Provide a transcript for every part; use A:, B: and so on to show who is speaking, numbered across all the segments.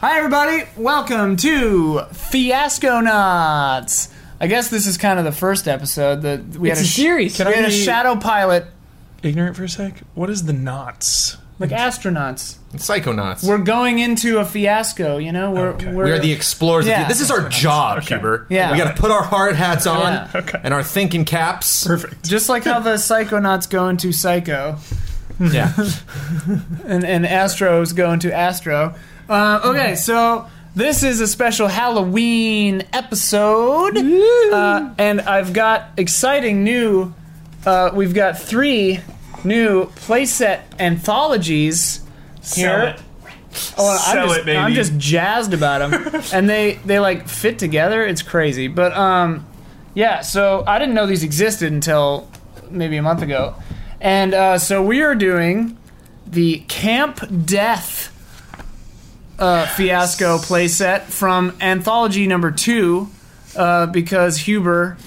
A: Hi, everybody. Welcome to Fiasco Nuts. I guess this is kind of the first episode that we
B: It's
A: had
B: a series.
A: Can we
B: Can
A: had
B: I
A: a
B: be-
A: shadow pilot,
B: ignorant for a sec? What is the knots?
A: like astronauts.
C: Psychonauts.
A: We're going into a fiasco. You know, we're
B: Okay.
A: we're
C: We are the explorers. of
A: Yeah.
C: the- this is our job, Huber.
A: Yeah.
C: We got to put our hard hats on
A: Yeah.
B: Okay.
C: and our thinking caps.
B: Perfect.
A: just like how the psychonauts go into psycho.
C: Yeah.
A: and, and Astro's going to Astro. Uh, okay, so this is a special Halloween episode, uh, and I've got exciting new. Uh, we've got three new playset anthologies
B: Sell
A: here.
B: it.
A: Oh,
B: Sell
A: I'm, just,
B: it, baby.
A: I'm just jazzed about them, and they they like fit together. It's crazy, but um, yeah. So I didn't know these existed until maybe a month ago, and uh, so we are doing the Camp Death uh, fiasco playset from anthology number two, uh, because Huber,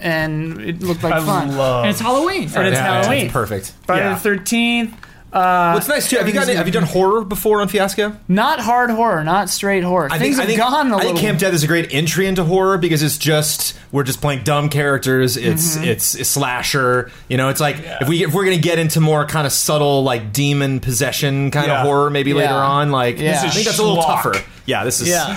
A: and it looked like
B: I
A: fun.
B: love.
D: And it's Halloween.
A: and it's
C: Yeah,
A: Halloween.
C: It's perfect.
A: Friday
B: yeah.
A: the thirteenth.
C: Well, it's nice too. Have you got? Have you done horror before on Fiasco?
A: Not hard horror, not straight horror. Things
C: I
A: have gone a
C: I
A: little.
C: think Camp Death is a great entry into horror because it's just we're just playing dumb characters. It's
A: Mm-hmm.
C: it's a slasher. You know, it's like if we if we're gonna get into more kind of subtle like demon possession kind
B: Yeah.
C: of horror maybe later on. Like
A: This is
C: I think that's a little
B: schlock.
C: tougher. Yeah, this is
A: Yeah.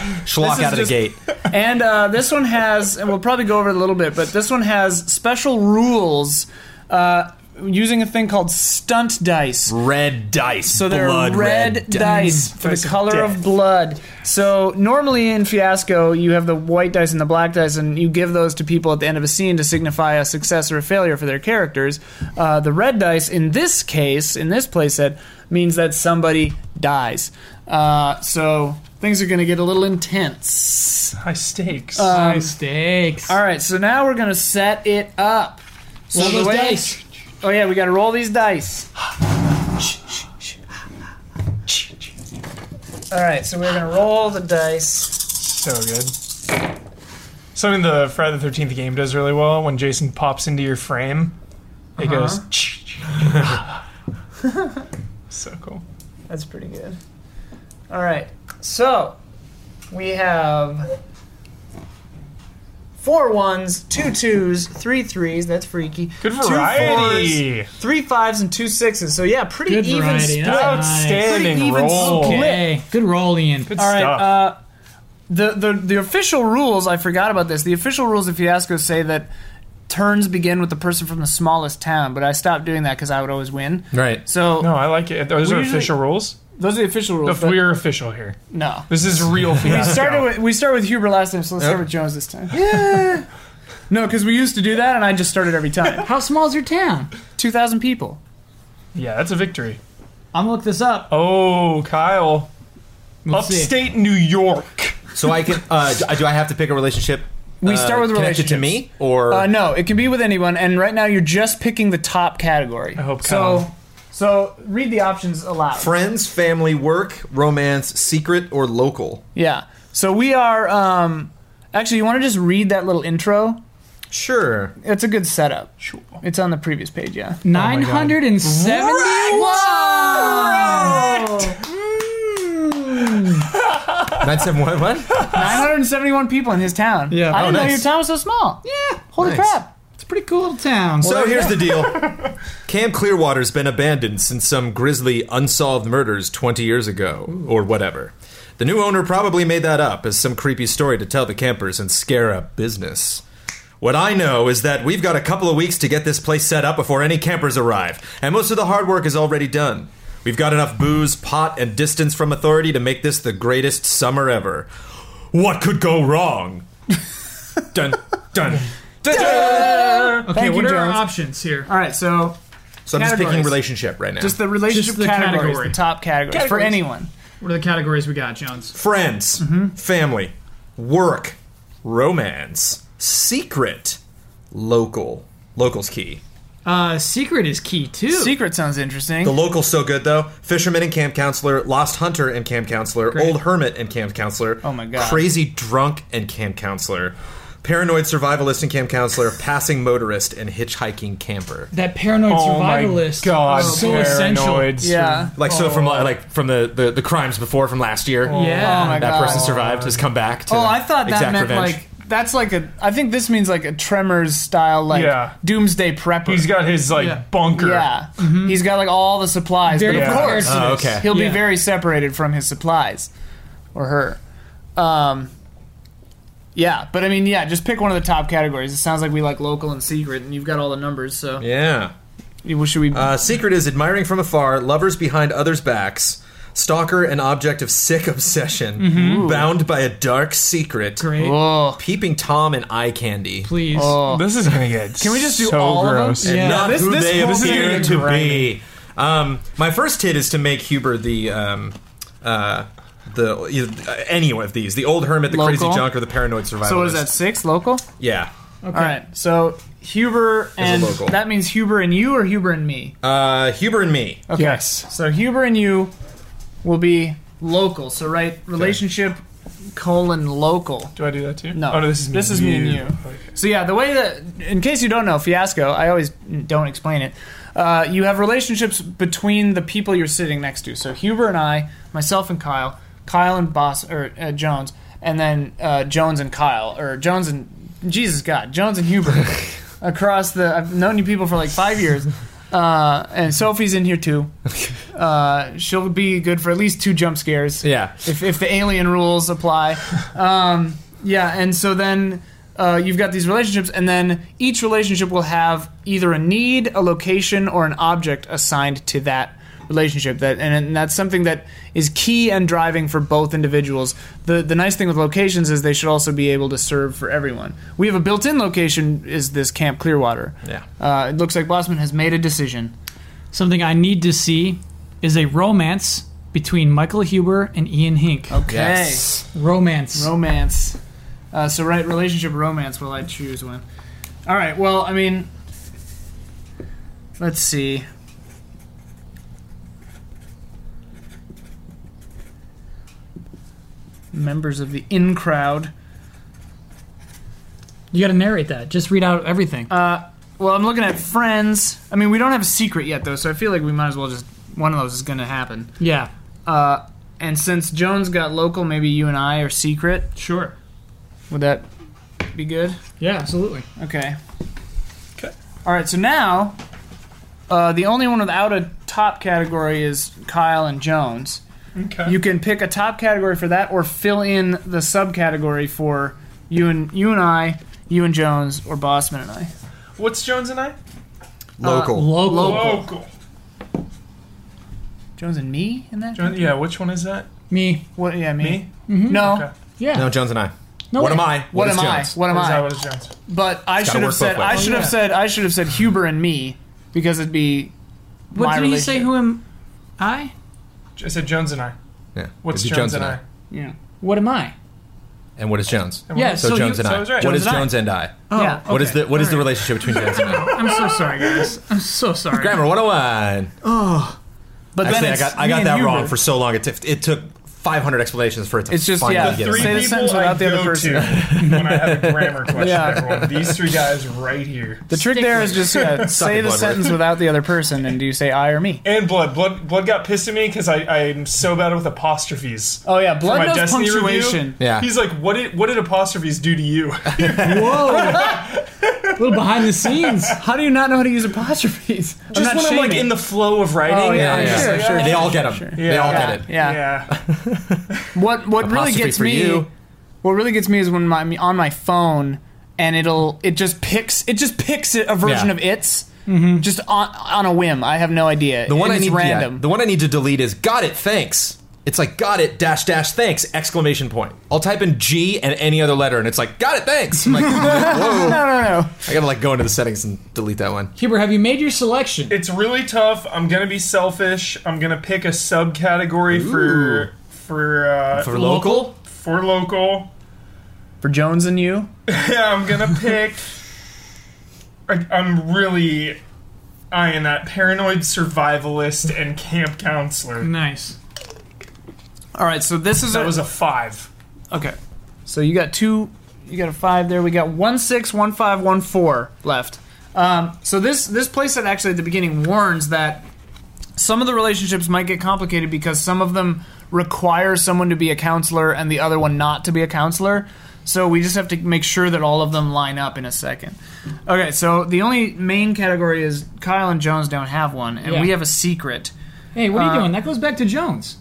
A: This
C: schlock
A: is
C: out of
A: just-
C: the gate.
A: And uh, this one has, and we'll probably go over it a little bit, but this one has special rules uh, using a thing called stunt dice.
C: Red dice.
A: So they're
C: blood
A: red, dice for
B: Dice
A: the
B: of
A: color of,
B: death.
A: blood. So normally in Fiasco, you have the white dice and the black dice, and you give those to people at the end of a scene to signify a success or a failure for their characters. Uh, the red dice, in this case, in this playset, means that somebody dies. Uh, so things are going to get a little intense.
B: high stakes.
A: Um,
D: High stakes.
A: All right, so now we're gonna set it up. So
D: Roll
A: the
D: those
A: way-
D: dice.
A: Oh yeah, we gotta roll these dice. All right, so we're gonna roll the dice.
B: so good. Something the Friday the Thirteenth game does really well when Jason pops into your frame, it
A: Uh-huh.
B: goes. so cool.
A: That's pretty good. All right, so we have four ones, two twos, three threes. That's freaky. Two
B: Good
A: fours,
B: variety.
A: three fives, and two sixes. So yeah, pretty
D: Good
A: even
D: variety.
A: split.
D: That's
B: Outstanding
A: Pretty even
B: roll.
A: split.
D: Okay. Good roll, Ian.
B: Good
A: All right.
B: stuff.
A: Uh, the, the the official rules. I forgot about this. The official rules of Fiasco say that turns begin with the person from the smallest town, but I stopped doing that because I would always win.
C: Right.
A: So
B: no, I like it. Those
A: We
B: are
A: usually-
B: official rules.
A: those are the official rules.
B: If
A: but-
B: we're official here,
A: no.
B: this is real.
A: We started with we started with Huber last time, so let's start with Jones this time. Yeah. no, because we used to do that, and I just started every time.
D: How small is your town?
A: Two thousand people.
B: Yeah, that's a victory.
D: I'm gonna look this up.
B: Oh, Kyle,
D: Let's see.
B: upstate New York.
C: So I can. Uh, do, I- do I have to pick a relationship?
A: We start with
C: Uh, connected to me or
A: Uh, no, it can be with anyone, and right now you're just picking the top category. I
B: hope
A: so.
B: Kyle-
A: So read the options aloud.
C: friends, family, work, romance, secret, or local.
A: Yeah. So we are. Um, actually, you want to just read that little intro?
C: Sure.
A: It's a good setup.
B: Sure.
A: It's on the previous page. Yeah.
D: 971.
C: Nine seven one one.
A: 971 people in his town.
D: Yeah.
A: I didn't
C: Oh,
A: know your
C: nice.
A: town was so small.
D: Yeah.
A: Holy
C: Nice.
A: crap.
D: It's a pretty cool little town.
C: So here's the deal. Camp Clearwater's been abandoned since some grisly unsolved murders 20 years ago, or whatever. The new owner probably made that up as some creepy story to tell the campers and scare up business. What I know is that we've got a couple of weeks to get this place set up before any campers arrive, and most of the hard work is already done. We've got enough booze, pot, and distance from authority to make this the greatest summer ever. What could go wrong? dun, dun, dun, dun.
D: okay,
A: Thank
D: what
A: you,
D: are our
A: Jones.
D: options here?
A: All right. So
C: So I'm just picking
A: Categories.
C: relationship right now.
A: just the relationship
D: Just the
A: categories,
D: category.
A: the top categories, for
B: Categories.
A: anyone.
D: What are the categories we got, Jones?
C: friends, family, work, romance, secret, local. Local's key.
D: Uh, secret is key too.
A: Secret sounds interesting.
C: The local's so good though. Fisherman and camp counselor, lost hunter and camp counselor, old hermit and camp counselor.
A: Oh my God.
C: Crazy drunk and camp counselor. paranoid survivalist and camp counselor, passing motorist, and hitchhiking camper.
D: That paranoid
B: Oh my
D: survivalist.
B: god,
D: is so
B: paranoid.
D: essential.
B: sur-
A: Yeah.
C: Like so from uh, like from the, the the crimes before from last year.
A: Oh my
D: Yeah.
A: god.
C: That person survived, has come back to
A: Oh, I thought that
C: exact
A: meant
C: revenge.
A: like that's like a. I think this means like a Tremors style like
B: Yeah.
A: doomsday prepper.
B: He's got his like
D: Yeah.
B: bunker.
A: yeah. He's got like all the supplies,
D: Very
A: but of
B: prepared
A: course Ah,
D: for
C: Oh, this. okay.
A: he'll
D: Yeah.
A: be very separated from his supplies, or her. Um. Yeah, but I mean, yeah, just pick one of the top categories. It sounds like we like local and secret, and you've got all the numbers. So,
C: yeah.
A: Well, should we?
C: Uh, secret is admiring from afar, lovers behind others' backs, stalker an object of sick obsession,
A: Mm-hmm.
C: bound by a dark secret,
D: Great.
A: oh,
C: peeping Tom and eye candy.
D: Please.
A: oh.
B: This is gonna get. Can
A: we just do
B: so
A: all of them?
B: gross.
D: Yeah.
C: and not
A: this-
C: who
A: this
C: they
A: whole thing
C: appear
A: is
C: to
B: grimy.
C: be. Um, my first hit is to make Huber the. Um, uh, the either- uh, any of these, the old hermit, the crazy
A: Local?
C: junk, or the paranoid survivalist.
A: So what is that? Six local.
C: Yeah,
A: All right. So Huber and
C: local.
A: that means Huber and you, or Huber and me.
C: uh, Huber and me.
B: Yes.
A: So Huber and you will be local. So write relationship colon local.
B: Do I do that too?
A: No.
B: Oh, no, this is me.
A: This
B: and
A: is me and
B: you.
A: you. So yeah, the way that, in case you don't know, fiasco. I always don't explain it. Uh, you have relationships between the people you're sitting next to. So Huber and I, myself and Kyle, Kyle and Boss or uh, Jones, and then uh, Jones and Kyle or Jones and Jesus God, Jones and Huber. across the, I've known you people for like five years. Uh, and Sophie's in here too. Uh, she'll be good for at least two jump scares
C: Yeah,
A: if, if the alien rules apply. Um, yeah, and so then uh, you've got these relationships, and then each relationship will have either a need, a location, or an object assigned to that relationship. That and, and that's something that is key and driving for both individuals. The the nice thing with locations is they should also be able to serve for everyone. We have a built-in location is this Camp Clearwater.
C: yeah.
A: Uh, it looks like Bossman has made a decision.
D: Something I need to see is a romance between Michael Huber and Ian Hink.
A: Okay.
C: Yes.
D: Romance.
A: Romance. Uh, so right, relationship romance. Will I choose one? All right. Well, I mean, let's see. Members of the in crowd.
D: you got to narrate that. Just read out everything.
A: Uh, Well, I'm looking at friends. I mean, we don't have a secret yet, though, so I feel like we might as well just one of those is going to happen.
D: yeah.
A: Uh, and since Jones got local, maybe you and I are secret.
D: Sure.
A: Would that be good?
D: Yeah, absolutely.
A: Okay.
B: Okay.
A: All right. So now, uh, the only one without a top category is Kyle and Jones.
B: Okay.
A: You can pick a top category for that, or fill in the subcategory for you and you and I, you and Jones, or Bossman and I.
B: What's Jones and I?
A: Uh,
C: Local.
D: Local.
A: Local.
B: Local.
A: Jones and me in that.
B: Jones, yeah. Which one is that?
D: Me.
A: What? Yeah, me. Mm-hmm.
B: Me.
A: No.
B: Okay.
D: Yeah.
C: no, Jones and I.
D: No
C: what
D: way.
C: am I?
A: What,
C: is
A: am I?
C: Jones?
A: What am
B: What is
A: I?
B: that? What is Jones?
A: But I should have
C: gotta work both
A: said I
C: ways.
A: should
D: Oh,
A: have
D: yeah.
A: said I should have said Huber and me because it'd be
D: What
A: my
D: did he say?
A: relationship.
D: Who am I?
B: I said Jones and I.
C: Yeah.
B: What's
C: It'd be
B: Jones, and I?
A: Yeah.
D: What am I?
C: And what is Jones?
B: what-
D: Yeah.
C: So,
D: So,
C: Jones
D: you,
C: and
B: so
C: I.
B: I was right.
C: What
B: Jones
C: is
B: and I.
C: Jones and I?
A: yeah.
C: What is the what is the
D: Alright.
C: relationship between Jones and I?
D: I'm so sorry, guys. I'm so sorry.
C: Grammar 101.
A: But
C: Actually,
A: then
C: I
A: it's
C: got I
A: me
C: got
A: and
C: that
A: Huber.
C: wrong for so long. It, t- it took 500 explanations for it to
A: It's just-
C: finally
A: yeah,
C: get
A: three-
C: it.
A: the sentence without the other person.
B: to when I have a grammar question.
A: Yeah.
B: Everyone, these three guys right here.
A: The trick there is just yeah, say
C: it,
A: the
C: Bloodworth.
A: sentence without the other person, and do you say I or me?
B: And blood, blood, blood got pissed at me because I I'm so bad with apostrophes.
A: Oh yeah, blood
B: my
A: knows
B: Destiny
A: punctuation.
B: review,
C: Yeah.
B: He's like, what did what did apostrophes do to you?
D: A little behind the scenes.
A: How do you not know how to use apostrophes? I'm
B: Just
A: not
B: when I'm like
A: shaming.
B: in the flow of writing.
A: Oh, yeah,
B: I'm
C: yeah,
B: just
C: yeah.
B: like,
A: Sure,
B: "Ah."
A: sure.
C: They all get them. They all
A: yeah,
C: get it.
A: Yeah.
B: Yeah.
A: What what really
C: Apostrophe
A: gets
C: for
A: me?
C: you.
A: What really gets me is when my me- on my phone and it'll it just picks it just picks a version
C: Yeah.
A: of its just on on a whim. I have no idea.
C: The one
A: it's
C: I need
A: random.
C: yeah, the one I need to delete is got it. Thanks. It's like got it dash dash thanks exclamation point. I'll type in G and any other letter and it's like got it thanks. I'm like, whoa.
A: no no no.
C: I gotta like go into the settings and delete that one.
D: Huber, have you made your selection?
B: It's really tough. I'm gonna be selfish. I'm gonna pick a subcategory
C: Ooh.
B: for for uh,
C: For local,
B: for local.
A: For Jones and you,
B: Yeah, I'm gonna pick. I, I'm really eyeing that paranoid survivalist and camp counselor.
A: Mm.
D: Nice.
A: all right. So this is
B: That
A: a-
B: was a five.
A: okay. So you got two you got a five there. We got one six, one five, one four left. Um, so this this playset actually at the beginning warns that some of the relationships might get complicated because some of them require someone to be a counselor and the other one not to be a counselor. So we just have to make sure that all of them line up in a second. Okay, so the only main category is Kyle and Jones don't have one, and
D: Yeah.
A: we have a secret.
D: Hey, what are
A: Uh,
D: you doing? That goes back to Jones.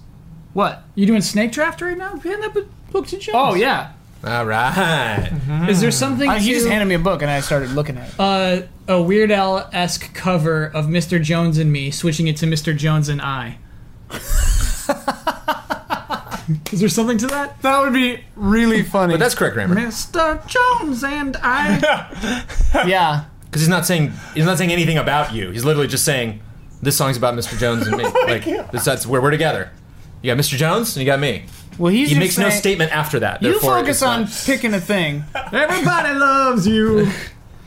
A: What?
D: You doing snake draft right now? Hand that book to Jones.
A: Oh yeah,
C: All right.
D: Is there something?
A: I, he
D: to-
A: just handed me a book and I started looking at it.
D: uh, a Weird Al esque cover of Mr. Jones and Me, switching it to Mr. Jones and I. Is there something to that?
A: That would be really funny.
C: But that's correct grammar
D: Mr. Jones and I.
A: yeah.
C: because he's not saying he's not saying anything about you. He's literally just saying this song's about Mr. Jones and me. like this, that's where we're together. You got Mr. Jones and you got me.
A: Well, he's
C: He
A: just
C: makes no
A: saying-
C: statement after that.
A: You
C: therefore
A: focus
C: it's
A: on
C: not-
A: picking a thing.
D: Everybody loves you.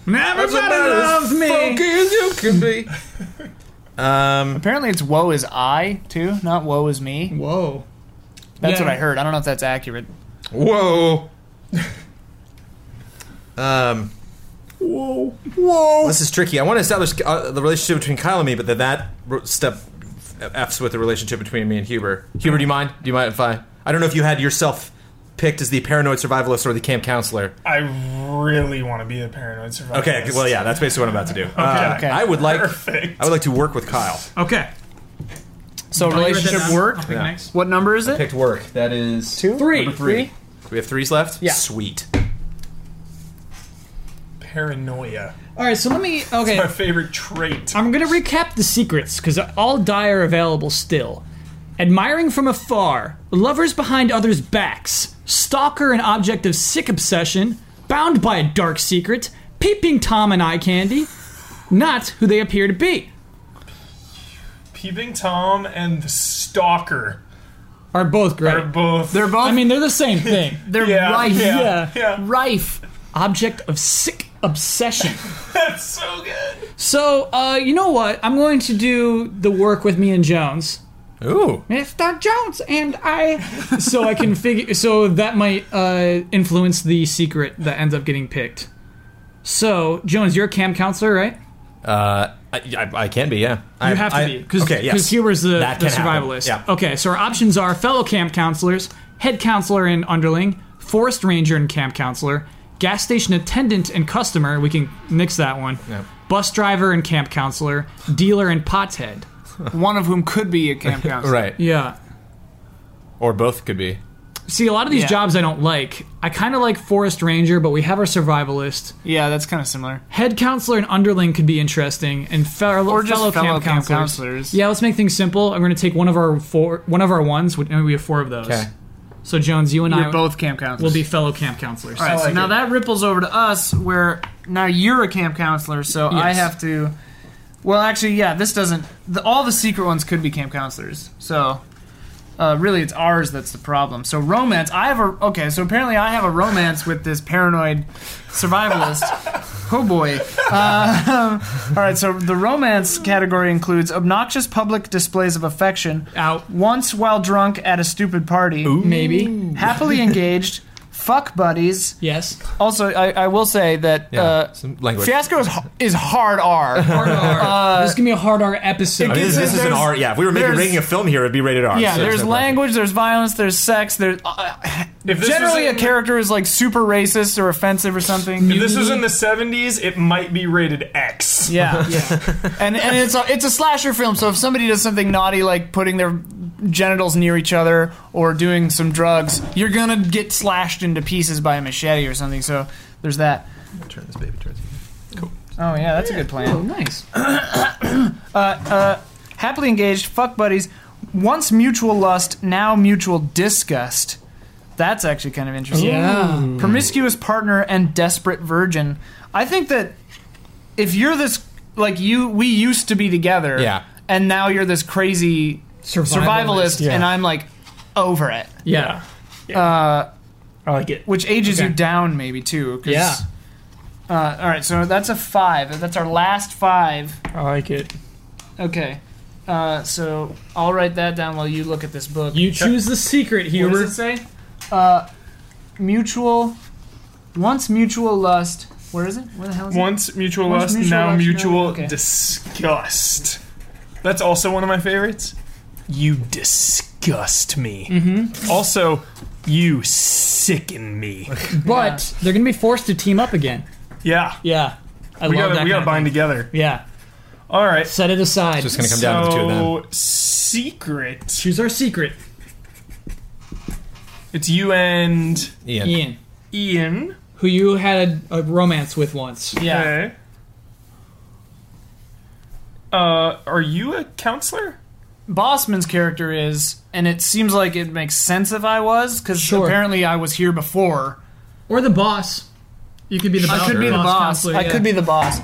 D: Everybody loves me.
C: you can be. Um,
A: Apparently, it's woe is I too, not woe is me.
D: Whoa.
A: That's
D: Yeah.
A: what I heard. I don't know if that's accurate.
C: whoa. um,
D: Whoa.
C: this is tricky. I want to establish uh, the relationship between Kyle and me, but then that ro- step f's with the relationship between me and Huber. Huber, do you mind? Do you mind if I? I don't know if you had yourself picked as the paranoid survivalist or the camp counselor.
B: I really want to be the paranoid survivor.
C: Okay, well, yeah, that's basically what I'm about to do. Uh,
A: okay.
C: I would like,
B: Perfect.
C: I would like to work with Kyle.
D: Okay.
A: So relationship work.
D: Yeah. Next.
A: What number is it?
C: Picked work. That is
A: Two,
D: Three.
A: Number three.
C: We have threes left.
A: Yeah.
C: Sweet.
B: Paranoia.
D: All right, so let me. Okay.
B: My favorite trait.
D: I'm gonna recap the secrets because all die are available still. Admiring from afar, lovers behind others' backs, stalker and object of sick obsession, bound by a dark secret, peeping Tom and eye candy, not who they appear to be,
B: Peeping Tom and the Stalker
D: are both great.
B: are both.
A: They're both.
D: I mean, they're the same thing.
A: they're
B: yeah,
A: rife.
B: Yeah,
D: yeah.
B: yeah.
A: Rife.
D: object of sick obsession.
B: That's so good.
D: So, uh, you know what? I'm going to do the work with me and Jones.
C: Ooh.
D: Mr. Jones and I. So I can figure. So that might uh, influence the secret that ends up getting picked. So Jones, you're a camp counselor, right?
C: Uh, I, I, I can be. Yeah. I
D: You have to
C: I,
D: be because
C: okay. Yes.
D: Huber's the,
C: That
D: the
C: can happen.
D: survivalist.
C: Yeah.
D: Okay, so our options are fellow camp counselors, head counselor and underling, forest ranger and camp counselor, gas station attendant and customer. We can nix that one.
C: Yeah.
D: Bus driver and camp counselor, dealer and pothead.
A: One of whom could be a camp counselor.
C: Right.
D: Yeah.
C: Or both could be.
D: See, a lot of these
A: Yeah.
D: jobs I don't like. I kind of like Forest Ranger, but we have our survivalist.
A: Yeah, that's kind of similar.
D: Head counselor and underling could be interesting, and fellow
A: Or just
D: fellow, camp, counselors.
A: counselors.
D: Yeah, let's make things simple. I'm going to take one of our four, one of our ones. which- and We have four of those.
C: Okay.
D: So Jones, you and
A: You're
D: I
A: both camp counselors.
D: will be fellow camp counselors.
A: All right, so
B: like
A: now
B: it.
A: that ripples over to us, where now you're a camp counselor, so I
D: Yes.
A: have to. Well, actually, yeah, this doesn't. The, all the secret ones could be camp counselors, so uh, really, it's ours that's the problem. So romance, I have a okay. So apparently, I have a romance with this paranoid survivalist. oh boy. Uh, all right, so the romance category includes obnoxious public displays of affection.
D: Out,
A: Once while drunk at a stupid party,
D: maybe.
A: happily engaged, fuck buddies.
D: Yes.
A: Also, I, I will say that
C: Yeah.
A: uh,
C: Some language.
A: Fiasco is, is hard R.
D: Hard R. this is gonna be a hard R episode.
C: I mean,
A: gives
C: this
A: it-
C: is an
A: there's-
C: R. Yeah. If we were making
A: there's-
C: making a film here, it'd be rated R.
A: yeah,
C: so
A: there's
C: no problem.
A: language, there's violence, there's sex, there's. Uh,
B: If this
A: generally,
B: was
A: a
B: in-
A: character is like super racist or offensive or something.
B: If this was in the 70s, it might be rated X.
A: yeah, and and it's a, it's a slasher film, so if somebody does something naughty like putting their genitals near each other or doing some drugs, you're gonna get slashed into pieces by a machete or something. So there's that.
C: Turn this baby. Turn this. baby.
A: Oh yeah, that's a good
D: Oh,
A: plan.
D: nice.
A: Happily engaged, fuck buddies. Once mutual lust, now mutual disgust. That's actually kind of interesting.
D: Yeah.
A: Promiscuous partner and desperate virgin. I think that if you're this, like you, we used to be together.
C: Yeah.
A: And now you're this crazy survivalist, and I'm like over it,
D: Yeah. Uh, I like it.
A: which ages
D: Okay.
A: you down maybe too. 'cause-
D: Yeah.
A: Uh, all right, so that's a five. That's our last five.
D: I like it.
A: Okay. Uh, so I'll write that down while you look at this book.
D: You choose the secret, Huber.
A: say? Uh, mutual Once mutual lust. Where is it? Where the hell is
B: Once mutual
A: Once
B: lust,
A: mutual
B: now
A: lust,
B: mutual
A: now- okay.
B: disgust. That's also one of my favorites. You disgust me. Also, you sicken me.
D: But they're going to be forced to team up again.
B: yeah,
D: Yeah. I
B: we
D: love
B: gotta
D: that.
B: we
D: kind
B: gotta
D: of
B: bind
D: thing.
B: together.
D: Yeah.
B: All right.
D: Set it aside.
C: Just gonna come down to the two of them.
B: So secret.
D: Choose our secret.
B: It's you and
C: Ian.
D: Ian,
B: Ian.
D: who you had a romance with once.
A: it? Yeah.
B: Okay. Uh, are you a counselor?
A: Bossman's character is, and it seems like it makes sense if I was, because
D: Sure.
A: apparently I was here before.
D: Or the boss. You could be the boss.
A: I could be the boss.
D: counselor,
A: I
D: yeah.
A: could be the boss.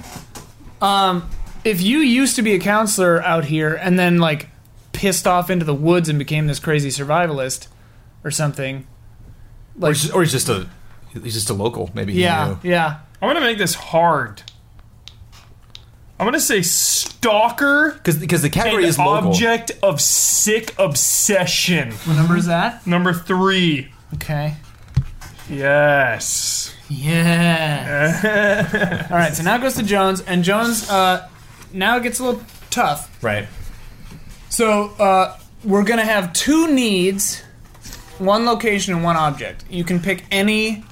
A: Um, if you used to be a counselor out here and then like pissed off into the woods and became this crazy survivalist or something,
C: Or, he's just, or he's just a he's just a local. Maybe he
A: yeah,
C: knew.
A: yeah.
B: I'm gonna make this hard. I'm gonna say stalker
C: Because the category
B: and
C: is local.
B: object of sick obsession.
A: What number is that?
B: Number three.
A: Okay.
B: Yes.
A: Yeah. All right. So now it goes to Jones, and Jones uh, now it gets a little tough
C: Right.
A: So uh, we're gonna have two needs, one location and one object. You can pick any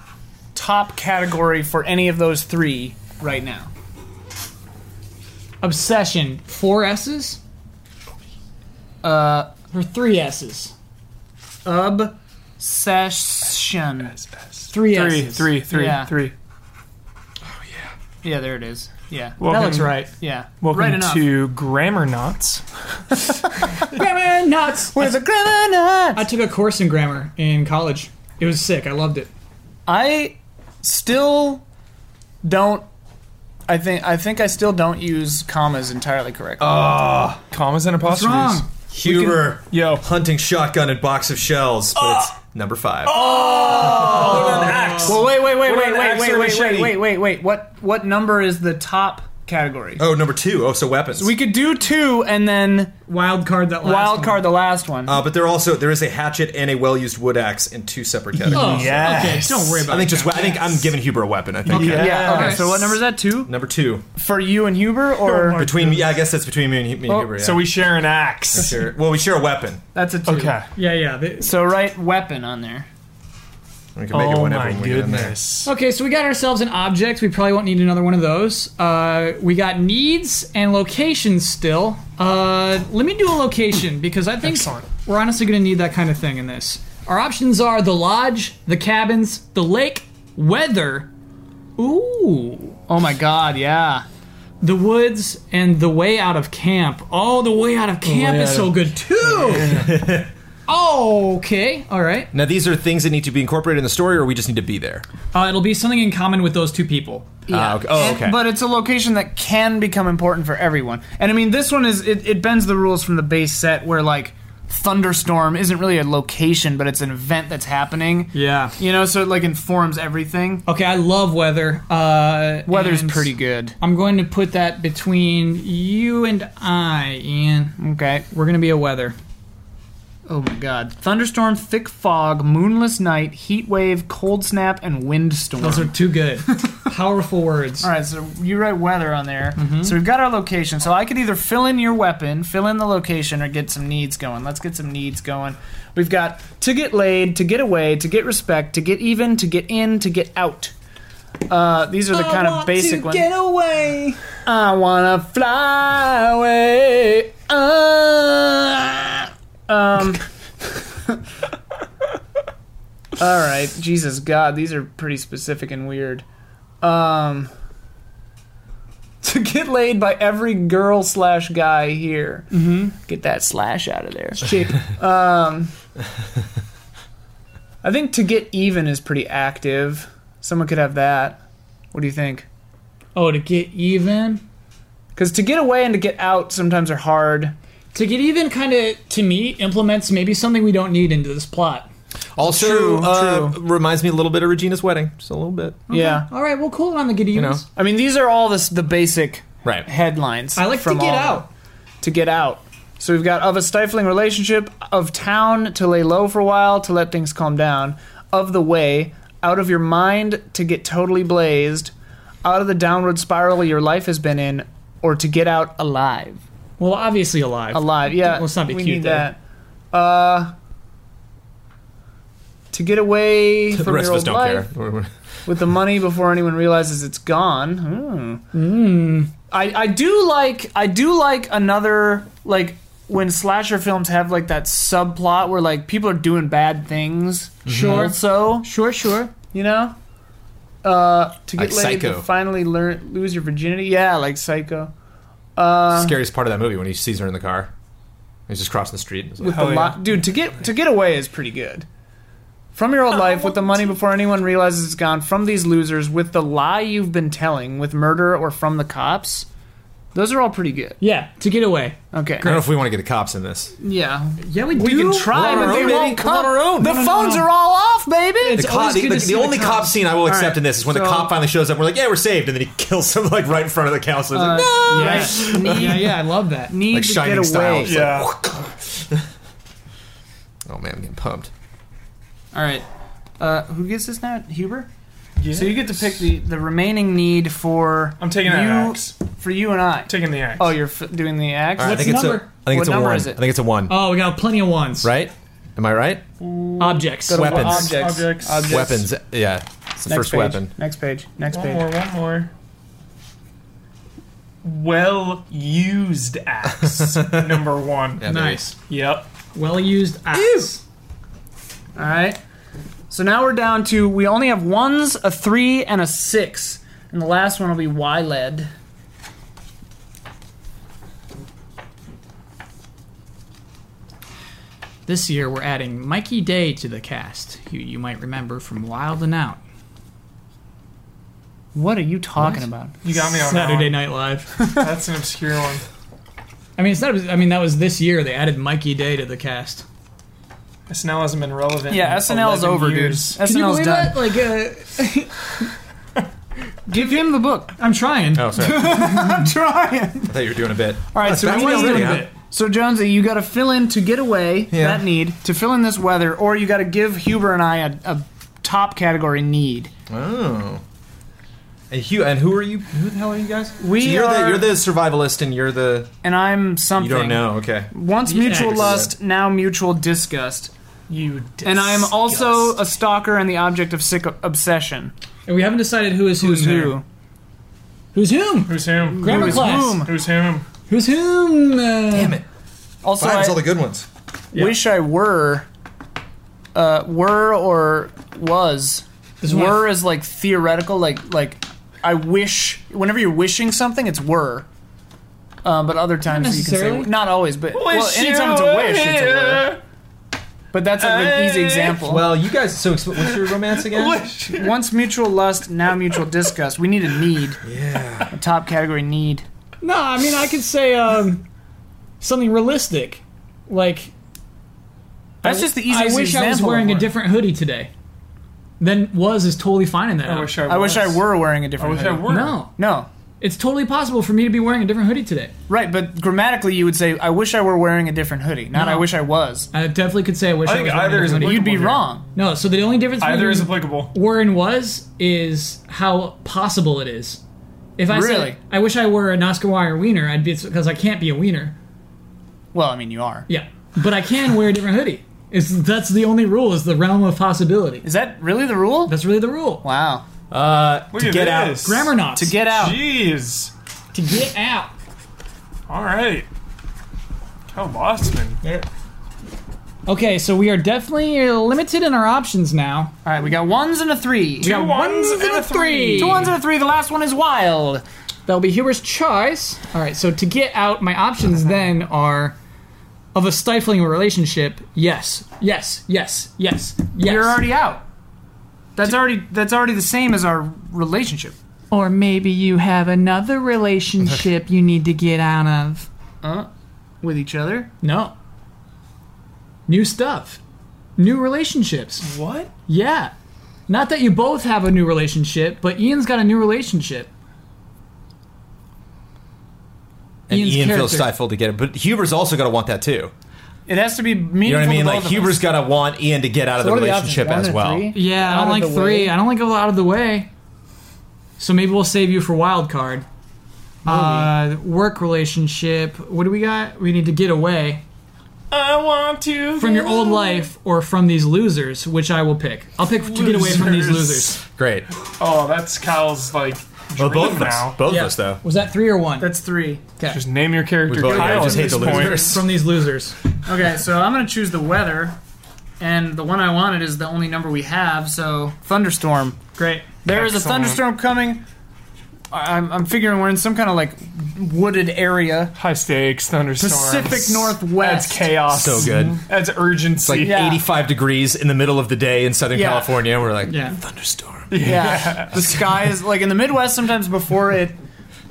A: top category for any of those three right now.
D: Obsession. Four S's?
A: Uh,
D: Or three S's?
A: obsession.
D: Three,
B: Three,
D: S's.
B: three, three,
A: Yeah.
B: three.
A: Yeah, there it is. Yeah,
B: Welcome-
A: that looks right. Yeah,
B: Welcome
A: right enough.
B: to Grammar Knots.
D: Grammar nuts!
A: Where's the grammar nut?
D: I took a course in grammar in college. It was sick. I loved it.
A: I still don't. I think I think I still don't use commas entirely correctly.
B: Commas and apostrophes.
D: Wrong.
C: Huber.
B: Yo.
C: Hunting shotgun and box of shells. But
A: Ah.
C: it's number five.
A: Well, wait, wait, wait,
B: What
A: wait,
B: about
A: wait,
B: axe
A: wait,
B: or
A: wait, wait,
B: machete?
A: wait, wait, wait. What what number is the top category?
C: Oh, number two. Oh, so weapons.
A: We could do two and then
D: Wild card that last
A: wild
D: one.
A: card the last one.
C: uh, but there also there is a hatchet and a well-used wood axe in two separate categories.
D: Oh,
B: Yes.
D: okay. Don't worry about
C: I
D: it.
C: think just I think I'm giving Huber a weapon. I think
B: Yeah.
A: yeah. Okay.
B: Yes.
A: So what number is that? Two
C: number two
A: for you and Huber,
B: Oh,
A: or
B: my-
C: between yeah I guess that's between me and, Hu- me and
A: Oh,
C: Huber. Yeah.
B: So we share an axe.
C: share well we share a weapon.
A: that's a two.
B: Okay.
D: Yeah, yeah. they-
A: So write weapon on there.
C: We can make it
B: Oh
C: whenever
B: my
C: we get in there.
B: goodness.
D: Okay, so we got ourselves an object. We probably won't need another one of those. Uh, we got needs and locations still. Uh, let me do a location because I think
B: Excellent.
D: we're honestly going to need that kind of thing in this. Our options are the lodge, the cabins, the lake, weather, ooh,
A: Oh my God! Yeah.
D: the woods, and the way out of camp. Oh, the way out of camp
B: way
D: is
B: out
D: so
B: of-
D: good too. oh, okay, all right.
C: Now these are things that need to be incorporated in the story, or we just need to be there.
D: Uh, it'll be something in common with those two people.
A: Yeah.
C: Ah, okay. Oh,
A: And-
C: okay.
A: But it's a location that can become important for everyone. And I mean, this one is it, it bends the rules from the base set where like thunderstorm isn't really a location, but it's an event that's happening.
D: Yeah.
A: You know, so it like informs everything.
D: Okay, I love weather. Uh,
A: Weather's
D: and
A: pretty good.
D: I'm going to put that between you and I, Ian.
A: Okay.
D: We're going to be a weather.
A: Oh my god. Thunderstorm, thick fog, moonless night, heat wave, cold snap, and wind storm.
D: Those are two good, powerful words.
A: All right, so you write weather on there. So we've got our location. So I could either fill in your weapon, fill in the location, or get some needs going. Let's get some needs going. We've got to get laid, to get away, to get respect, to get even, to get in, to get out. Uh, these are the kind of basic ones.
D: away.
A: I wanna fly away. Ah. um. all right, Jesus God, these are pretty specific and weird. Um. To get laid by every girl slash guy here. Mm-hmm. Get that slash out of there. Um,
D: Chick.
A: I think to get even is pretty active. Someone could have that. What do you think?
D: Oh, to get even.
A: Because to get away and to get out sometimes are hard.
D: To get even, kind of to me, implements maybe something we don't need into this plot.
C: Also,
A: True,
C: uh, reminds me a little bit of Regina's wedding, just a little bit.
A: Yeah.
D: All right, well, cool it on the get evens.
C: know.
A: I mean, these are all this, the basic
C: Right.
A: headlines.
D: I like to
A: from
D: get
A: all-
D: out.
A: To get out. So we've got of a stifling relationship, of town to lay low for a while to let things calm down, of the way, out of your mind to get totally blazed, out of the downward spiral your life has been in, or to get out alive.
D: Well, obviously alive.
A: Alive, yeah.
D: Let's not be
A: we
D: cute
A: need
D: there.
A: that. Uh, to get away
C: The
A: from
C: rest
A: your
C: of us
A: old
C: don't
A: life
C: care.
A: with the money before anyone realizes it's gone. Hmm. I, I do like I do like another like when slasher films have like that subplot where like people are doing bad things.
C: Mm-hmm.
A: Sure. So
D: Sure, sure.
A: you know, uh, to get
C: Like
A: laid,
C: Psycho.
A: to finally learn lose your virginity. Yeah, like Psycho. Um,
C: Scariest part of that movie when he sees her in the car. He's just crossing the street. It's like,
A: With the lo-
B: Hell yeah.
A: dude, to get to get away is pretty good. From your old
C: Oh,
A: life, with the money before anyone realizes it's gone, from these losers, with the lie you've been telling, with murder or from the cops, those are all pretty good.
D: Yeah, to get away.
A: Okay.
C: I don't know if we want to get the cops in this.
A: Yeah.
D: Yeah, we,
A: We
D: do.
A: can try,
C: We're
A: but
C: on our
A: they
C: own, baby.
A: won't
C: We're on
A: come.
C: our own.
A: The
C: No,
A: phones are all off, baby.
D: It's
C: The, cop,
D: always
C: the,
D: good to
C: the
D: see
C: only
D: the
C: cop
D: cops.
C: scene I will accept
A: right,
C: in this is when the
A: so-
C: cop finally shows up. We're like, yeah, we're saved, and then he kills him like right in front of the counselor. It's
A: Uh,
C: like, no,
D: Yeah, yeah, yeah, I love that.
A: Need
C: like
A: to get
C: shining
A: away.
C: style. It's
B: Yeah.
C: like, oh man, I'm getting pumped.
A: All right. Uh, who gets this now? Huber. So you get to pick the, the remaining need for.
B: I'm taking
A: you,
B: that axe.
A: For you and I.
B: Taking the axe.
A: oh, you're f- doing the axe.
C: All right, I
D: What's
C: think it's a, I
D: number?
C: think it's
A: What
C: a
A: number
C: one.
A: is it?
C: I think it's a one.
D: Oh, we got plenty of ones.
C: right? Am I right?
D: Objects.
A: Go to
C: Weapons.
A: Objects.
B: Objects.
C: Weapons. Yeah, it's
A: Next
C: the first
A: page.
C: weapon.
A: Next page. Next
B: One
A: page.
B: more, one more. Well used axe, number one.
C: Yeah, there it is.
D: Nice.
B: Yep.
D: Well used axe.
A: All right. So now we're down to we only have ones, a three, and a six, and the last one will be Y led.
D: This year we're adding Mikey Day to the cast, who you might remember from Wild and Out.
A: What are you talking
D: What?
A: about?
B: You got me on that
D: Saturday
B: one.
D: Night Live.
B: That's an obscure one.
D: I mean, it's not. I mean, that was this year they added Mikey Day to the cast.
B: SNL hasn't been relevant.
A: Yeah,
B: in
A: SNL is
B: 11
A: over,
B: years.
A: dude.
D: Can you
A: SNL's
D: believe
A: done.
D: that? Like, uh,
A: Give him the book.
D: I'm trying.
C: Oh, sorry. I
A: Try it.
C: thought you were doing a bit. Oh,
A: All right, so
C: Back
A: we
C: to
A: need
C: the
A: to-
C: huh?
A: So Jonesy, you got to fill in to get away
C: Yeah.
A: that need to fill in this weather, or you got to give Huber and I a, a top category need.
C: Oh. And Hugh, and who are you? Who the hell are you guys?
A: We
C: you're
A: are,
C: the you're the survivalist, and you're the
A: and I'm something.
C: you don't know. Okay.
A: Once mutual
D: Yeah.
A: lust, now mutual disgust.
B: You
A: And I am also a stalker and the object of sick obsession.
D: And we haven't decided who is who.
A: Who's
D: in there.
A: who?
D: Who's whom?
B: Who's whom?
D: Grammar
A: Who is
D: class.
A: whom?
B: Who's whom?
D: Who's whom? uh, Damn
C: it!
A: Also, I
C: good ones.
A: wish I were, uh, were or was.
D: This one-
A: Were is like theoretical, like like I wish. Whenever you're wishing something, it's were. Um, but other times you can say
D: necessarily.
A: not always, but well, anytime it's a wish, it's a were. But that's like an easy example.
C: Well, you guys. So, exp- what's your romance again?
B: Wish.
A: Once mutual lust, now mutual disgust. We need a need,
C: Yeah.
A: a top category need.
D: No, I mean I could say um, something realistic, like
A: That's just the
D: I
A: easiest
D: wish
A: example.
D: I was
A: of
D: wearing a
A: were.
D: different hoodie today. Then was is totally fine in that.
B: I
D: outfit.
B: wish I,
A: I wish I
B: was.
A: were wearing a
B: I
A: different.
B: wish I
A: hoodie.
B: were.
D: No,
A: No,
D: it's totally possible for me to be wearing a different hoodie today.
A: right, but grammatically you would say, "I wish I were wearing a different hoodie," not
D: No.
A: "I wish I was."
D: I definitely could say I wish
B: I
D: I,
B: think
D: was wearing
B: either
D: a
B: is
D: different hoodie.
A: You'd be
B: Applicable here.
A: wrong.
D: No, so the only difference
B: Either
D: between
B: is applicable.
D: were and was is how possible it is. If I
A: Really?
D: said I wish I were an Oscar Wire wiener, I'd be because I can't be a wiener.
A: Well, I mean, you are.
D: Yeah, but I can wear a different hoodie. It's that's the only rule is the realm of possibility.
A: Is that really the rule?
D: That's really the rule.
A: wow.
C: Uh,
B: Look
C: to
B: at
C: get
B: this.
C: out.
D: Grammar knots
A: To get out.
B: Jeez.
D: to get out.
B: All right. Oh, Bossman.
D: Okay, so we are definitely limited in our options now.
A: All right, we got ones and a three.
D: We got
B: ones
D: ones
B: and a three.
A: Two ones and a three. The last one is wild.
D: That'll be Huber's choice. All right, so to get out, my options then are of a stifling relationship. Yes, yes, yes, yes, yes.
A: You're already out. That's already that's already the same as our relationship.
D: or maybe you have another relationship you need to get out of.
A: With each other?
D: No. New stuff. New relationships.
B: What?
D: Yeah. Not that you both have a new relationship, but Ian's got a new relationship.
C: And
D: Ian's
C: Ian feels
D: character.
C: stifled to get it, but Huber's also gonna want that too.
A: It has to be meaningful.
C: You know what I mean?
A: To
C: Like
A: both of
C: Huber's
A: us.
C: got to want Ian to get out of the
A: What are the options?
C: relationship
A: One
C: as
A: or
C: well.
A: three?
D: Yeah, I
A: Out
D: don't
A: of
D: like
A: the
D: three.
A: way?
D: I don't like a lot out of the way. So maybe we'll save you for wild card. Uh, work relationship. What do we got? We need to get away
B: I want to
D: from your old life or from these losers, which I will pick. I'll pick to get away from these losers.
C: Great.
B: Oh, that's Kyle's like
C: Well,
B: dream
C: both of
B: now.
C: us. Both of us, though.
D: Was that three or one?
A: That's three.
B: Just name your character
C: We both- I
B: Kyle
C: just
B: at
C: hate
B: this
C: the
B: point.
C: losers.
D: from these losers.
A: Okay, so I'm gonna choose the weather, and the one I wanted is the only number we have. So thunderstorm.
D: Great.
A: There is a
B: Excellent.
A: thunderstorm coming. I- I'm, I'm figuring we're in some kind of like wooded area.
B: High stakes, thunderstorms.
A: Pacific Northwest.
B: That's chaos.
C: So good.
B: That's urgency.
C: Like
A: Yeah.
C: 85 degrees in the middle of the day in Southern
A: Yeah.
C: California. We're like,
D: Yeah.
C: thunderstorm.
A: Yeah. the sky is like in the Midwest sometimes before it.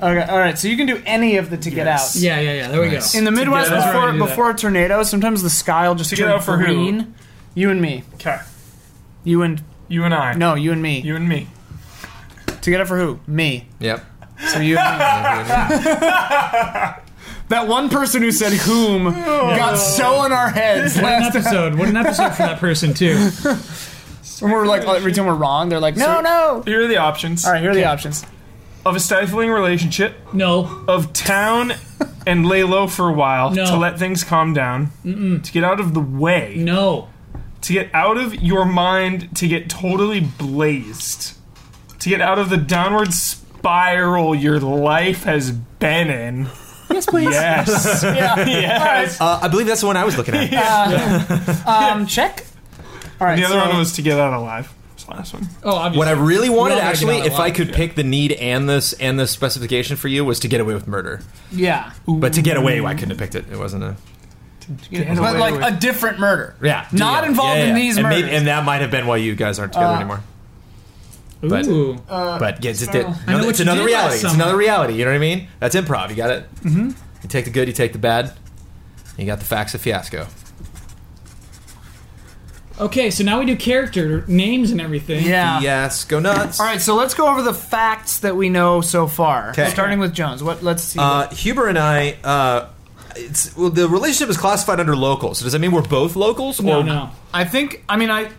A: Okay, all right. So you can do any of the to get
B: Yes.
A: out.
D: Yeah, yeah, yeah. There we
C: Nice.
A: In the Midwest
B: Together.
A: before
B: That's right,
A: before a tornado, sometimes the sky will just
B: To get
A: turn
B: out for who?
A: green. You and me.
B: okay.
A: You and
B: You and I.
A: no, you and me.
B: You and me.
A: to get out for who? Me.
C: Yep. Uh,
A: So you and me. That one person who said whom got so in our heads
D: What
A: last
D: an episode. What an episode for that person, too.
A: when we're like every time we're wrong, they're like, no, no.
B: Here are the options.
A: All right, here are the options.
B: Of a stifling relationship,
D: No.
B: of town and lay low for a while
D: No.
B: to let things calm down, to get out of the way,
D: No.
B: to get out of your mind, to get totally blazed, to get out of the downward spiral your life has been in.
A: Yes, please.
B: Yes. yes.
C: Uh, I believe that's the one I was looking at.
A: Um, check. All right.
B: The other
A: so-
B: one was to get out alive. It's the last one.
D: Oh, obviously.
C: What I really wanted,
D: Well, I gotta
C: actually,
D: get out
C: if I
D: alive.
C: could pick the need and this and the specification for you, was to get away with murder.
A: yeah,
C: But to get away, I couldn't have picked it. It wasn't a
A: but like a different murder.
C: yeah,
A: Not involved in these
C: and
A: murders.
C: and that might have been why you guys aren't together anymore. but-
D: Ooh.
C: But yeah, it's, it,
D: I know what
C: it's
D: you
C: another
D: did last
C: reality. It's
D: summer.
C: another reality. You know what I mean? That's improv. You got it. Mm-hmm. You take the good, you take the bad. You got the facts of fiasco.
D: Okay, so now we do character names and everything.
A: Yeah.
C: Yes, go nuts.
A: All right, so let's go over the facts that we know so far.
C: 'Kay.
A: Starting with Jones. What? Let's see.
C: Uh, Huber and I. Uh, it's, well, the relationship is classified under local. So does that mean we're both locals?
D: No,
C: or
D: Oh, no.
A: I think. I mean, I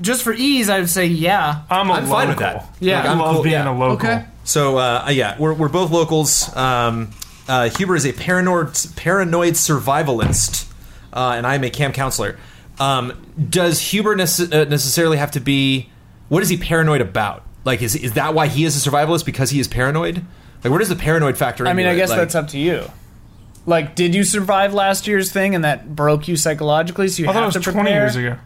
A: just for ease, I'd say yeah.
B: I'm a
C: I'm
B: local.
C: fine with that.
A: Yeah.
C: Like,
B: I
C: I'm
B: love
C: cool-
B: being
C: yeah.
B: a local.
A: Okay.
C: So uh, yeah, we're, we're both locals. Um, uh, Huber is a paranoid paranoid survivalist, uh, and I am a camp counselor. Um, does Huber nece- uh, necessarily have to be? What is he paranoid about? Like, is is that why he is a survivalist because he is paranoid? Like, where does the paranoid factor?
A: I mean,
C: into
A: I
C: it?
A: guess
C: Like-
A: that's up to you. Like, did you survive last year's thing, and that broke you psychologically? So you
B: I thought
A: have
B: it was
A: to
B: 20
A: prepare.
B: years ago.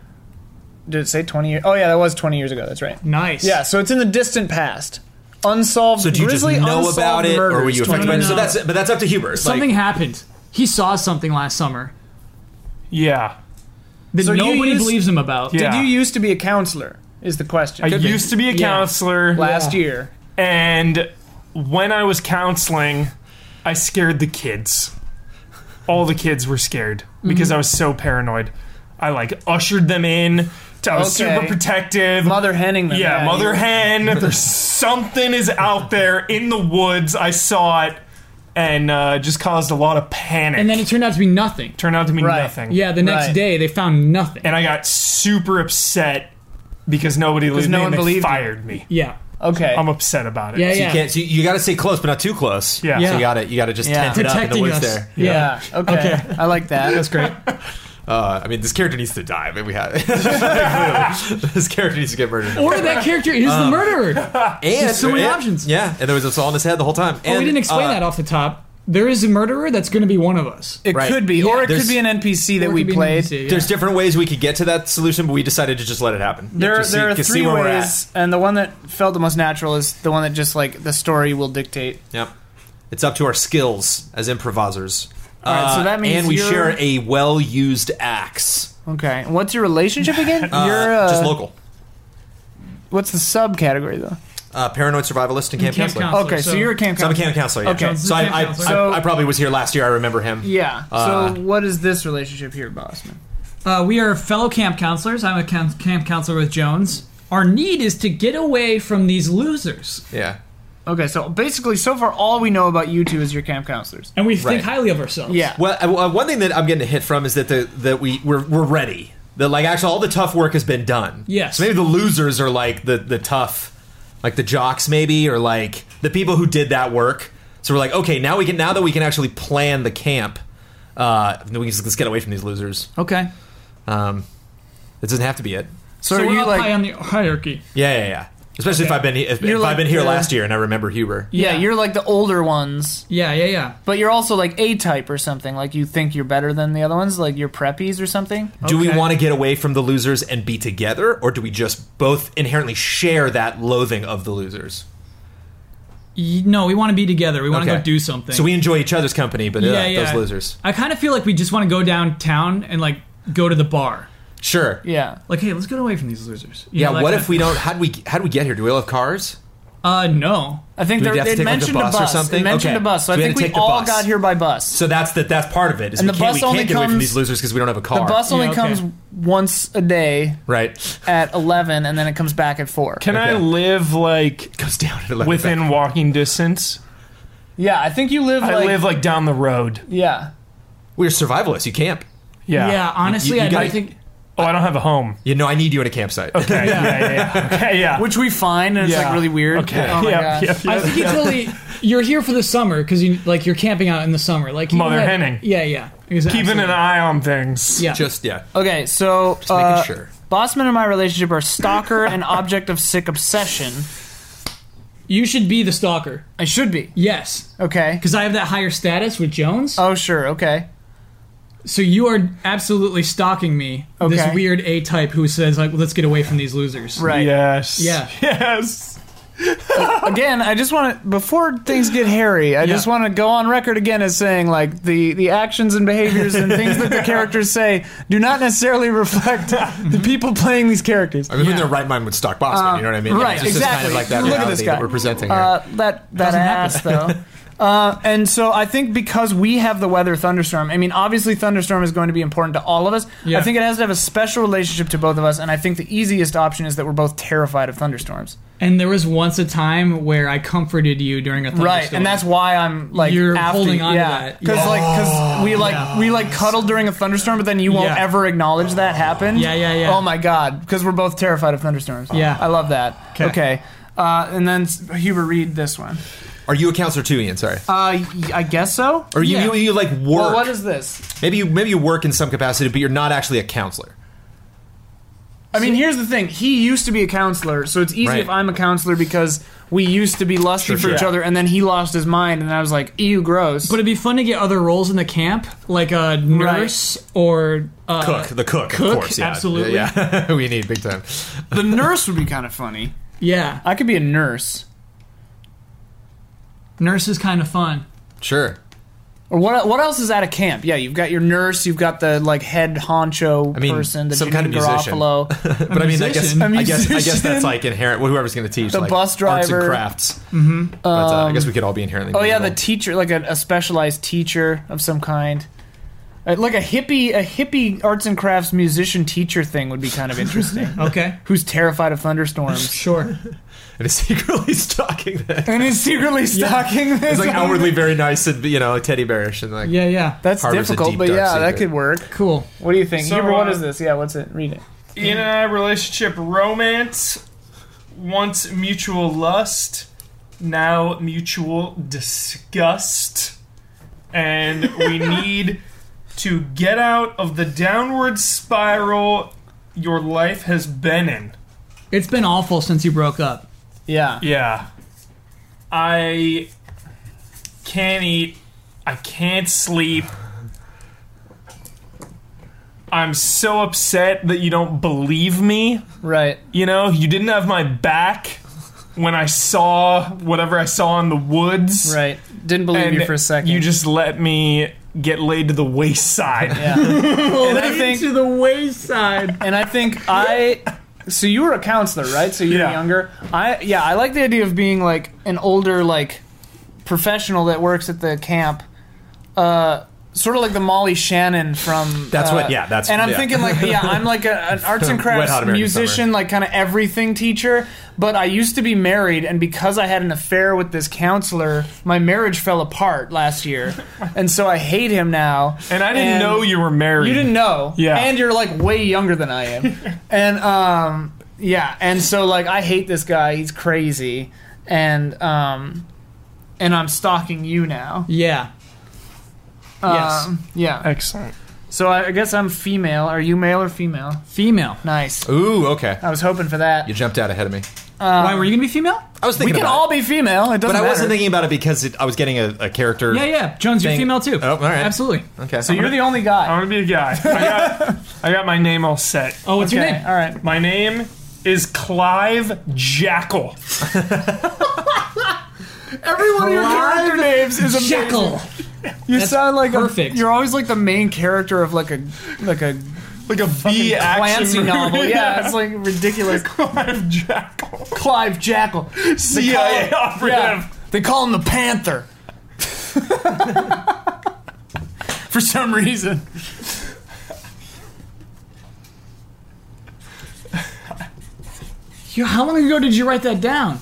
A: Did it say twenty years? Oh yeah, that was twenty years ago. That's right.
D: Nice.
A: Yeah, so it's in the distant past. Unsolved.
C: So do you
A: grisly
C: just know
A: unsolved
C: about it,
A: murders,
C: or were you
A: 20
C: affected by it?
D: No,
C: So
D: no.
C: that's but that's up to Huber.
D: Something
C: like,
D: happened. He saw something last summer
B: Yeah.
D: that
A: So you
D: nobody
A: used-
D: believes him about.
B: Yeah.
A: Did you used to be a counselor? Is the question.
B: I used to be a
D: Yeah.
B: counselor.
A: last year.
B: And when I was counseling, I scared the kids. All the kids were scared because I was so paranoid. I like ushered them in. To, I was
A: Okay.
B: super protective.
A: Mother Henning. Them,
B: yeah, mother hen. There's something is out there in the woods. I saw it and uh, just caused a lot of panic.
D: And then it turned out to be nothing.
B: turned out to be
A: Right.
B: nothing.
D: Yeah, the next
A: Right.
D: day they found nothing.
B: and I got super upset because nobody believed
A: no
B: me
A: one
B: and they
A: believed you.
B: fired me.
D: yeah.
A: Okay.
B: I'm upset about it.
D: Yeah,
C: You
D: yeah.
C: can't. So you, you got to stay close, but not too close.
B: Yeah.
C: So you got to you got to just
A: Yeah.
C: tent it up in the
D: Protecting
C: woods
D: us.
C: there.
A: yeah. Okay. I like that. That's great.
C: Uh, I mean, this character needs to die. I mean, we have this character needs to get murdered.
D: Or that character is
A: Um,
D: the murderer.
C: and
D: so many
C: and-
D: options.
C: Yeah, and there was this all in his head the whole time. And,
D: Oh, we didn't explain
C: uh,
D: that off the top. There is a murderer that's going to be one of us.
A: It
C: Right.
A: could be, or it
C: There's-
A: could be an NPC that
D: Or it
A: we
D: could be an
A: played.
D: NPC, yeah.
C: There's different ways we could get to that solution, but we decided to just let it happen.
A: There,
C: Just
A: there are
C: can
A: three
C: where we're at.
A: ways, and the one that felt the most natural is the one that just like the story will dictate.
C: Yep. It's up to our skills as improvisers. All
A: right, so that means
C: and we
A: you're-
C: share a well-used axe.
A: Okay, and what's your relationship again?
C: Uh,
A: You're uh,
C: just local.
A: What's the subcategory though?
C: Uh, paranoid survivalist and camp,
D: camp
C: counselor.
D: counselor.
A: Okay, so,
D: So-
A: you're a camp
C: So I'm a
A: counselor.
C: camp counselor. Yeah.
A: Okay.
C: So I, I, I,
A: So-
C: I probably was here last year. I remember him.
A: Yeah.
C: Uh,
A: so what is this relationship here, Bossman?
D: Uh, we are fellow camp counselors. I'm a camp, camp counselor with Jones. Our need is to get away from these losers.
C: Yeah.
A: Okay, so basically, so far, all we know about you two is your camp counselors.
D: and we think
C: Right.
D: highly of ourselves.
A: Yeah.
C: Well, uh, uh, one thing that I'm getting a hit from is that the that we we're, we're ready. That like actually all the tough work has been done.
D: Yes.
C: So maybe the losers are like the the tough, like the jocks maybe, or like the people who did that work. So we're like, okay, now we can now that we can actually plan the camp. Uh, then we can just, let's get away from these losers.
A: Okay.
C: Um, it doesn't have to be it.
A: So,
D: So
A: are
D: we're
A: you
D: up
A: like?
D: high on the hierarchy.
C: Yeah, yeah, yeah. Especially if I've been if, if
A: You're like
C: I've been here
A: the-
C: last year and I remember Huber.
A: yeah,
D: Yeah.
A: you're like the older ones,
D: Yeah, yeah, yeah.
A: but you're also like A type or something. Like you think you're better than the other ones, like you're preppies or something.
C: Do we
A: Okay.
C: want to get away from the losers and be together, or do we just both inherently share that loathing of the losers?
D: Y- No, we want to be together. We want to
C: Okay.
D: go do something.
C: So we enjoy each other's company, but uh,
D: yeah, yeah.
C: those losers.
D: I kind of feel like we just want to go downtown and like go to the bar.
C: Sure. Yeah.
A: Yeah.
D: Like, hey, let's get away from these losers. You know, that
C: what
D: kind
C: if
D: of-
C: we don't? How do we? How do we get here? Do we all have cars?
D: Uh, no.
A: I think
C: Do we
A: they
C: have to
A: they
C: take, like, the
A: mentioned
C: bus
A: a
C: or
A: bus.
C: something?
A: They mentioned
C: Okay.
A: a bus, so,
C: So we
A: I
C: had
A: think
C: to
A: we
C: take the
A: all
C: bus.
A: got here by bus.
C: So that's the, That's part of it. Is
A: And
C: we
A: the
C: can't,
A: bus
C: we can't
A: only
C: get away from
A: comes-
C: these losers because we don't have a car.
A: the bus only
D: Yeah, okay.
A: comes once a day
C: right?
A: at eleven, and then it comes back at four.
B: Can I
C: Okay.
B: live like
C: Goes down at 11
B: within walking distance?
A: yeah, I think you live.
B: I
A: like,
B: live like down the road.
A: Yeah.
C: We're survivalists. You camp.
B: Yeah.
D: Yeah, honestly,
C: You- you
D: I
C: gotta-
D: don't think.
B: Oh, I don't have a home.
C: You know, I need you at a campsite.
B: Okay. Yeah. Yeah. yeah. Okay. Yeah.
A: Which we find, and it's
B: Yeah.
A: like really weird.
B: Okay.
A: Oh my
B: yeah,
A: gosh.
B: yeah, yeah.
D: I think it's really you're here for the summer because you like you're camping out in the summer, like you
B: Mother
D: know that-
B: Henning.
D: Yeah, yeah. Exactly.
B: Keeping an eye on things.
D: Yeah.
C: Just yeah.
A: Okay, so
C: making
A: uh,
C: sure.
A: Bossman and my relationship are stalker and object of sick obsession.
D: you should be the stalker.
A: I should be.
D: Yes,
A: Okay.
D: because I have that higher status with Jones.
C: Uh,
A: Oh sure. Okay.
D: so you are absolutely stalking me.
A: Okay.
D: This weird A type who says like, let's get away from these losers.
A: Right.
B: Yes.
D: Yeah.
B: Yes.
A: Again, I just want to before things get hairy. I just want to go on record again as saying like the the actions and behaviors and things that the characters say do not necessarily reflect the people playing these characters.
C: I mean, in their right mind would stalk Boston. you know what I mean?
A: right,
C: It's just kind
A: exactly.
C: of like that
A: Look at this
C: reality
A: guy.
C: that we're presenting here.
A: Uh, that that ass though. Uh, and so I think because we have the weather thunderstorm, I mean, obviously thunderstorm is going to be important to all of us.
D: Yeah.
A: I think it has to have a special relationship to both of us, and I think the easiest option is that we're both terrified of thunderstorms.
D: And there was once a time where I comforted you during a thunderstorm.
A: Right, and that's why I'm like
D: You're
A: after,
D: holding on to
A: yeah,
D: that.
A: because
D: Yeah.
A: like because we like
D: Yeah.
A: we like cuddle during a thunderstorm, but then you won't
D: Yeah.
A: ever acknowledge that happened.
D: Yeah, yeah, yeah.
A: Oh my god, because we're both terrified of thunderstorms.
D: Yeah.
A: I love that. Okay, Uh, and then s- Huber read this one.
C: Are you a counselor too, Ian? Sorry.
A: Uh, y- I guess so.
C: or you,
D: yeah.
C: you, you like work?
A: Well, what is this?
C: maybe you maybe you work in some capacity, but you're not actually a counselor.
A: I mean, here's the thing. He used to be a counselor, so it's easy
C: Right.
A: if I'm a counselor because we used to be lusty
C: Sure,
A: for
C: sure.
A: each
C: Yeah.
A: other, and then he lost his mind, and I was like, "Ew, gross."
D: But it'd be fun to get other roles in the camp, like a nurse or uh,
C: Cook, the cook,
D: cook,
C: of course. Yeah,
D: absolutely.
C: Yeah, yeah. we need big time.
A: the nurse would be kind of funny.
D: Yeah,
A: I could be a nurse,
D: nurse is kind of fun.
C: Sure.
A: or what? What else is at a camp? Yeah, you've got your nurse, you've got the like head honcho
C: mean,
A: person, the
C: some kind of
A: Janine
C: musician.
A: Garofalo.
C: But I mean, I guess,
D: musician.
A: A
C: I guess, I guess
A: musician.
C: that's like inherent. Whoever's going to teach
A: The
C: like,
A: bus
C: arts and
A: driver.
C: crafts. Mm-hmm. But uh, I guess we could all be inherently.
A: oh yeah, the
C: musical.
A: teacher, like a, a specialized teacher of some kind. Uh, Like a hippie, a hippie arts and crafts musician teacher thing would be kind of interesting.
D: Okay,
A: who's terrified of thunderstorms
D: sure.
C: and is secretly stalking them.
A: and is secretly stalking this.
C: It's like outwardly very nice and you know teddy bearish and like.
D: Yeah, yeah.
A: That's
C: Harbors a
A: difficult,
C: deep,
A: but
C: dark
A: yeah, that
C: secret.
A: could work.
D: Cool.
A: What do you think?
B: So,
A: Huber, what
B: uh,
A: is this? Yeah, what's it? Read it.
B: Ian and I relationship romance, once mutual lust, now mutual disgust, and we need to get out of the downward spiral your life has been in.
D: It's been awful since you broke up.
A: Yeah.
B: Yeah. I can't eat. I can't sleep. I'm so upset that you don't believe me.
A: Right.
B: You know, you didn't have my back when I saw whatever I saw in the woods.
A: Right. Didn't believe
B: And
A: you for a second.
B: You just let me get laid to the wayside.
A: Yeah. and I think.
D: the wayside.
A: And I think I. So you were a counselor, right? So you were
B: Yeah.
A: younger. I yeah. I like the idea of being like an older like professional that works at the camp. Uh, sort of like the Molly Shannon from.
C: That's
A: uh,
C: what- yeah, that's-
A: And I'm
C: yeah.
A: thinking like, yeah, I'm like a, an arts and
C: Wet Hot
A: crafts
C: American
A: musician,
C: Summer.
A: like kind of everything teacher. But I used to be married, and because I had an affair with this counselor, my marriage fell apart last year, and so I hate him now.
B: And I didn't
A: And
B: know you were married.
A: You didn't know.
B: Yeah.
A: And you're like way younger than I am. and um yeah, and so like I hate this guy. He's crazy. And um and I'm stalking you now.
D: Yeah. yes.
A: Um, yeah.
B: Excellent.
A: So I I guess I'm female. Are you male or female?
D: Female.
A: Nice.
C: Ooh, okay.
A: I was hoping for that.
C: You jumped out ahead of me.
D: Why were you
A: um,
D: gonna be female?
C: I was
A: We
C: thinking
A: can
C: about
A: all
C: it,
A: be female. It doesn't
C: but I wasn't
A: matter.
C: thinking about it because it, I was getting a, a character.
D: Yeah, yeah. Jones, you're
C: Thing-
D: female too.
C: Oh, all right.
D: Absolutely.
C: Okay.
A: so you're the only guy.
B: I want to be a guy. I got, I got my name all set.
D: Oh, what's your
A: Okay,
D: name?
A: All right.
B: My name is Clive Jackal.
A: Every one of your character names is amazing.
D: Jekyll.
A: You sound like
D: perfect.
A: A, you're always like the main character of like a like a
B: Like a B
A: Clancy
B: action
A: novel. Yeah, it's like ridiculous.
B: Clive Jackal.
A: Clive Jackal,
B: CIA
A: They call-
B: operative.
A: They call him the Panther. For some reason,
D: You- How long ago did you write that down?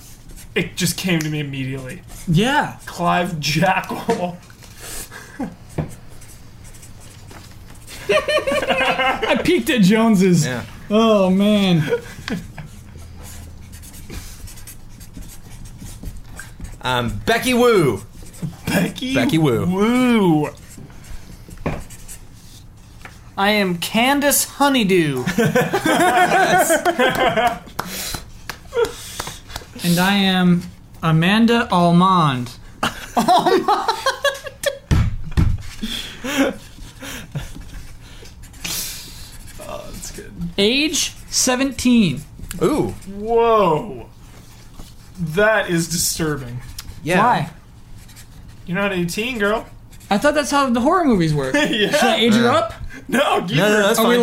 B: It just came to me immediately.
D: Yeah.
B: Clive Jackal.
D: I peeked at Jones's.
C: Yeah.
D: Oh man.
C: Um, Becky Woo.
B: Becky.
C: Becky Wu.
B: Woo.
A: I am Candace Honeydew.
D: And I am Amanda Almond.
B: That's good.
D: Age 17.
C: Ooh.
B: Whoa. That is disturbing.
C: Yeah.
D: Why?
B: You're not 18, girl.
D: I thought that's how the horror movies work. Should I
B: yeah.
D: age her up?
B: No, you
C: No, no, that's
D: Are we
C: fine.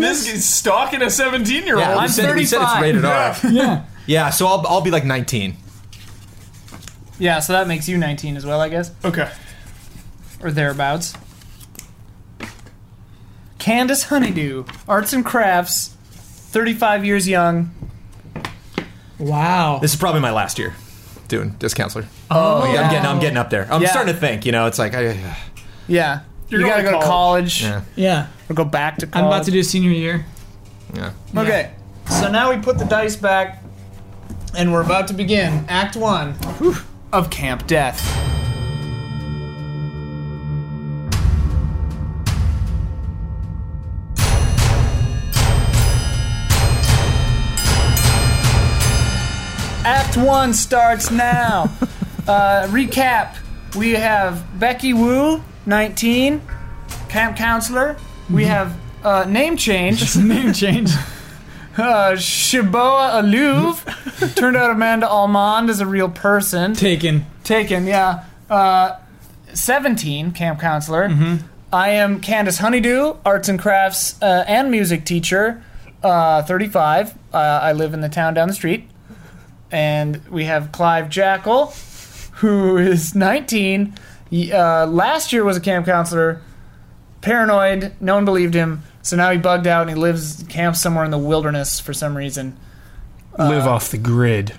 B: This
D: this?
B: is stalking a 17 year
C: Yeah, we
B: old.
C: said, we said it's
A: 35.
C: rated R.
D: Yeah.
C: Yeah, so I'll, I'll be like 19.
A: yeah, so that makes you 19 as well, I guess,
B: Okay.
A: or thereabouts. Candace Honeydew, arts and crafts, 35 years young.
D: Wow.
C: This is probably my last year doing disc counselor. Oh, yeah. I'm getting, I'm getting up there. I'm
A: Yeah.
C: starting to think, you know, it's like, I,
A: Yeah,
B: You're
A: you gotta
B: going
A: go
B: to
A: to college
C: Yeah.
D: Yeah.
A: or go back to
D: I'm
A: college.
D: about to do senior year.
C: yeah.
A: Okay. So now we put the dice back, and we're about to begin Act One of Camp Death. Act One starts now. uh, recap: We have Becky Wu, 19, camp counselor. We have uh, name change.
D: Name change.
A: Uh, Shiboa Aluv. Turned out Amanda Almond is a real person.
D: Taken.
A: Taken, yeah. Uh, 17, camp counselor. I am Candace Honeydew, arts and crafts uh, and music teacher. Uh, 35. Uh, I live in the town down the street. And we have Clive Jackal, who is 19. He, Uh, last year was a camp counselor. Paranoid. No one believed him. So now he bugged out and he lives, camps somewhere in the wilderness for some reason.
B: Live off the grid.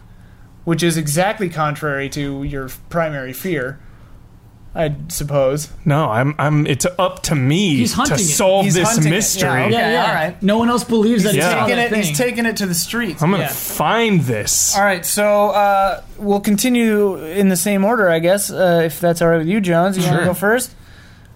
A: which is exactly contrary to your primary fear, I suppose.
B: No, I'm. I'm. It's up to me
D: He's hunting
B: to
D: it.
B: solve
A: He's
B: this
A: hunting it.
B: mystery.
A: Yeah, okay.
D: Yeah, yeah.
A: all right.
D: No one else believes that
B: He's
D: it's
B: taking
D: all
A: Taking
D: that
A: it,
D: thing.
A: he's taking it to the streets.
B: I'm gonna
D: Yeah.
B: find this.
A: all right, so uh, we'll continue in the same order, I guess, uh, if that's all right with you, Jones. You want
C: Sure.
A: to go first?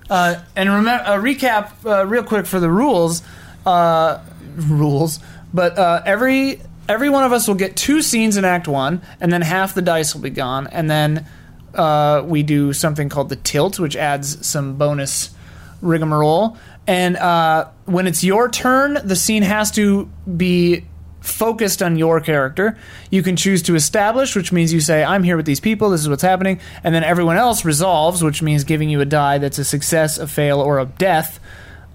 A: Uh, and remember, uh, recap uh, real quick for the rules. Uh, rules, but uh, every every one of us will get two scenes in Act One, and then half the dice will be gone, and then uh, we do something called the tilt, which adds some bonus rigmarole. And uh, when it's your turn, the scene has to be focused on your character. You can choose to establish, which means you say, I'm here with these people, this is what's happening. And then everyone else resolves, which means giving you a die that's a success, a fail, or a death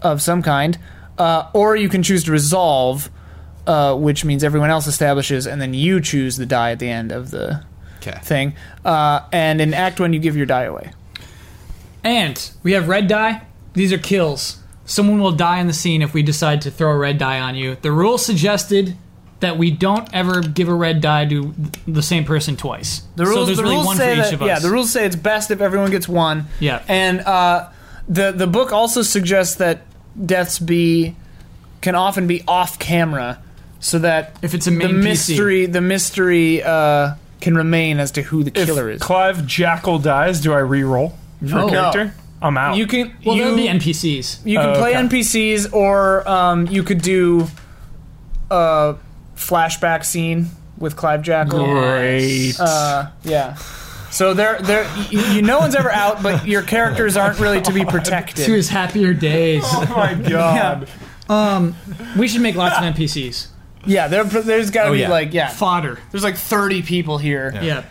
A: of some kind. Uh, or you can choose to resolve, uh, which means everyone else establishes, and then you choose the die at the end of the
C: Okay.
A: thing. Uh, and in Act One, you give your die away.
D: And we have red dye, These are kills. Someone will die on the scene if we decide to throw a red die on you. The rule suggested that we don't ever give a red die to the same person twice.
A: The rules,
D: so there's
A: the
D: really
A: rules
D: one for
A: say
D: each
A: that,
D: of us.
A: Yeah, the rules say it's best if everyone gets one.
D: Yeah.
A: And uh, the the book also suggests that deaths be can often be off camera, so that
D: If it's a
A: the
D: main
A: mystery the mystery uh, can remain as to who the
B: If
A: killer is.
B: Clive Jackal dies, do I re-roll for
D: No.
B: a character? I'm out.
A: you can
D: well,
A: you,
D: there'll be NPCs.
A: you can
B: Oh,
A: play
B: okay.
A: NPCs or um, you could do a flashback scene with Clive Jackal.
B: Great.
A: Uh, yeah. So they're, they're, you, you, no one's ever out, but your characters aren't really to be protected.
D: To his happier days.
B: oh my god.
D: we should make lots of NPCs.
A: Yeah, there, there's got to
C: Oh,
A: be
C: yeah.
A: like, yeah,
D: Fodder.
A: there's like 30 people here.
D: Yeah.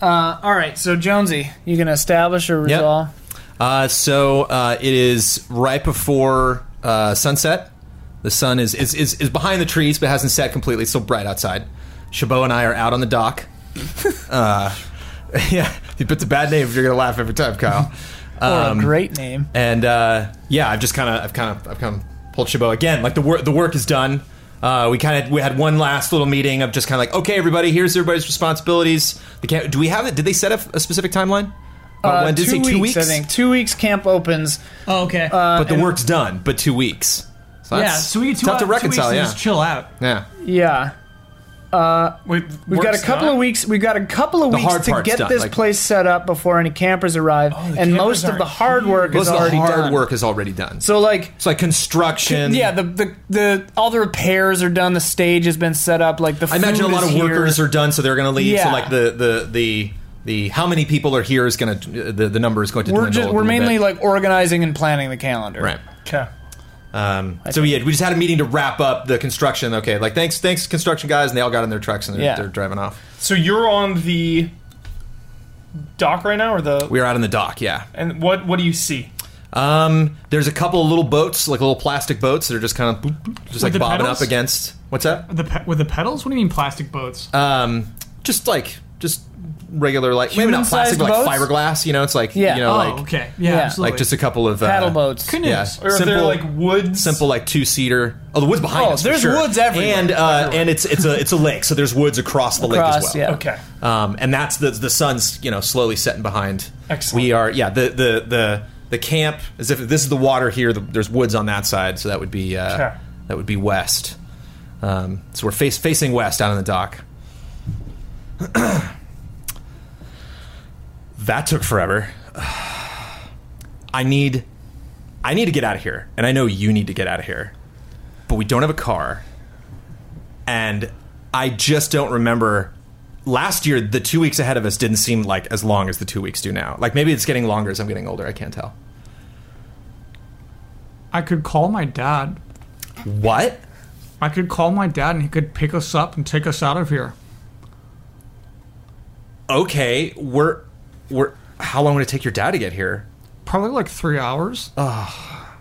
A: Uh, all right, so Jonesy, you can establish or
C: Yep.
A: resolve.
C: Uh, so uh, it is right before uh, sunset. The sun is is, is is behind the trees, but hasn't set completely. It's still bright outside. Chabot and I are out on the dock. uh, yeah, you put the bad name. You're gonna laugh every time, Kyle. Oh, um,
A: or a great name.
C: And uh, yeah, I've just kind of, I've kind of, I've kind of pulled Chabot again. Like the work, the work is done. Uh, we kind of, we had one last little meeting of just kind of like, okay, everybody, here's everybody's responsibilities. They can't, do we have it? Did they set a, a specific timeline? Uh, when did it say two weeks?
A: I think. Uh, Two weeks camp opens.
D: Oh, okay.
C: but the work's done. But two weeks. So
D: yeah,
C: that's
D: so we get two,
C: Uh, tough to
D: two weeks and
C: reconcile.
D: just
C: yeah,
D: chill out.
C: yeah.
A: Yeah.
B: Wait,
A: We've got a couple of weeks. We've got a couple of
C: hard
A: weeks to
C: part's
A: get
C: done,
A: this
C: like- Oh,
A: place set up before any campers arrive, and
B: campers
A: most of
B: aren't
A: the hard work
C: Most
A: is
C: of the hard
A: already done.
C: work is already done. So
A: So like,
C: it's like construction.
A: yeah, the, the the all the repairs are done. The stage has been set up. Like the
C: I imagine a lot of workers are done, so they're going to leave. So
A: Yeah.
C: like the the the the how many people are here is going to the the number is going to
A: We're
C: dwindle
A: just
C: a
A: we're
C: little
A: mainly
C: bit.
A: like organizing and planning the calendar.
C: right.
B: Okay.
C: Um, so yeah, we just had a meeting to wrap up the construction. Okay, like thanks, thanks construction guys, and they all got in their trucks and they're,
A: Yeah.
C: they're driving off.
B: So you're on the dock right now, or the
C: We are out on the dock. Yeah.
B: and what what do you see?
C: Um, there's a couple of little boats, like little plastic boats that are just kind of just like
D: the
C: bobbing
D: pedals?
C: up against. What's that?
D: The pe- with the pedals? What do you mean plastic boats?
C: Um, just like just regular like maybe not
A: Human-sized
C: plastic, but like
A: boats?
C: fiberglass. You know, it's like
A: Yeah.
C: you know
D: oh,
C: like
D: okay. Yeah,
A: Yeah.
D: absolutely.
C: like just a couple of uh,
A: Paddle boats.
D: Canoes.
C: Yeah,
B: Or if they're like woods?
C: simple like two seater. Oh, the woods behind
A: Oh,
C: us. for
A: there's
C: sure.
A: woods everywhere.
C: and uh, and it's it's a it's a lake, so there's woods across the lake
A: Across,
C: as
A: yeah.
C: well.
B: Okay.
C: Um, and that's the the sun's you know slowly setting behind.
B: Excellent.
C: We are yeah the the the the camp as if this is the water here. The, there's woods on that side, so that would be uh,
B: Okay.
C: that would be west. Um, so we're face facing west out on the dock. that took forever. I need I need to get out of here, and I know you need to get out of here. But we don't have a car. And I just don't remember last year the 2 weeks ahead of us didn't seem like as long as the 2 weeks do now. Like maybe it's getting longer as I'm getting older, I can't tell.
D: I could call my dad.
C: What?
D: I could call my dad and he could pick us up and take us out of here.
C: Okay, we're we're how long would it take your dad to get here?
D: Probably like three hours.
C: Oh,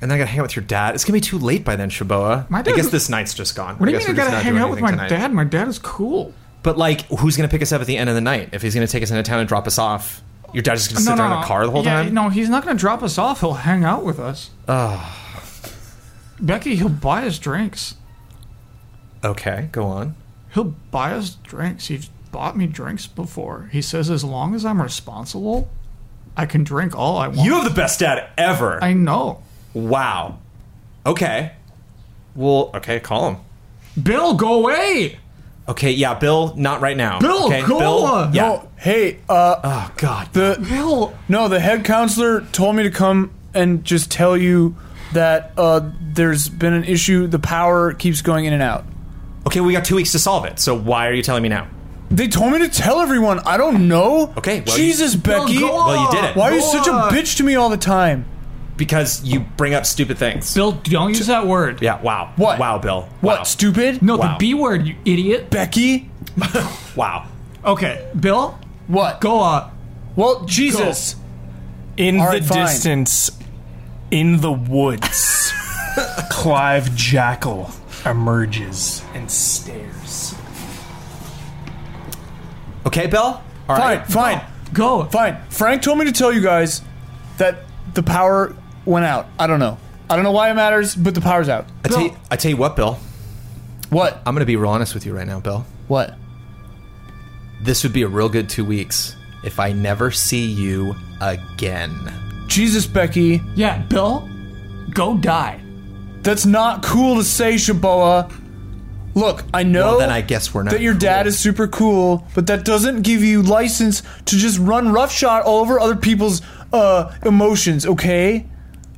C: And then I gotta hang out with your dad. It's gonna be too late by then, Shaboa.
D: My
C: I
D: dad
C: guess
D: was-
C: this night's just gone.
D: what do you
C: I guess
D: mean I
C: we're just
D: gotta
C: not
D: hang
C: doing
D: out with my
C: anything tonight.
D: dad? My dad is cool.
C: But like, who's gonna pick us up at the end of the night if he's gonna take us into town and drop us off? Your dad's just gonna sit there in a car the whole
D: yeah,
C: time.
D: No, he's not gonna drop us off. He'll hang out with us. Becky, he'll buy us drinks.
C: Okay, go on.
D: He'll buy us drinks. He's bought me drinks before. He says as long as I'm responsible, I can drink all I want.
C: You have the best dad ever.
D: I know.
C: wow. Okay. Well, okay, call him.
D: Bill, go away.
C: Okay, yeah, Bill, not right now.
D: Bill,
C: okay,
D: go
C: Bill,
D: on.
C: Yeah.
A: hey, uh,
C: Oh God.
A: the
D: Bill,
A: no, the head counselor told me to come and just tell you that uh, there's been an issue. The power keeps going in and out.
C: Okay, we got two weeks to solve it. So why are you telling me now?
A: They told me to tell everyone. I don't know.
C: Okay, well, you-
A: Jesus, Becky,
D: go on.
C: Well, you did it.
A: why are you
D: Go
A: such a
D: on.
A: bitch to me all the time?
C: Because you bring up stupid things.
D: Bill, don't use that word.
C: Yeah. Wow.
A: What?
C: Wow, Bill.
A: What,
C: Wow.
A: stupid?
D: No,
C: Wow.
D: the B word, you idiot.
A: Becky.
C: wow.
D: Okay, Bill,
A: What?
D: go up.
A: Well, Jesus.
B: In
A: All
B: the
A: right, fine.
B: distance, in the woods, Clive Jackal emerges and stares.
C: Okay, Bill. All
A: Fine,
C: right.
A: fine,
D: Go.
A: fine. Frank told me to tell you guys that the power went out. I don't know. I don't know why it matters, but the power's out.
C: I tell, you, I tell you what, Bill.
A: What?
C: I'm going to be real honest with you right now, Bill.
A: What?
C: This would be a real good two weeks if I never see you again.
A: Jesus, Becky,
D: Yeah, Bill, go die.
A: that's not cool to say, Shaboa. Look, I know
C: Well, then I guess we're not
A: that your
C: cool.
A: dad is super cool, but that doesn't give you license to just run roughshod all over other people's uh, emotions, okay?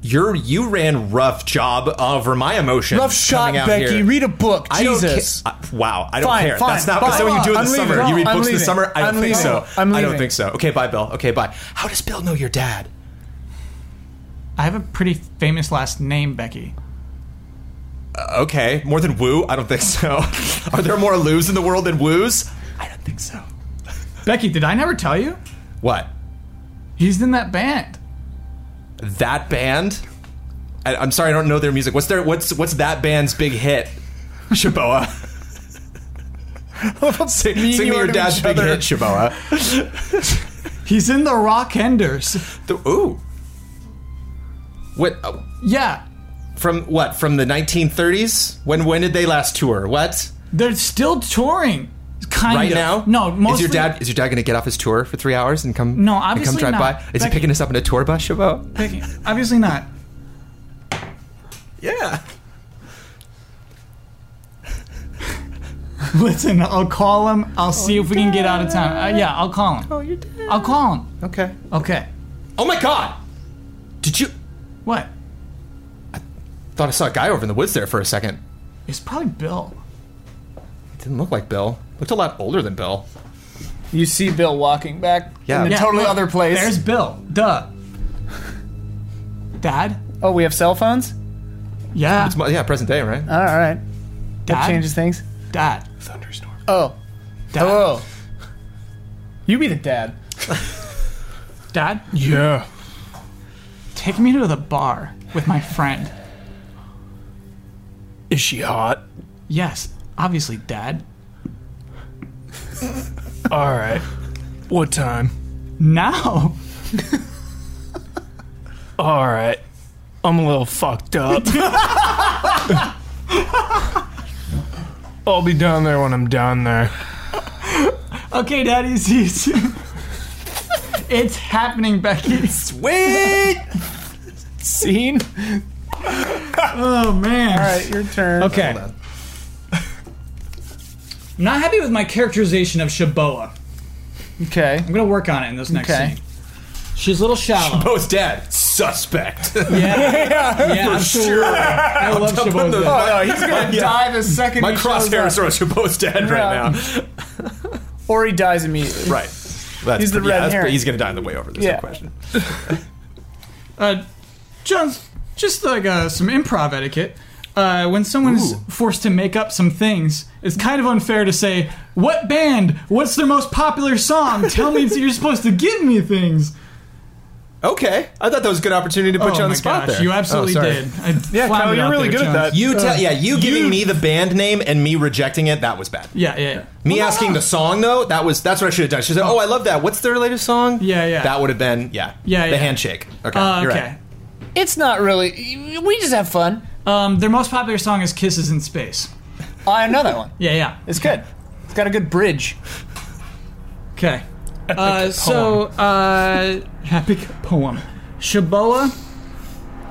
C: You're you ran rough job over my emotions.
A: Rough shot,
C: coming out
A: Becky.
C: here.
A: Read a book.
C: I don't
A: Jesus.
C: ca- I- wow, I don't
A: Fine,
C: care.
A: fine,
C: That's not
A: fine.
C: that's not what you do in
A: I'm
C: the
A: leaving.
C: summer. You read
A: I'm
C: books in the
A: leaving.
C: summer. I don't
A: I'm
C: think
A: leaving.
C: so.
A: I'm
C: I don't
A: leaving.
C: think so. Okay, bye, Bill. Okay, bye. How does Bill know your dad?
D: I have a pretty famous last name, Becky.
C: Okay, more than woo? I don't think so. Are there more loos in the world than woos? I don't think so.
D: Becky, did I never tell you?
C: What?
D: He's in that band.
C: That band? I, I'm sorry, I don't know their music. What's their what's what's that band's big hit? Shaboa. sing
A: and
C: sing
A: you
C: me
A: are
C: your
A: to
C: dad's
A: each
C: big
A: other.
C: hit, Shaboa.
D: He's in the Rockenders.
C: The, ooh. What? uh,
D: Yeah,
C: From what? From the 1930s? When when did they last tour? What?
D: they're still touring. Kind
C: Right now?
D: of. No,
C: Is
D: mostly.
C: your dad is your dad going to get off his tour for three hours and come?
D: No,
C: and
D: obviously
C: come drive
D: not.
C: by. Is he
D: Becky-
C: picking us up in a tour bus, Chabot?
D: Becky, obviously not.
C: Yeah.
D: Listen, I'll call him. I'll
C: Oh,
D: see if we can get out of town. Uh, yeah, I'll call him. Oh, your dad. I'll call him.
C: Okay.
D: Okay.
C: Oh my God! Did you?
D: What?
C: Thought I saw a guy over in the woods there for a second.
D: It's probably Bill.
C: It didn't look like Bill. Looked a lot older than Bill.
A: you see Bill walking back
C: Yeah.
A: in a
C: Yeah,
A: totally
D: look,
A: other place.
D: There's Bill. Duh. Dad?
A: oh, we have cell phones?
D: Yeah.
C: It's, mo- yeah, present day, right?
D: Uh,
A: All right. That
D: Dad?
A: changes things.
D: Dad.
B: Thunderstorm.
A: Oh,
D: Dad.
A: hello. You be the dad.
D: Dad,
B: Yeah.
D: take me to the bar with my friend.
B: Is she hot?
D: Yes, obviously, Dad.
B: All right. What time?
D: Now.
B: All right. I'm a little fucked up. I'll be down there when I'm down there.
D: Okay, Daddy, see you. It's happening, Becky.
C: Wait.
A: Scene.
D: Oh, man.
A: All right, your turn.
D: Okay.
C: on.
D: I'm not happy with my characterization of Shaboa.
A: Okay.
D: I'm gonna work on it in this next
A: Okay.
D: scene. She's a little shallow.
C: Bo's dead. Suspect.
D: yeah, absolutely. I love
C: dumping the-
D: Shaboa.
A: Oh, no, he's gonna
C: Yeah.
A: die the second
C: My
A: he shows up.
C: crosshairs are on Chabot's dead
A: Yeah.
C: right now.
A: Or he dies immediately.
C: Right. That's
A: He's the
C: pretty- yeah,
A: red
C: that's pretty-
A: herring.
C: He's going to die on the way over. There's
A: Yeah.
C: no question.
D: Uh, John, just like uh, some improv etiquette. Uh, when someone's
C: Ooh.
D: forced to make up some things, it's kind of unfair to say, "What band? What's their most popular song? Tell me." You're supposed to give me things.
C: Okay, I thought that was a good opportunity to put
D: oh
C: you on
D: my
C: the spot
D: gosh,
C: there.
D: you absolutely
C: Oh, sorry.
D: did. Uh, I
A: Yeah,
D: floundered
A: Kyle, you're
D: out
A: really
D: there,
A: good at
D: John.
A: that.
C: You tell, yeah, you giving me the band name and me rejecting it, that was bad.
D: Yeah, yeah, yeah.
C: Me asking the song though, that was that's what I should have done. She said, "Oh, I love that. What's their latest song?"
D: Yeah, yeah.
C: That would have been yeah,
D: Yeah,
C: the
D: yeah.
C: handshake. Okay,
D: Uh,
C: you're
D: okay.
C: right.
A: It's not really. We just have fun.
D: Um, their most popular song is "Kisses in Space."
A: I know that one.
D: Yeah, yeah.
A: It's good. It's got a good bridge.
D: Okay. Uh, so, uh, epic poem. Shaboa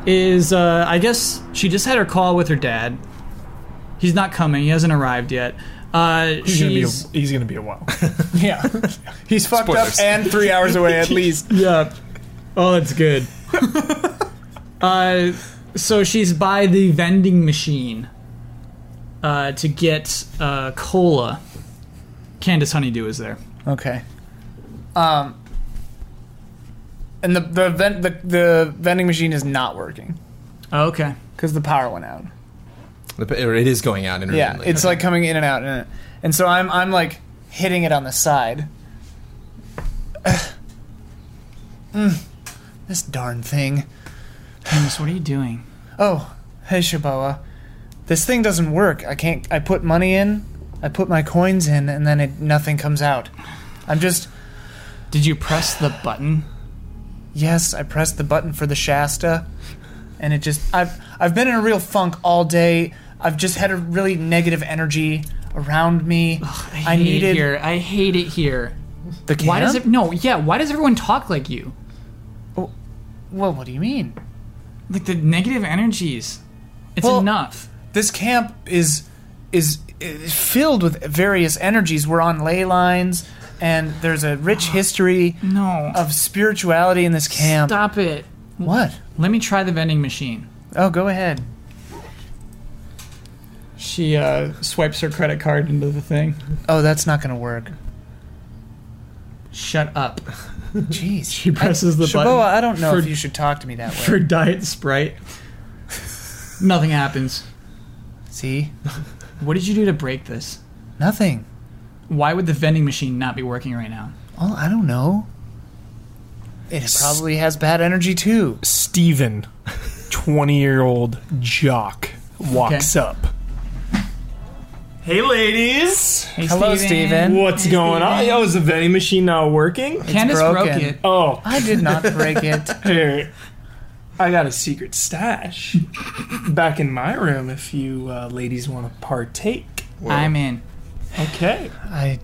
D: is, uh, I guess she just had her call with her dad. He's not coming. He hasn't arrived yet. Uh,
B: He's gonna, be a,
D: she's
B: he's gonna be a while.
A: Yeah. He's fucked
C: Spoilers.
A: up and three hours away at least.
D: yeah. Oh, that's good. uh, so she's by the vending machine uh, to get uh, cola. Candace Honeydew is there.
A: Okay. Um. And the the vent, the, the vending machine is not working
B: Oh,
D: Okay.
A: because the power went out.
C: The- or It is going out
A: Yeah,
C: intermittently.
A: it's like coming in and out, and and so I'm I'm like hitting it on the side. Mm, this darn thing.
D: Candace, what are you doing?
A: Oh, hey Shaboa. This thing doesn't work. I can't I put money in, I put my coins in, and then it nothing comes out. I'm just
D: Did you press the button?
A: yes, I pressed the button for the Shasta, and it just I've I've been in a real funk all day. I've just had a really negative energy around me. I,
D: hate it
A: needed
D: here. I hate it here.
A: the camp.
D: Why does it? No, yeah. Why does everyone talk like you?
A: Well, what do you mean?
D: Like the negative energies. It's
A: Well-
D: enough.
A: this camp is is is filled with various energies. We're on ley lines, and there's a rich history
D: No.
A: of spirituality in this camp.
D: Stop it.
A: What?
D: Let me try the vending machine.
A: Oh, go ahead.
D: She uh, swipes her credit card into the thing.
A: Oh, that's not gonna work.
D: Shut up.
A: Jeez.
D: She presses the
A: Shaboa,
D: button
A: I don't know
D: for-
A: if you should talk to me that way.
D: for Diet Sprite. Nothing happens.
A: See,
D: What did you do to break this?
A: nothing.
D: Why would the vending machine not be working right now?
A: Oh, I don't know. It probably has bad energy too.
B: Steven, 20 year old jock, walks up. Hey, ladies.
D: Hey,
A: Hello, Steven.
B: What's going on? Yo, is the vending machine not working?
D: Candace broke
A: broken.
D: it.
B: Oh,
A: I did not break it.
B: here. I got a secret stash back in my room if you uh, ladies want to partake.
D: I'm in.
B: Okay.
A: I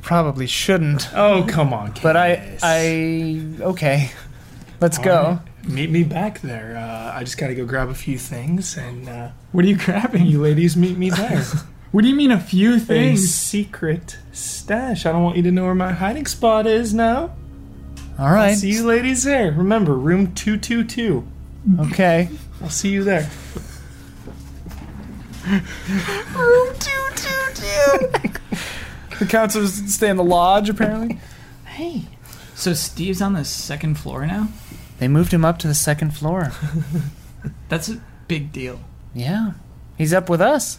A: probably shouldn't.
B: Oh, come on.
A: But I,
B: Candace.
A: I okay. Let's go.
B: Meet me back there. Uh, I just got to go grab a few things, and uh,
D: What are you grabbing?
B: you ladies meet me there.
D: What do you mean a few
B: a
D: things?
B: secret stash. I don't want you to know where my hiding spot is now.
A: All right.
B: See you ladies there. Remember, room 222.
A: Okay.
B: I'll see you there.
A: Room two two two. the counselors stay in the lodge apparently.
B: Hey.
D: So Steve's on the second floor now?
A: They moved him up to the second floor.
D: That's a big deal.
A: Yeah. He's up with us.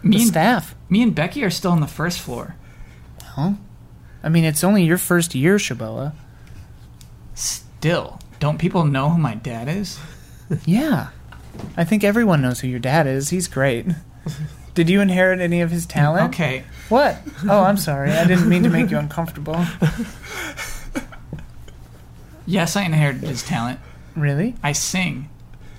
A: The
D: Me and,
A: staff.
D: me and Becky are still on the first floor.
A: I mean, it's only your first year, Shaboa.
D: Still. Don't people know who my dad is?
A: Yeah. I think everyone knows who your dad is. He's great. Did you inherit any of his talent?
D: Okay.
A: What? Oh, I'm sorry. I didn't mean to make you uncomfortable.
D: Yes, I inherited his talent.
A: Really?
D: I sing.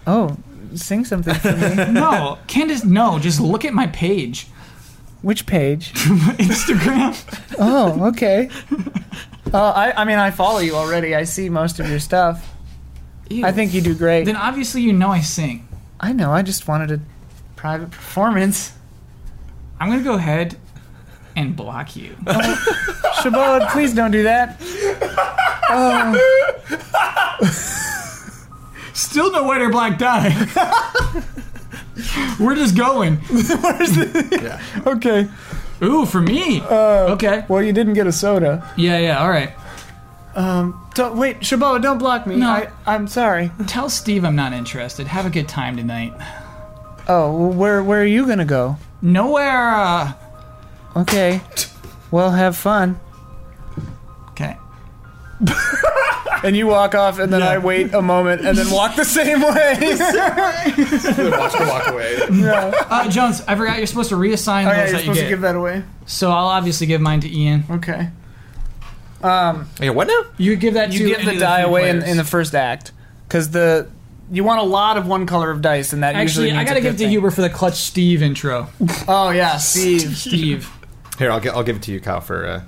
A: Oh, sing something for me.
D: No, Candace, no, just look at my page.
A: Which page?
D: Instagram.
A: Oh, okay. Oh, I, I mean, I follow you already. I see most of your stuff. I think you do great.
D: Then obviously you know I sing.
A: I know. I just wanted a private performance.
D: I'm gonna go ahead and block you.
A: Shaboa, please don't do that.
D: Still no white or black dye. We're just going.
A: Okay.
D: Ooh, for me. okay.
A: Well, you didn't get a soda.
D: Yeah, yeah. All right.
A: Um, So, wait, Shaboa, don't block me.
D: No.
A: I, I'm sorry.
D: Tell Steve I'm not interested. Have a good time tonight.
A: Oh, well, where where are you gonna go?
D: Nowhere. Uh,
A: Okay. Well, have fun.
D: okay.
A: And you walk off, and then I wait a moment, and then walk the same way.
C: Watch her walk away.
D: Uh, Jones, I forgot you're supposed to reassign
A: Oh, yeah, you're
D: those that you
A: supposed
D: get.
A: to give that away.
D: so I'll obviously give mine to Ian.
A: Okay.
C: Yeah, what now?
D: You give that to
A: You give
D: any
A: the
D: of
A: die
D: three
A: away in,
D: players.
A: in the first act because the you want a lot of one color of dice, and that usually
D: Actually, I
A: means
D: gotta
A: a
D: give
A: good
D: to
A: thing.
D: Huber for the clutch Steve intro.
A: Oh yeah, Steve.
D: Steve.
C: Here, I'll, gi- I'll give it to you, Kyle, for uh,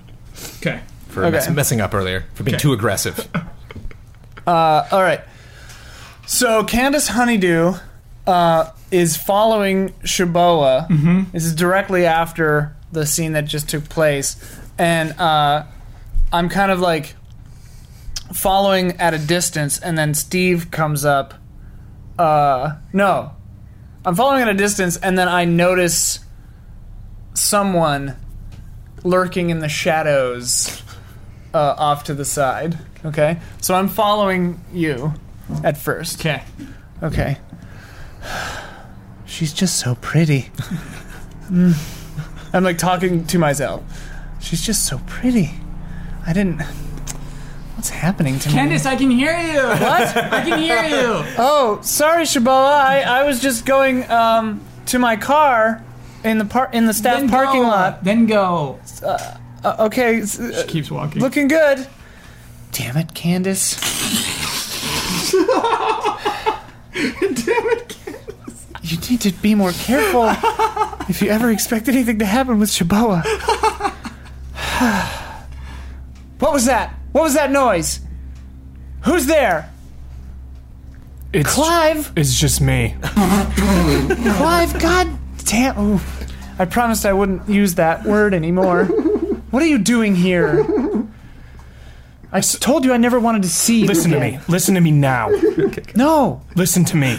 D: Okay.
C: for
A: Okay.
C: mess- messing up earlier, for being too aggressive.
A: All right. So Candace Honeydew uh, is following Shaboa. This is directly after the scene that just took place, and uh, I'm kind of like following at a distance, and then Steve comes up. Uh, no, I'm following at a distance, and then I notice someone lurking in the shadows uh, off to the side. Okay, so I'm following you at first.
D: Okay.
A: Okay. She's just so pretty. Mm. I'm like talking to myself. She's just so pretty. I didn't. What's happening to me?
D: Candace, I can hear you. What? I can hear you.
A: Oh, sorry, Shaboa. I, I was just going um, to my car in the par- in the staff parking
D: go.
A: lot.
D: Then go.
A: Uh, okay, s- uh,
D: Keeps walking.
A: looking good. Damn it, Candace. Damn it, Candace. You need to be more careful if you ever expect anything to happen with Shaboa. what was that? What was that noise? Who's there?
B: It's
A: Clive?
B: it's just me.
A: Clive, god damn. Ooh. I promised I wouldn't use that word anymore. What are you doing here? I s- told you I never wanted to see you.
B: Listen to
A: again.
B: me. Listen to me now.
A: No.
B: Listen to me.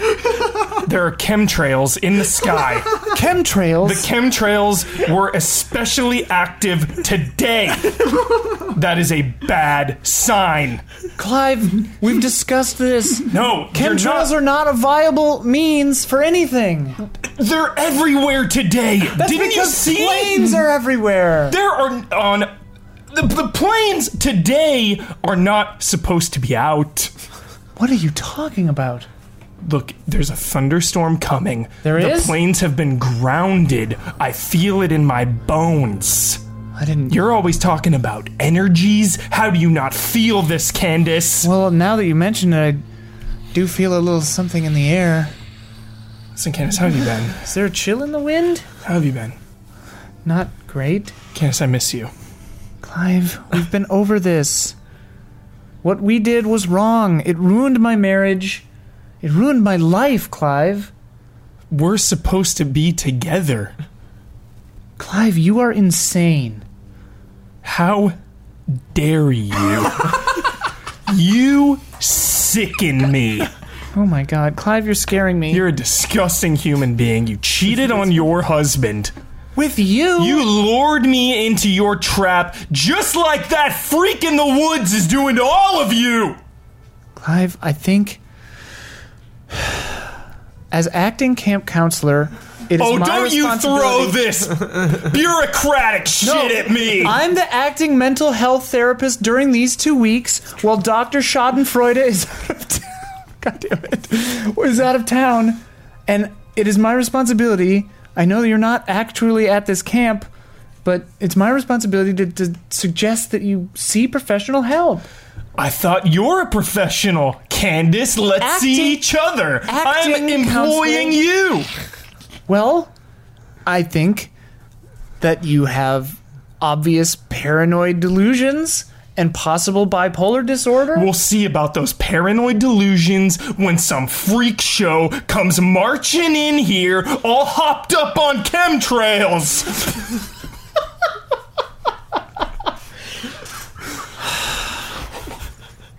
B: There are chemtrails in the sky.
A: Chemtrails.
B: The chemtrails were especially active today. That is a bad sign.
A: Clive, we've discussed this.
B: No,
A: Chemtrails
B: you're
A: are not a viable means for anything.
B: not, they're everywhere today. Didn't you
A: because
B: see?
A: planes are everywhere.
B: there are on the, the planes today are not supposed to be out.
A: What are you talking about?
B: Look, there's a thunderstorm coming.
A: There
B: the
A: is?
B: The planes have been grounded. I feel it in my bones.
A: I didn't.
B: You're always talking about energies. How do you not feel this, Candace?
A: well, now that you mention it, I do feel a little something in the air.
B: Listen, Candace, how have you been?
A: Is there a chill in the wind?
B: How have you been?
A: Not great.
B: Candace, I miss you.
A: Clive, we've been over this. What we did was wrong. It ruined my marriage. It ruined my life, Clive.
B: We're supposed to be together.
A: Clive, you are insane.
B: How dare you? you sicken me.
A: Oh my god, Clive, you're scaring me.
B: You're a disgusting human being. You cheated on your husband.
A: with you?
B: You lured me into your trap just like that freak in the woods is doing to all of you.
A: Clive, I think as acting camp counselor, it is
B: Oh,
A: my
B: don't you throw
A: responsibility-
B: this bureaucratic shit at me.
A: I'm the acting mental health therapist during these two weeks while Dr. Schadenfreude is out of town. God damn it. Is out of town. And it is my responsibility. I know you're not actually at this camp, but it's my responsibility to, to suggest that you see professional help.
B: I thought you're a professional, Candace. Let's
A: Acting-
B: see each other. I'm
A: acting counseling.
B: employing you.
A: Well, I think that you have obvious paranoid delusions and possible bipolar disorder.
B: We'll see about those paranoid delusions when some freak show comes marching in here, all hopped up on chemtrails.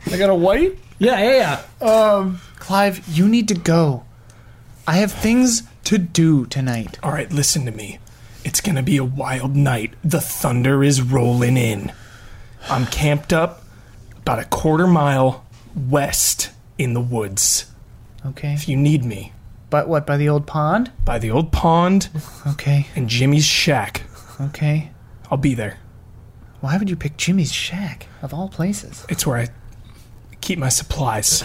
A: I got a white?
D: Yeah, yeah, yeah.
A: Clive, you need to go. I have things to do tonight.
B: All right, listen to me. It's gonna be a wild night. The thunder is rolling in. I'm camped up about a quarter mile west in the woods.
A: Okay.
B: If you need me,
A: But what, by the old pond?
B: by the old pond
A: Okay,
B: and Jimmy's shack.
A: okay.
B: I'll be there.
A: Why would you pick Jimmy's shack, of all places?
B: It's where I keep my supplies.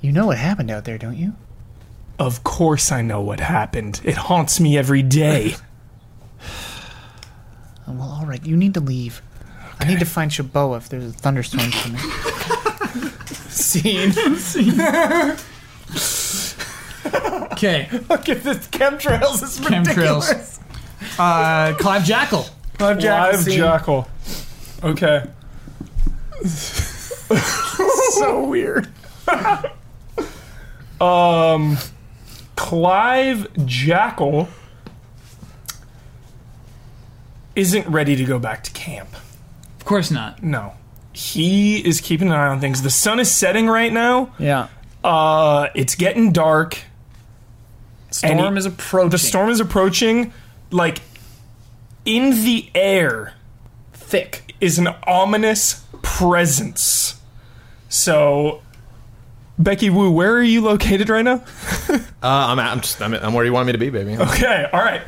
A: You know what happened out there, don't you?
B: Of course, I know what happened. It haunts me every day.
A: Oh, well, all right, you need to leave. I need to find Shaboa if there's a thunderstorm coming.
B: Scene.
D: Okay,
B: Look at this chemtrails. It's
D: chemtrails. Uh, Clive Jackal.
A: Clive
B: Live jackal. Okay. so weird. um, Clive Jackal isn't ready to go back to camp.
D: Of course not.
B: No. He is keeping an eye on things. The sun is setting right now.
A: Yeah.
B: Uh, it's getting dark.
A: Storm
B: he-
A: is approaching.
B: The storm is approaching. Like in the air
A: thick.
B: is an ominous presence. So, Becky Wu, where are you located right now?
C: Uh, I'm, I'm just I'm, I'm where you want me to be, baby.
B: Okay, all right.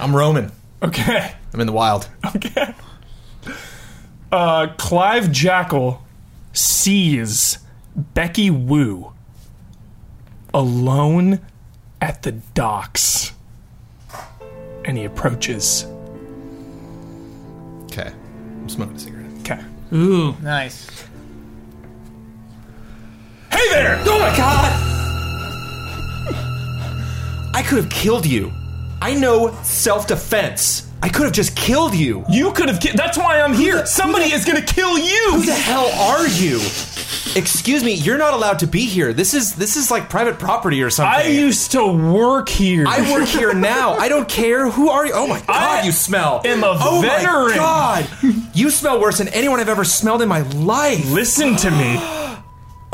C: I'm roaming.
B: Okay.
C: I'm in the wild.
B: Uh, Clive Jackal sees Becky Wu alone at the docks. And he approaches.
C: Okay, I'm smoking a cigarette.
B: Okay.
D: Ooh.
A: Nice.
B: Hey there!
C: Oh my god! I could have killed you. I know self defense. I could have just killed you.
B: You could have. Ki- That's why I'm here.
C: the-
B: Somebody
C: who the-
B: is gonna kill you.
C: Who the hell are you? Excuse me, you're not allowed to be here. This is this is like private property or something.
B: I used to work here.
C: I work here now. I don't care. Who are you? Oh my god,
B: I
C: you smell.
B: am a
C: oh
B: veteran.
C: my god. You smell worse than anyone I've ever smelled in my life.
B: Listen to me.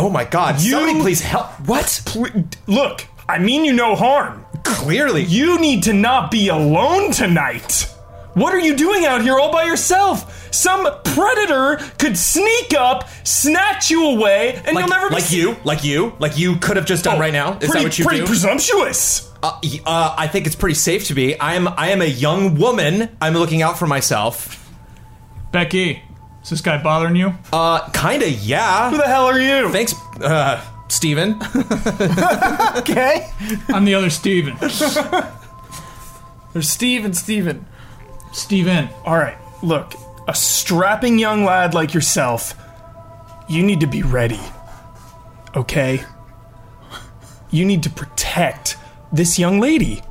C: Oh my god.
B: You-
C: Somebody please help. What?
B: Pl- Look, I mean you no harm.
C: Clearly.
B: You need to not be alone tonight. What are you doing out here all by yourself? Some predator could sneak up, snatch you away, and
C: like,
B: you'll never be Oh,
C: like you, like you, like you could have just done right now. Is
B: pretty,
C: that what you
B: pretty
C: do?
B: presumptuous.
C: uh, y- uh, I think it's pretty safe to be. I am. I am a young woman. I'm looking out for myself.
D: Becky, is this guy bothering you?
C: Uh, kinda,
B: Who
C: yeah.
B: the hell are you?
C: Thanks, uh, Steven.
A: Okay.
D: I'm the other Steven.
A: There's Steve and Steven.
D: Steven.
B: all right, look, a strapping young lad like yourself, you need to be ready. Okay? You need to protect this young lady.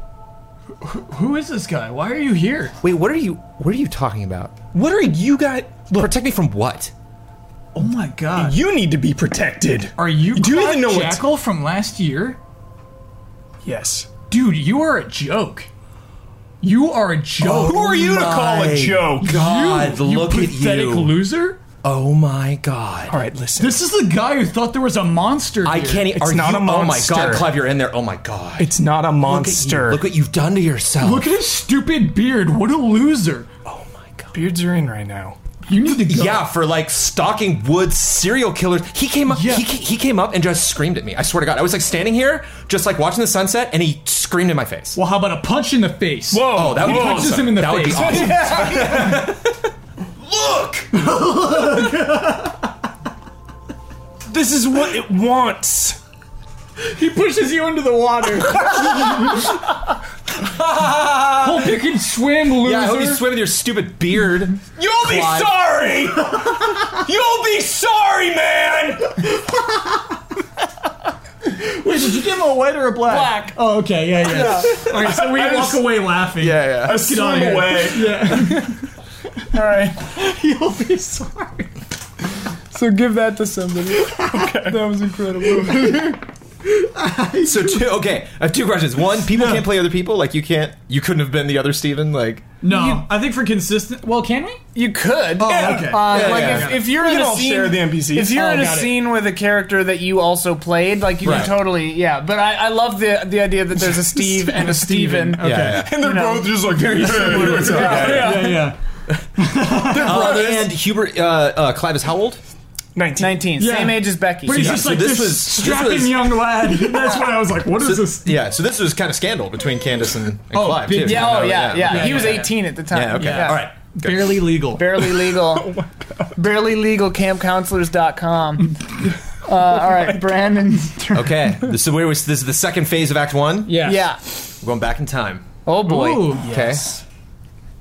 D: Who is this guy? Why are you here?
C: Wait, what are you? What are you talking about?
B: What are you guys? Look,
C: Protect me from what?
D: Oh my god.
B: you need to be protected.
D: are you
B: Do you
D: Clark
B: even know what's-
D: Jackal from last year?
B: Yes.
D: Dude, you are a joke. You are a joke.
B: Who are you to call a
C: my
B: joke?
C: God,
D: you,
C: look
D: you
C: at
D: pathetic
C: you.
D: loser.
C: Oh my god.
B: All right, listen.
D: This is the guy who thought there was a monster.
C: I
D: here.
C: can't. e-
B: It's
C: are
B: not
C: you-
B: a monster.
C: Oh my god, Clive, you're in there. Oh my god.
B: it's not a monster.
C: Look what you've done to yourself.
D: Look at his stupid beard. What a loser.
C: oh my god.
B: Beards are in right now.
D: You need to go.
C: Yeah, for like stalking wood serial killers. He came up.
D: Yeah.
C: He, he came up and just screamed at me. I swear to God, I was like standing here, just like watching the sunset, and he screamed in my face.
D: Well, how about a punch in the face?
B: Whoa.
C: Oh, that would
B: whoa.
C: be
D: punches
C: awesome.
D: him in the
C: that
D: face.
C: would be awesome.
B: This is what it wants.
D: He pushes you into the water. Hope you can swim, loser.
C: Yeah, I hope you swim with your stupid beard.
B: You'll
C: Clive.
B: be sorry. You'll be sorry, man.
D: Wait, did you give him a white or a
A: Black.
D: black? Oh, okay, yeah, yeah. All right, so we walk
B: just-
D: away laughing.
C: yeah,
B: I
D: Get out
B: swim
D: of here.
B: away.
D: Yeah.
A: All right.
D: You'll be sorry.
A: So give that to somebody. That was incredible.
C: yeah. So two. Okay, I have two questions. One, people can't play other people. Like you can't. You couldn't have been the other Steven. Like
D: No, I think for consistent. Well, can we?
A: You could. Oh, Uh,
D: okay.
C: Yeah,
A: like
C: yeah,
A: if,
C: yeah.
A: if you're in
B: can
A: a
B: all
A: scene,
B: share the NPCs.
A: if you're
D: Oh,
A: in a
D: got it.
A: scene with a character that you also played, like you
C: Right.
A: can totally, yeah. But I, I love the the idea that there's a Steve and a Steven.
D: Okay.
C: yeah.
B: And they're
A: know.
B: both just like very similar.
D: Yeah, yeah.
A: Oh,
C: Uh, and Hubert uh, uh, Clive is how old?
B: Nineteen.
A: Nineteen,
D: Yeah.
A: same age as Becky.
D: But he's
C: Yeah,
D: just
C: so
D: like
C: this
D: this,
C: was- this
D: strapping
C: was-
D: young lad. That's what I was like, what is this?
C: Yeah. So this was kind of scandal between Candace and, and
D: Oh,
C: Clive
D: big-
C: too.
A: yeah, oh yeah, yeah.
D: Yeah,
A: He was
D: yeah, yeah.
A: 18 at the time.
C: Yeah, okay. All right. Good.
D: Barely legal.
A: Barely legal. Barely legal. Campcounselors.com. Uh, all right, Brandon.
C: Okay. This is where we. This is the second phase of Act One.
D: yeah.
A: Yeah.
C: We're going back in time.
A: Oh boy.
D: Ooh.
C: Okay.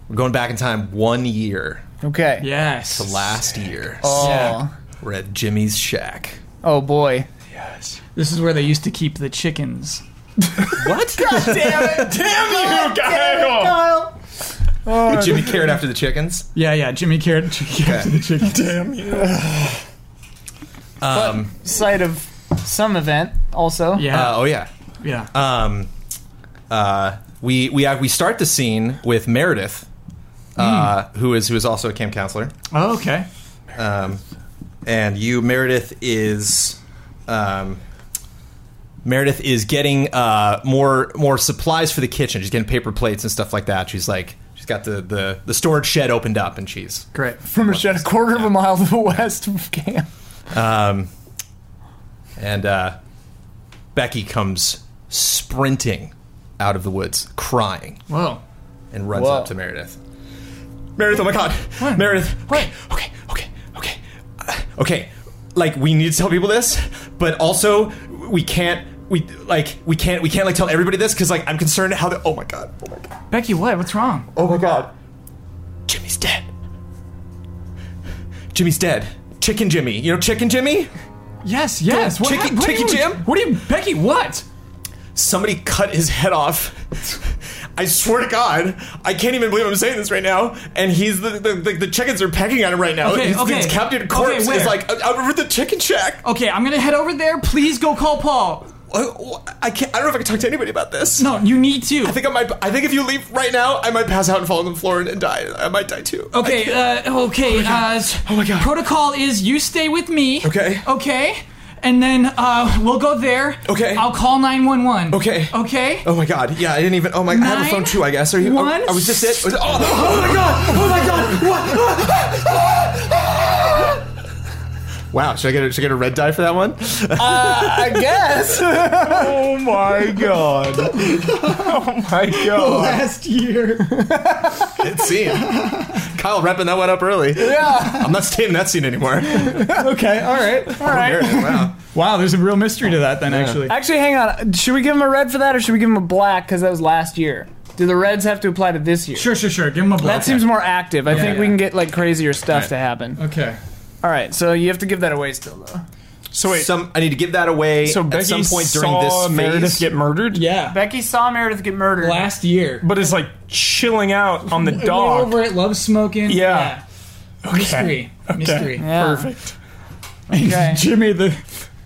C: We're going back in time one year.
A: Okay.
D: Yes.
C: Last year.
A: Oh.
C: We're at Jimmy's shack.
A: Oh boy.
D: This is where they used to keep the chickens.
C: What?
A: Damn it,
C: Oh,
B: Damn you, Kyle.
A: Kyle. Oh.
C: Jimmy cared after the chickens.
D: Yeah, yeah. Jimmy carried the chickens.
B: Damn you.
C: Um,
A: Site of some event also.
D: Yeah.
C: uh, oh yeah.
D: yeah.
C: Um, uh, we we have, we start the scene with Meredith, uh,
A: Hmm.
C: who is who is also a camp counselor,
D: oh, okay.
C: um, and you Meredith is. Um, Meredith is getting uh, more more supplies for the kitchen. She's getting paper plates and stuff like that. She's like she's got the, the, the storage shed opened up, and she's
D: Great.
A: From a shed a quarter of a mile to the west of camp.
C: Um, and uh, Becky comes sprinting out of the woods, crying,
D: Whoa.
C: and runs
A: Whoa.
C: up to Meredith. Meredith, oh my god, Meredith, okay, okay, okay, okay, Uh, okay. Like we need to tell people this, but also we can't. We like we can't we can't like tell everybody this because like I'm concerned how the oh my god oh my god
D: Becky, what? What's wrong?
C: oh my god Jimmy's dead Jimmy's dead. Chicken Jimmy. You know Chicken Jimmy?
B: Yes, yes. What,
C: Chicky-
B: hap- what do
C: Chicky
B: you-
C: Jim?
B: What do you, Becky? What?
C: Somebody cut his head off. I swear to God, I can't even believe I'm saying this right now. And he's the the, the, the chickens are pecking at him right now.
D: Okay,
C: his,
D: okay.
C: his captive
D: Okay,
C: corpse
D: where?
C: is like "I- I'm over the chicken shack.
D: Okay, I'm gonna head over there. Please go call Paul.
C: I, I can't. I don't know if I can talk to anybody about this.
D: Oh. No, you need to.
C: I think I might. I think if you leave right now, I might pass out and fall on the floor and, and die. I might die too.
D: Okay, uh, okay, uh, s-
C: Oh my God.
D: protocol is you stay with me.
C: Okay.
D: Okay. And then, uh, we'll go there.
C: Okay.
D: I'll call 911.
C: Okay.
D: Okay.
C: Oh my god. Yeah, I didn't even. Oh my. I have a
D: Nine,
C: phone too. I guess. Are you?
D: one.
C: I, I was just it. Was, oh, oh my god. Oh my god. What? wow. Should I get a, should I get a red die for that one?
A: I guess.
B: Oh my god. oh my
C: Oh.
B: god.
D: Last year.
C: It seemed. Kyle wrapping that one up early.
A: Yeah.
C: I'm not staying in that scene anymore.
D: okay, all right.
A: All right.
C: wow.
D: Wow, there's a real mystery to that then, actually.
A: Actually, hang on. Should we give him a red for that, or should we give him a black? Because that was last year. Do the reds have to apply to this year?
D: Sure, sure, sure. Give him a blow.
A: That seems more active. I think we
D: yeah.
A: can get like crazier stuff to happen.
D: Okay.
A: All right, so you have to give that away still, though.
B: So wait.
C: Some. I need to give that away
B: so
C: at
B: Becky
C: some point during
B: saw
C: this phase.
B: Meredith get murdered.
D: Yeah.
A: Becky saw Meredith get murdered.
D: Last year.
B: But is like chilling out on the
D: Went
B: dock.
D: over it, love smoking.
B: Yeah.
D: Yeah. Mystery. Mystery.
A: Yeah.
B: Perfect.
A: Okay.
D: Jimmy the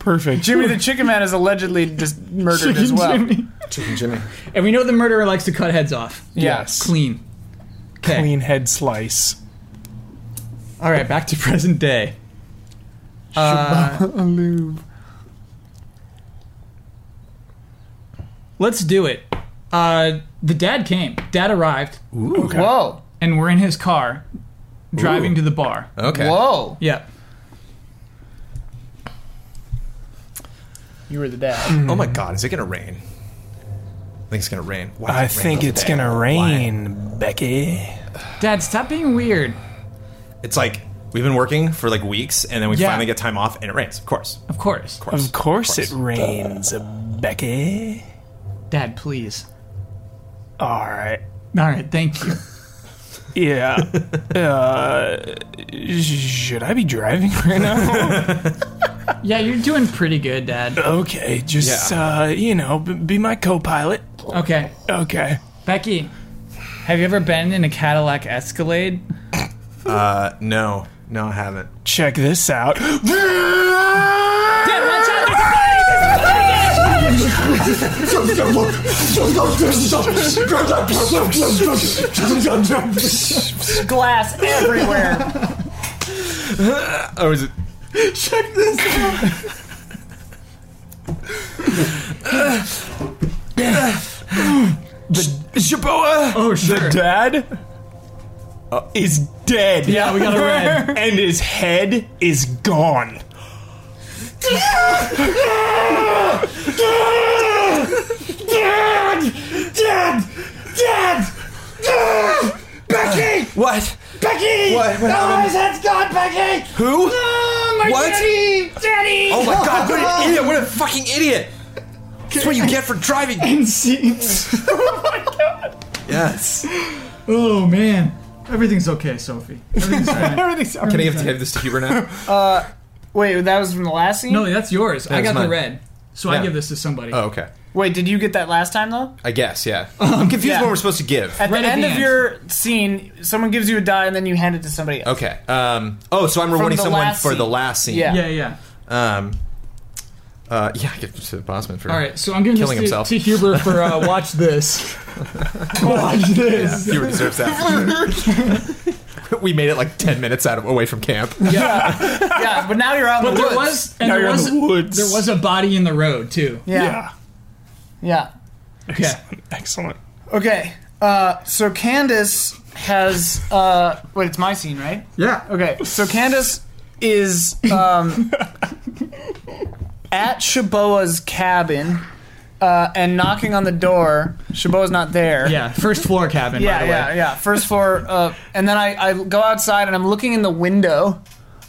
B: Perfect.
A: Jimmy the Chicken Man is allegedly just murdered as well.
D: Jimmy.
C: Chicken Jimmy.
D: And we know the murderer likes to cut heads off.
B: Yes.
D: Clean. Okay.
B: Clean head slice.
D: All right, back to present day. Uh, let's do it. Uh, the dad came. Dad arrived,
A: Whoa,
D: and we're in his car, driving
C: Ooh.
D: to the bar.
C: Okay.
A: whoa!
D: Yeah.
A: You were the dad.
C: Oh my god. Is it gonna rain? I think it's gonna rain. Why
B: I
C: is it
B: think
C: raining
B: it's
C: today?
B: gonna
C: Why?
B: rain, Becky.
D: Dad, stop being weird.
C: It's like we've been working for like weeks, and then we
D: Yeah.
C: finally get time off, and it rains. Of course,
D: Of course.
C: of course.
B: Of course it rains, Becky.
D: Dad, please.
B: All right.
D: All right, thank you.
B: Yeah. uh, should I be driving right now?
D: yeah, you're doing pretty good, Dad.
B: okay, just uh, you know, b- be my co-pilot.
D: Okay.
B: Okay.
D: Becky, have you ever been in a Cadillac Escalade?
C: Uh, no, no, I haven't.
B: Check this out.
D: Dad, watch out!
A: Glass everywhere.
C: Oh, is it?
D: Check this out.
B: Jaboa.
D: Oh, sure.
B: The dad uh, is dead.
D: Yeah, we got a red.
B: and his head is gone.
C: Dad, Dad, Dad, Dad, Becky. What? Becky. What? what happened?
A: head's gone, Becky.
C: Who? what?
A: Daddy.
C: Oh my god! What an idiot! What a fucking idiot! That's what you get for driving. Yes.
D: Oh man, everything's okay, Sophie. Everything's fine.
B: Everything's
C: Can I give, give this to Huber now?
A: Wait, that was from the last scene.
D: no, that's yours. I
C: That's
D: got the
C: mine.
D: red, so
C: Yeah.
D: I give this to somebody.
C: Oh, okay.
A: Wait, did you get that last time though?
C: I guess. Yeah. I'm confused
A: yeah.
C: what we're supposed to give.
A: At
D: Right
A: the
D: at
A: end
D: the
A: of
D: end.
A: your scene, someone gives you a die and then you hand it to somebody else.
C: Okay. Um. Oh, so I'm rewarding
A: the
C: someone
A: last
C: for the
A: scene.
C: last scene.
A: Yeah.
D: Yeah, yeah.
C: Um. Uh. Yeah. I get to Bossman for.
D: All right, so I'm giving
C: Killing
D: this to,
C: himself.
D: to Huber for uh, watch this. watch this.
C: Huber deserves that. we made it like ten minutes out of away from camp.
A: Yeah, but now you're out in
D: But
A: the
D: there
A: woods.
D: was, and
B: Now
D: there
B: you're in
D: was,
B: the woods.
D: there was a body in the road too.
A: yeah. Yeah.
D: Okay.
B: Excellent.
A: Okay. Uh, so Candace has. Uh, wait, it's my scene, right?
D: Yeah.
A: Okay. So Candace is um, at Shaboa's cabin uh, and knocking on the door. Shaboa's not there.
D: Yeah. First floor cabin. by
A: Yeah,
D: the way.
A: yeah, yeah. First floor. Uh, and then I, I go outside and I'm looking in the window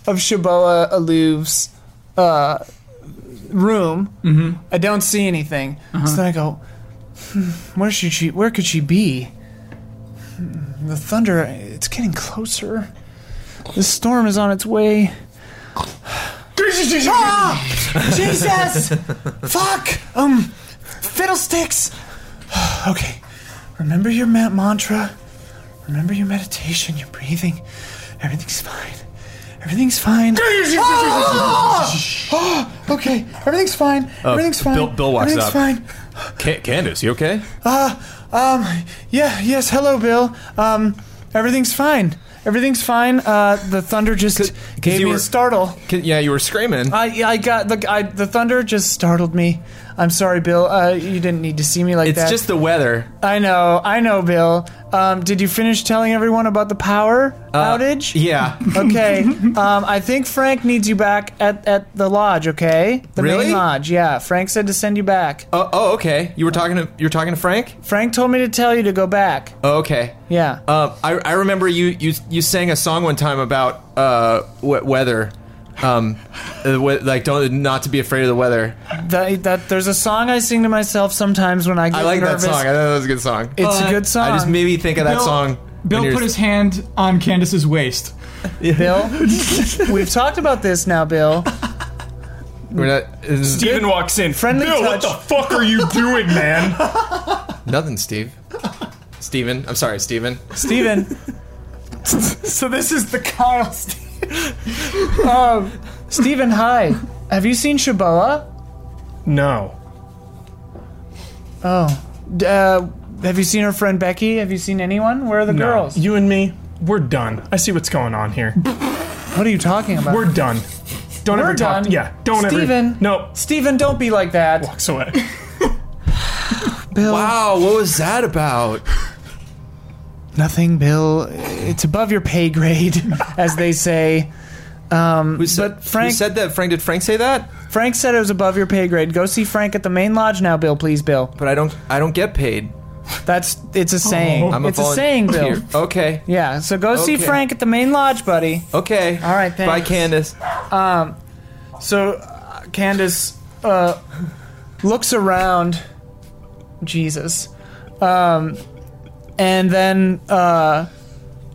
A: of Shaboa Aluv's uh, room. Mm-hmm. I don't see anything.
D: Uh-huh.
A: So then I go, "Hmm, where should she? Where could she be? Hmm, The thunder. It's getting closer. The storm is on its way.
D: Ah!
A: Jesus! Fuck! Um, fiddlesticks! okay. Remember your ma- mantra. Remember your meditation, your breathing. Everything's fine. Everything's fine. Ah! okay, everything's fine. Everything's fine.
C: Uh, Bill- Bill walks
A: everything's
C: up.
A: fine.
C: Ca- Candace, you okay?
A: Um, yeah, yes, hello, Bill. Um, everything's fine. Everything's fine. Uh, the thunder just gave
C: you
A: me
C: were-
A: a startle.
C: Can, yeah, you were screaming.
A: I, I got the I, the thunder just startled me. I'm sorry, Bill. Uh, you didn't need to see me like
C: it's
A: that.
C: just the weather.
A: I know, I know, Bill. Um, did you finish telling everyone about the power outage?
C: Uh, Yeah.
A: Okay. um, I think Frank needs you back at, at the lodge. Okay. The
C: Really?
A: main lodge. Yeah. Frank said to send you back.
C: oh, oh, okay. You were talking to you were talking to Frank.
A: Frank told me to tell you to go back.
C: Oh, okay.
A: Yeah.
C: Uh, I, I remember you, you you sang a song one time about uh, we- weather, um, uh, we- like don't not to be afraid of the weather.
A: that, that there's a song I sing to myself sometimes when I get
C: I like
A: nervous.
C: that song. I thought that was a good song.
A: It's a
D: Uh,
A: good song.
C: I just made me think of that
D: Bill-
C: song. when
D: Bill
C: you're-
D: put his hand on Candace's waist.
A: Bill, we've talked about this now, Bill.
C: we're not- this is-
B: Steven walks in.
A: Friendly
B: Bill, what the
A: touch.
B: fuck are you doing, man?
C: nothing, Steve. Steven. I'm sorry, Steven.
A: Steven.
B: so this is the Kyle Steve.
A: Um, Steven, hi. Have you seen Shaboa?
B: No.
A: Oh. D- uh, have you seen her friend Becky? Have you seen anyone? Where are the
B: No.
A: girls?
B: You and me, we're done. I see what's going on here.
A: What are you talking about?
B: We're done. Don't
A: We're
B: ever
A: done.
B: talk. Yeah. Don't
A: Steven.
B: ever. No.
A: Steven, don't be like that.
B: Walks away.
A: Bill.
C: Wow, what was that about?
A: Nothing, Bill. It's above your pay grade, as they say.
C: Who said,
A: But Frank-
C: who said that? Frank? Did Frank say that?
A: Frank said it was above your pay grade. Go see Frank at the main lodge now, Bill, please, Bill.
C: But I don't. I don't get paid.
A: That's it's a
C: Oh.
A: saying.
B: I'm
A: it's a saying, Bill.
C: volunteer. Okay.
A: Yeah, so go see
C: Okay.
A: Frank at the main lodge, buddy.
C: Okay.
A: All right, thanks.
C: Bye, Candace.
A: So, uh, Candace uh, looks around, Jesus, um, and then uh,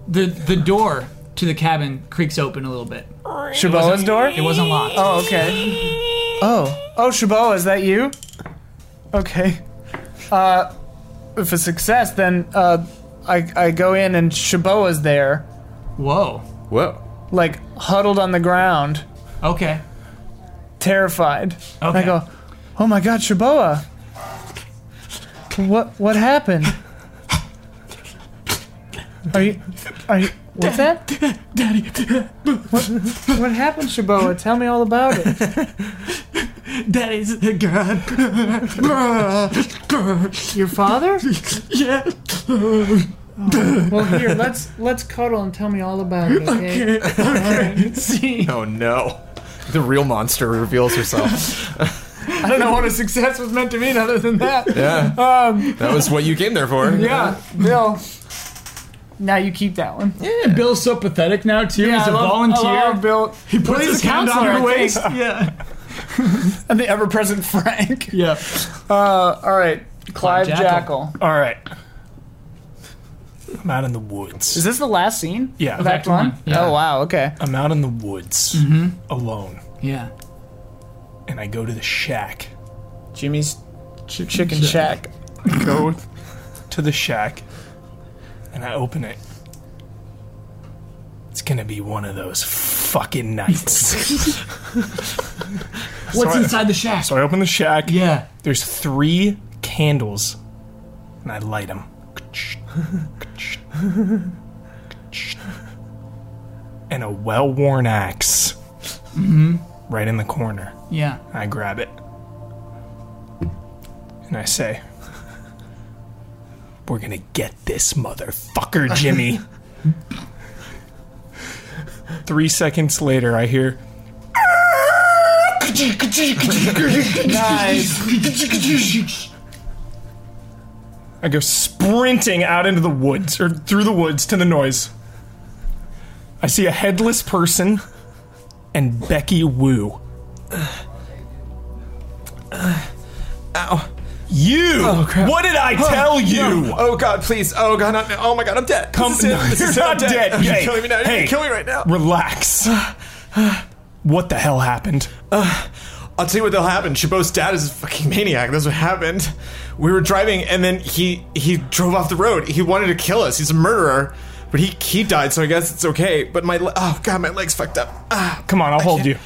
D: The the door to the cabin creaks open a little bit.
A: Shaboa's door.
D: It wasn't locked.
A: Oh, okay. Oh, oh, Shaboa, is that you? Okay. Uh, if a success, then uh, I I go in and Shaboa's there,
D: Whoa.
C: Whoa.
A: like huddled on the ground,
D: Okay.
A: terrified.
D: Okay.
A: I go, oh my god, Shaboa. What what happened? Are you are you what's that? Daddy. What, what happened, Shaboa? Tell me all about it.
D: Daddy's a god.
A: Your father?
D: yeah.
A: Well here, let's let's cuddle and tell me all about it, okay? See.
C: Oh no. The real monster reveals herself.
A: I don't know what a success was meant to mean other than that.
C: Yeah.
A: Um
C: That was what you came there for.
A: yeah, Bill. Now you keep that one.
D: Bill's so pathetic now too.
A: Yeah,
D: He's
A: I
D: a
A: love- I
D: volunteer.
A: love Bill.
D: he puts
A: He's
D: his
A: a
D: hand on
A: counselor,
D: her
A: I think.
D: waist. Yeah.
A: And the ever-present Frank.
D: Yeah.
A: Uh, all right, Clive Jackal.
D: Jackal.
B: All right. I'm out in the woods.
A: Is this the last scene?
B: Yeah.
A: of Act
D: Act
A: One.
D: one, yeah.
A: Oh wow. Okay.
B: I'm out in the woods alone,
D: Yeah.
B: and I go to the shack.
A: Jimmy's ch- Chicken Shack.
B: go to the shack and I open it. It's gonna be one of those fucking nights.
D: What's
B: I-
D: inside the shack?
B: so I open the shack.
D: Yeah.
B: There's three candles and I light them. and a well worn axe right in the corner.
D: Yeah.
B: I grab it. And I say, We're gonna get this motherfucker, Jimmy. Three seconds later, I hear.
A: Nice.
B: I go sprinting out into the woods, or through the woods to the noise. I see a headless person and Becky Woo.
C: Ow.
B: You. What did I tell you?
E: Oh God, please. Oh God, not, oh my God, I'm dead.
B: Come-
E: this is it.
B: no,
E: This
B: you're
E: is it. I'm
B: not dead.
E: You're
B: Hey,
E: killing me now. You're
B: hey.
E: gonna kill me right now.
B: Relax. what the hell happened?
E: I'll tell you what will happen. Chabot's dad is a fucking maniac. That's what happened. We were driving, and then he he drove off the road. He wanted to kill us. He's a murderer, but he he died, so I guess it's okay. But my le- oh god, my leg's fucked up. Ah,
B: Come on, I'll hold you.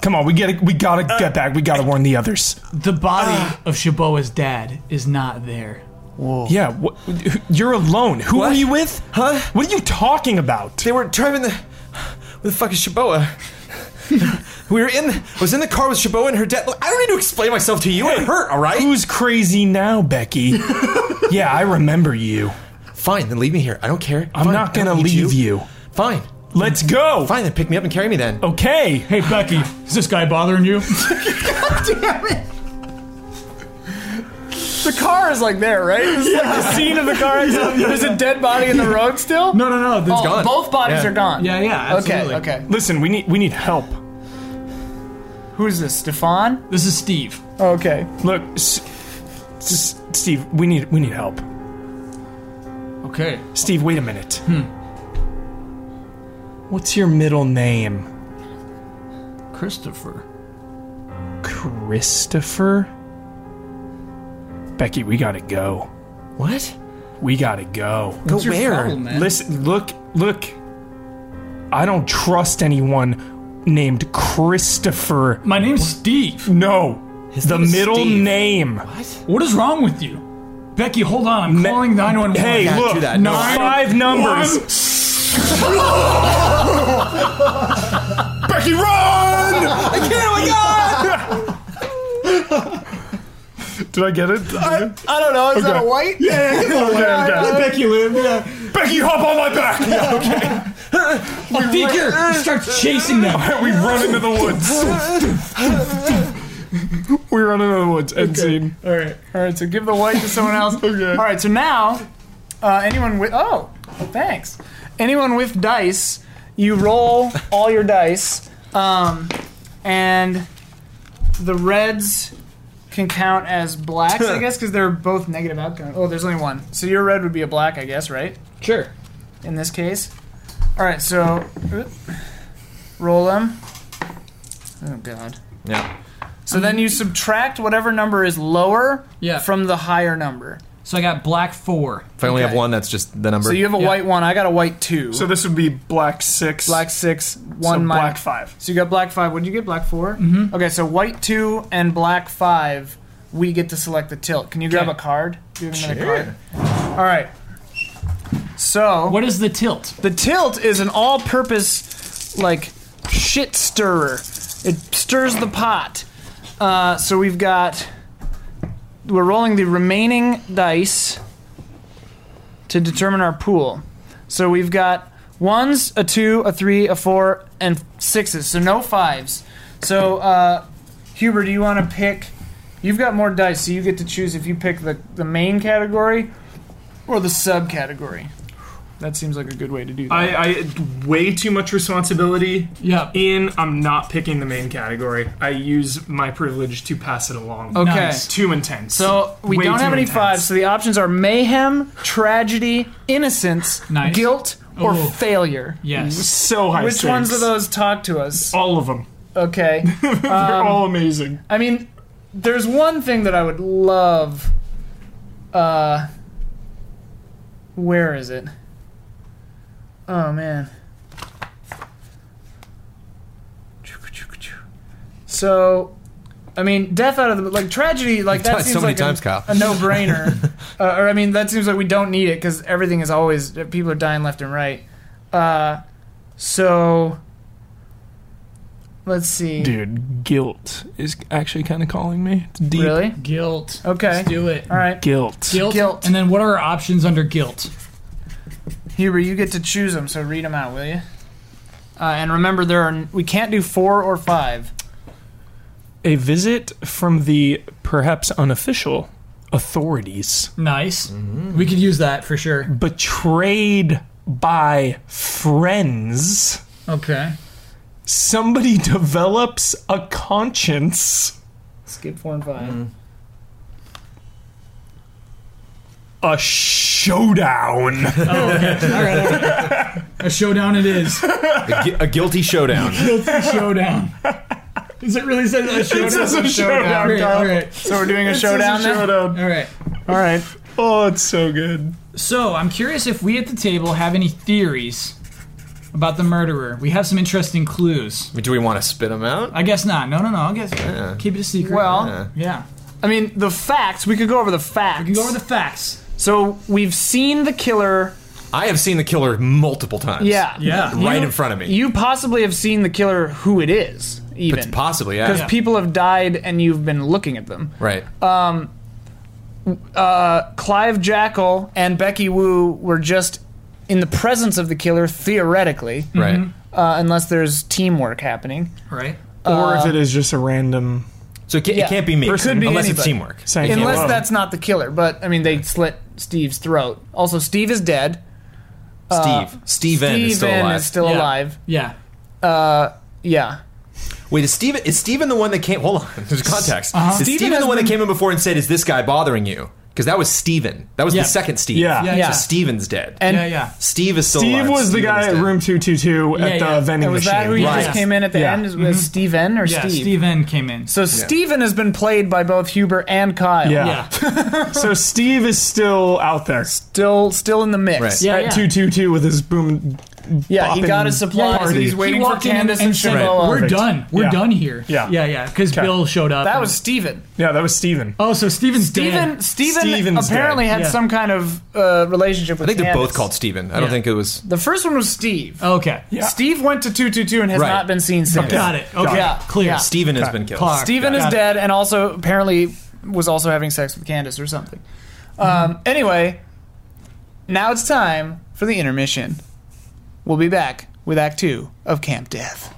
B: Come on, we gotta, we gotta
E: Uh,
B: get back. We gotta warn the others.
D: The body of Shaboa's dad is not there.
B: Yeah, what, you're alone. Who
E: What?
B: are you with?
E: Huh?
B: What are you talking about?
E: they were driving the. Where the fuck is Chabot? we were in. I was in the car with Chabot and her dad. Look, I don't need to explain myself to you. It hurt, all right?
B: Who's crazy now, Becky? yeah, I remember you.
E: Fine, then leave me here. I don't care.
B: I'm
E: Fine,
B: not
E: I don't
B: gonna
E: need
B: leave you.
E: Fine,
B: Let's go.
E: fine. Then pick me up and carry me. Then.
B: Okay.
D: Hey, Becky, is this guy bothering you?
A: The car is like there, right? It's like the scene of the car. accident. There's a dead body in the road still.
D: no, no, no.
A: Oh,
E: gone.
A: Both bodies
E: Yeah.
A: are gone.
D: Yeah, yeah, absolutely.
A: Okay, okay.
B: Listen, we need we need help.
A: Who is this? Stefan?
D: This is Steve.
A: Okay.
B: Look, S- S- Steve, we need we need help.
D: Okay.
B: Steve, wait a minute.
E: Hmm.
B: What's your middle name?
D: Christopher.
B: Christopher? Becky, we gotta go.
E: What?
B: We gotta go.
E: Go
D: What's your
E: where?
D: problem, man?
B: Listen, look, look. I don't trust anyone named Christopher.
D: My name's Steve.
B: No, the
E: name is
B: middle
E: Steve.
B: name.
D: What is wrong with you? Becky, hold on. I'm calling 911.
B: Hey,
E: do
B: look,
E: that. No.
D: Nine,
B: five numbers.
D: one.
B: Becky, run!
E: I can't. Oh my god!
B: Did I get it?
A: I don't know. Is that a white? Yeah.
D: Becky live. Yeah.
B: Becky, hop on my back.
D: A figure starts chasing them.
B: we run into the woods. we run into the woods. End scene.
A: All right. All right. So give the white to someone else. okay. All right. So now, uh, anyone with oh, thanks. Anyone with dice, you roll all your dice, um, and the reds can count as blacks, I guess, because they're both negative outcome. Oh, there's only one. So your red would be a black, I guess, right?
D: Sure.
A: in this case. All right, so oop. roll them. Oh god.
E: Yeah.
A: So then you subtract whatever number is lower
D: Yeah.
A: from the higher number.
D: So I got black four.
E: If I only have
A: Okay.
E: one, that's just the number.
A: So you have a
D: Yeah.
A: white one. I got a white two.
B: So this would be black six.
A: black six, one
B: so
A: minus.
B: black five.
A: So you got black five. What did you get? Black 4 Mm-hmm. Okay, so white two and black five. We get to select the tilt. Can you grab
D: Okay.
A: a card? Do you have another card? All right. So
D: What is the tilt?
A: The tilt is an all-purpose, like, shit stirrer. It stirs the pot. Uh, so we've got. We're rolling the remaining dice to determine our pool. So we've got ones, a two, a three, a four, and sixes. So no fives. So uh, Huber, do you want to pick? You've got more dice, so you get to choose if you pick the the main category or the subcategory. That seems like a good way to do that.
B: I, I way too much responsibility.
D: Yeah.
B: In I'm not picking the main category. I use my privilege to pass it along.
A: okay.
D: Nice.
B: Too intense.
A: So we
B: Way
A: don't
B: too
A: have any
B: intense.
A: fives, so the options are mayhem, tragedy, innocence,
D: Nice.
A: guilt, or
D: Ooh.
A: failure.
D: Yes.
B: So high.
A: Which
B: stakes.
A: ones of those talk to us?
B: All of them.
A: Okay.
B: They're
A: Um,
B: all amazing.
A: I mean, there's one thing that I would love. Uh, where is it? Oh man. So, I mean, death out of the like tragedy like
E: done
A: that
E: it
A: seems
E: so many
A: like
E: times,
A: a,
E: Kyle.
A: a no-brainer. uh, or I mean, that seems like we don't need it because everything is always uh, people are dying left and right. Uh, so. Let's see.
B: Dude, guilt is actually kind of calling me. It's deep.
A: Really?
D: Guilt.
A: Okay.
D: Let's do it.
A: All right,
B: Guilt.
D: Guilt.
A: Guilt.
D: And then what are our options under guilt?
A: Huber, you get to choose them. So read them out, will you? Uh, and remember, there are we can't do four or five.
B: A visit from the perhaps unofficial authorities.
D: Nice. We could use that for sure.
B: Betrayed by friends.
D: Okay.
B: Somebody develops a conscience.
A: Mm. Skip four and five.
B: a showdown.
D: A showdown it is.
C: A, gu- a guilty showdown.
D: Guilty showdown. Is it really says a showdown?
B: says a
A: showdown.
D: Great, all right.
A: So we're doing a showdown
B: It's a
A: now.
B: showdown.
D: All right.
A: All right.
B: Oh, it's so good.
D: So I'm curious if we at the table have any theories about the murderer. We have some interesting clues.
C: Do we want to spit them out?
D: I guess not. No, no, no. I guess keep it a secret.
A: Well,
D: yeah.
A: I mean, the facts. We could go over the facts.
D: You can go over the facts.
A: so we've seen the killer.
C: I have seen the killer multiple times.
A: Yeah.
D: Yeah.
C: Right in front of me.
A: You possibly have seen the killer who it is, even.
C: Possibly, yeah.
A: Because people have died and you've been looking at them.
C: right.
A: Clive Jackal and Becky Wu were just in the presence of the killer, theoretically,
C: right.
A: uh, unless there's teamwork happening.
D: Right.
B: or
A: Uh,
B: if it is just a random.
C: So it, ca-
A: yeah.
C: it can't be me.
A: Or it could be
C: unless it's
A: anybody.
C: teamwork.
B: Same.
C: It can't
A: Unless
B: well.
A: that's not the killer, but I mean, they slit Steve's throat. Also, Steve is dead.
C: be Steve. Steven
A: Steven
C: is still alive.
A: Uh, Is still
D: Yeah.
A: alive.
D: Yeah.
A: Yeah.
C: Wait, is Steven is Steven the one that came hold on, there's context.
B: Uh-huh.
C: Is
A: Steven
C: Steven
A: has
C: the one
A: been-
C: that came in before and said, Is this guy bothering you? Because that was Steven. That was
D: Yeah.
C: the second Steve.
B: Yeah. Yeah,
A: yeah.
C: So Steven's dead.
A: And
D: Yeah. Yeah.
C: Steve is still alive.
B: Steve was the
C: Steven
B: guy
C: is
B: at
C: dead.
B: room 222 at
D: Yeah,
B: the
D: yeah.
B: vending
A: And was that
B: machine.
A: who you
C: Right.
A: just came in at the
B: Yeah.
A: end? Was Steven or
D: Yeah.
A: Steve?
D: Steven came in.
A: So Steven has been played by both Huber and Kyle.
B: Yeah.
D: yeah.
B: so Steve is still out there
A: Still, still in the mix.
C: Right.
D: Yeah,
B: at
D: yeah.
B: 222 with his boom.
A: Yeah, he
B: bopping
A: got his supplies
B: party.
A: and he's waiting
D: He
A: for
D: walked in
A: Candace and
D: said,
C: Right.
A: Shimoa.
D: We're
B: Perfect.
D: done. We're
B: Yeah.
D: done here.
B: Yeah.
D: Yeah. Yeah. Because Bill showed up.
A: That
D: and-
A: was Steven.
B: Yeah, that was Steven.
D: Oh, so Steven's
A: Steven,
D: dead.
A: Steven
B: Steven's
A: apparently
B: dead.
A: had
D: Yeah.
A: some kind of uh, relationship with
C: I think they're
A: Candace.
C: both called Steven. I don't
D: Yeah.
C: think it was
A: The first one was Steve.
D: Okay.
B: Yeah.
A: Steve went to 222 and has
C: Right.
A: not been seen since.
D: Got it. Oh. Okay.
A: Yeah.
D: Clear.
A: Yeah.
C: Steven has been killed.
D: Clark.
A: Steven is
D: Got it.
A: dead and also apparently was also having sex with Candace or something. Um, anyway, now it's time for the intermission. We'll be back with Act 2 of Camp Death.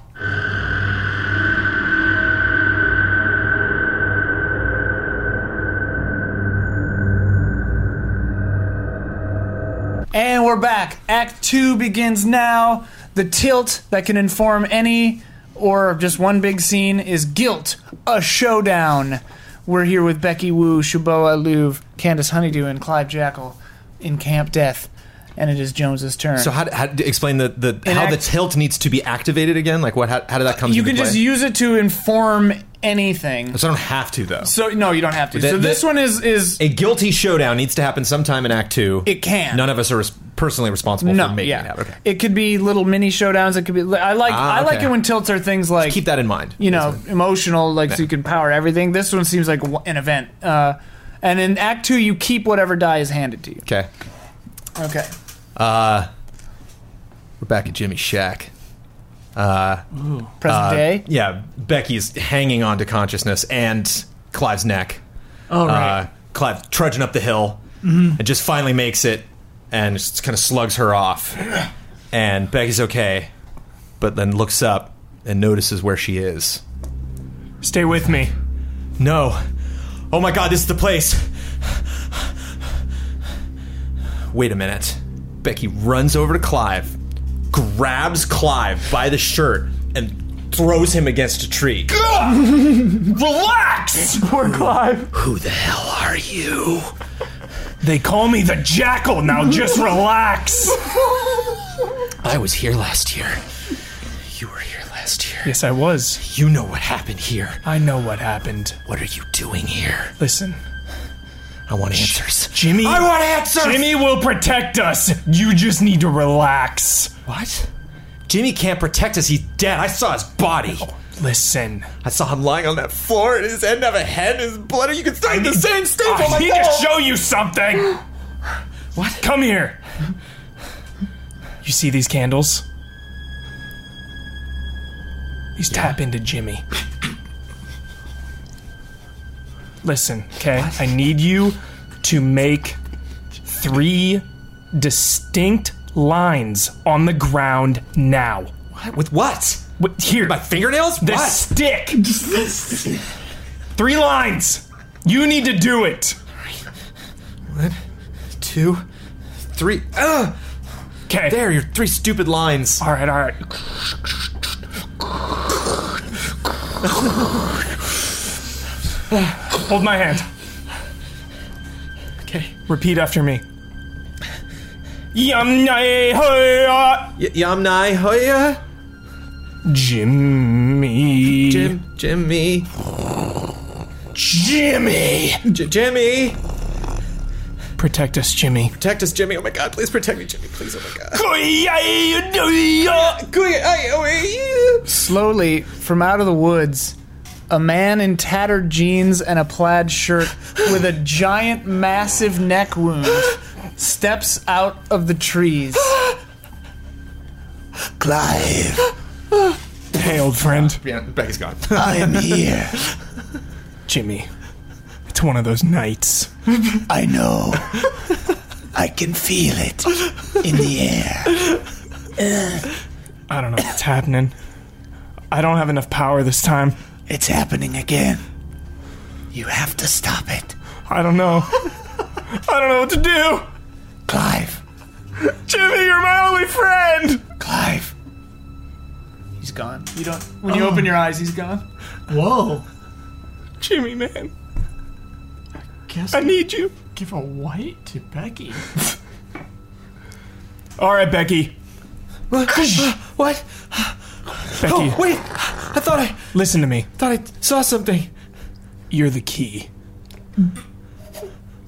A: And we're back. Act two begins now. The tilt that can inform any or just one big scene is guilt, a showdown. We're here with Becky Wu, Shuboa Louvre, Candace Honeydew, and Clive Jackal in Camp Death, and it is Jones's turn.
C: So how, d- how d- explain the, the
A: In
C: how the
A: act-
C: tilt needs to be activated again? Like what? How, how did that come?
A: you
C: into
A: can
C: play?
A: just use it to inform anything.
C: So I don't have to though.
A: So no, you don't have to.
C: That-
A: so this
C: that-
A: one is is
C: a guilty showdown needs to happen sometime in Act Two.
A: It can.
C: None of us are res- personally responsible
A: no,
C: for making
A: yeah.
C: it happen. Okay.
A: It could be little mini showdowns. It could be. I like
C: Ah,
A: I like
C: okay.
A: it when tilts are things like
C: Keep that in mind.
A: you know, emotional, like so you can power everything. This one seems like w- an event. Uh, and in Act Two, you keep whatever die is handed to you.
C: Okay.
A: Okay.
C: We're back at Jimmy's shack.
A: Present day.
C: Uh, Yeah, Becky's hanging on to consciousness and Clive's neck.
D: Oh, right.
C: Uh, Clive trudging up the hill and just finally makes it and just kind of slugs her off. And Becky's okay, but then looks up and notices where she is.
B: Stay with me.
C: No. Oh my god, this is the place. Wait a minute. Becky runs over to Clive, grabs Clive by the shirt, and throws him against a tree.
B: Relax! Poor Clive.
C: Who the hell are you?
B: They call me the Jackal. Now just relax.
C: I was here last year. You were here last year.
B: Yes, I was.
C: You know what happened here.
B: I know what happened.
C: What are you doing here?
B: Listen,
C: I want answers.
B: Jimmy.
C: I want answers!
B: Jimmy will protect us. You just need to relax.
C: What? Jimmy can't protect us. He's dead. I saw his body.
B: Listen.
C: I saw him lying on that floor, and his end of a head is blood. You can see the same stuff on
B: I
C: Oh my
B: need
C: wall.
B: to show you something. What? Come here. You see these candles? These tap into Jimmy. Listen, okay? I need you to make three distinct lines on the ground now.
C: With what?
B: Wait, Here.
C: My fingernails?
B: The
C: What?
B: stick. Three lines. You need to do it.
C: Two, three. Ugh!
B: Okay.
C: There, your three stupid lines.
B: All right. All right. Hold my hand. Okay. Repeat after me. Yum
C: Y- Yamnai Hoya?
B: Jimmy.
C: Jim, Jimmy,
B: Jimmy.
C: J- Jimmy,
B: Protect us, Jimmy.
C: protect us, Jimmy! Oh my God, please protect me, Jimmy! Please, oh my God!
A: Slowly, from out of the woods, a man in tattered jeans and a plaid shirt with a giant, massive neck wound steps out of the trees.
F: Clive,
B: Hey, old friend.
C: Yeah, Becky's gone.
F: I am here.
B: Jimmy. It's one of those nights.
F: I know. I can feel it in the air.
B: I don't know what's happening. I don't have enough power this time.
F: It's happening again. You have to stop it.
B: I don't know. I don't know what to do.
F: Clive,
B: Jimmy, you're my only friend.
F: Clive,
A: He's gone. You don't. When you open your eyes, he's gone.
D: Whoa.
B: Jimmy, man,
D: Guess
B: I need you.
D: give a white to Becky.
B: All right, Becky.
E: What?
B: Becky,
E: Oh, wait! I thought I
B: listen to me.
E: thought I saw something.
B: You're the key.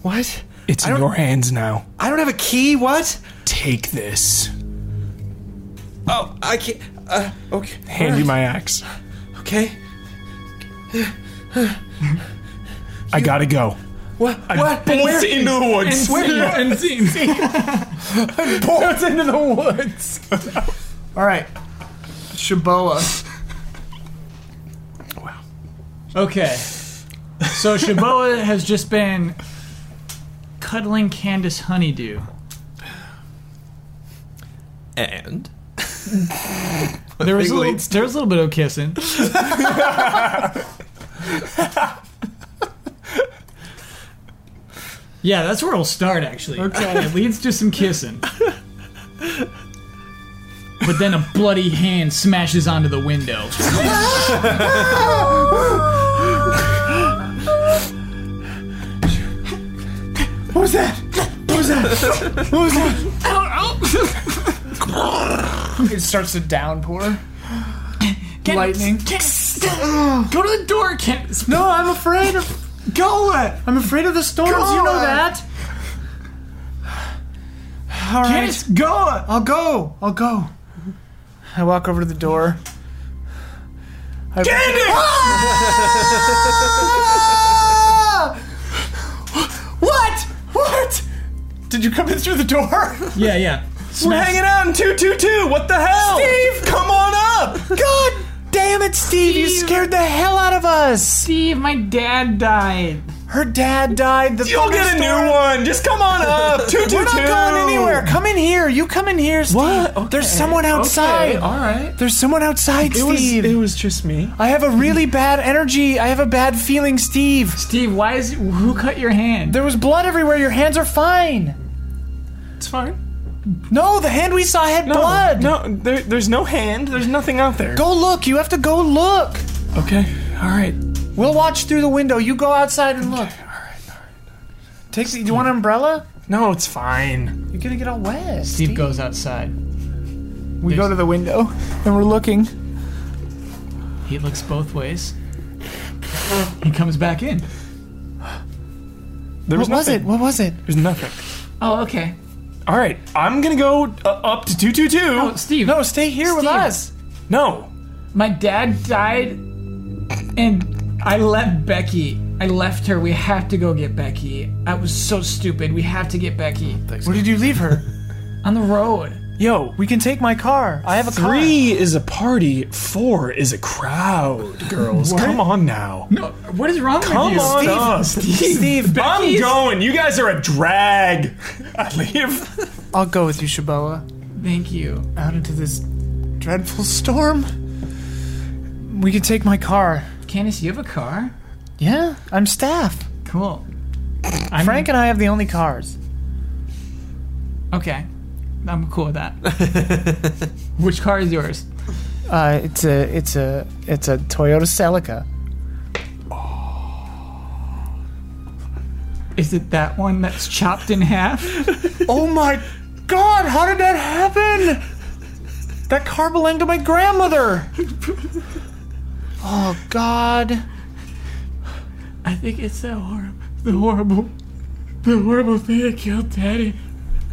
E: What?
B: It's in your hands now.
E: I don't have a key. What?
B: Take this.
E: Oh, I can't. Uh, okay.
B: Hand you my axe.
E: Okay.
B: I gotta go.
E: What? what?
B: bolted
E: Where?
B: into the woods.
A: Bolts into the woods. All right, Shaboa.
D: Okay. So Shaboa has just been cuddling Candace Honeydew.
C: And
D: There was, a
C: Big
D: little,
C: leads
D: there was a little bit of kissing. yeah, that's where we'll start, actually. Okay. It leads to some kissing. But then a bloody hand smashes onto the window.
E: What was that? What was that?
A: It starts to downpour.
D: Lightning. Go to the door, Candace.
A: No, I'm afraid of.
D: Go away.
A: I'm afraid of the storms. You know that. All right.
D: Candace, go.
A: I'll go. I'll go. I walk over to the door. I,
E: What? What?
A: Did you come in through the door?
D: Yeah, yeah.
E: We're hanging out in two two two. What the hell? Steve, come on up.
A: God damn it, Steve. You scared the hell out of us.
D: Steve, my dad died.
A: Her dad died. The
E: You'll get a new one. Just come on up. Two two two.
A: We're not going anywhere. Come in here. You come in here, Steve.
B: What? Okay.
A: There's someone outside.
B: right.
A: There's someone outside,
B: It was,
A: Steve.
B: it was just me.
A: I have a really bad energy. I have a bad feeling, Steve.
D: Steve, why is who cut your hand?
A: There was blood everywhere. Your hands are fine.
B: It's fine.
A: No, the hand we saw had
B: No,
A: blood.
B: No, there, there's no hand. There's nothing out there.
A: Go look. You have to go look.
B: Okay. All right.
A: We'll watch through the window. You go outside and look. Take the, do you want an umbrella?
B: No, it's fine.
A: You're gonna get all wet.
D: Steve goes outside.
A: We go to the window and we're looking.
D: He looks both ways. He comes back in.
A: What
B: There
A: was
B: nothing.
A: it? What was it?
B: There's nothing.
D: Oh, okay.
B: All right. I'm gonna go uh, up to two two two.
D: Oh, Steve.
A: No, stay here with
D: Steve.
A: us.
B: No.
D: My dad died, and I left Becky. I left her. We have to go get Becky. I was so stupid. We have to get Becky
A: Where did you leave her?
D: on the road.
B: Yo,
A: We can take my car. I have a car.
B: Three is a party, four is a crowd, girls. Come on now.
D: No, what is wrong
B: Come
D: with you?
B: on up.
A: Steve,
B: I'm going. You guys are a drag. I leave.
A: I'll go with you, Shaboa,
D: Thank you.
A: out into this dreadful storm. We can take my car.
D: Candice, you have a car?
A: Yeah, I'm staff.
D: Cool.
A: Frank and I have the only cars.
D: Okay. I'm cool with that. Which car is yours?
A: Uh, it's a, it's a, it's a Toyota Celica.
D: Is it that one that's chopped in half?
E: Oh my god, how did that happen? That car belonged to my grandmother.
A: Oh God.
D: I think it's that horrible, the horrible, the horrible thing that killed Daddy.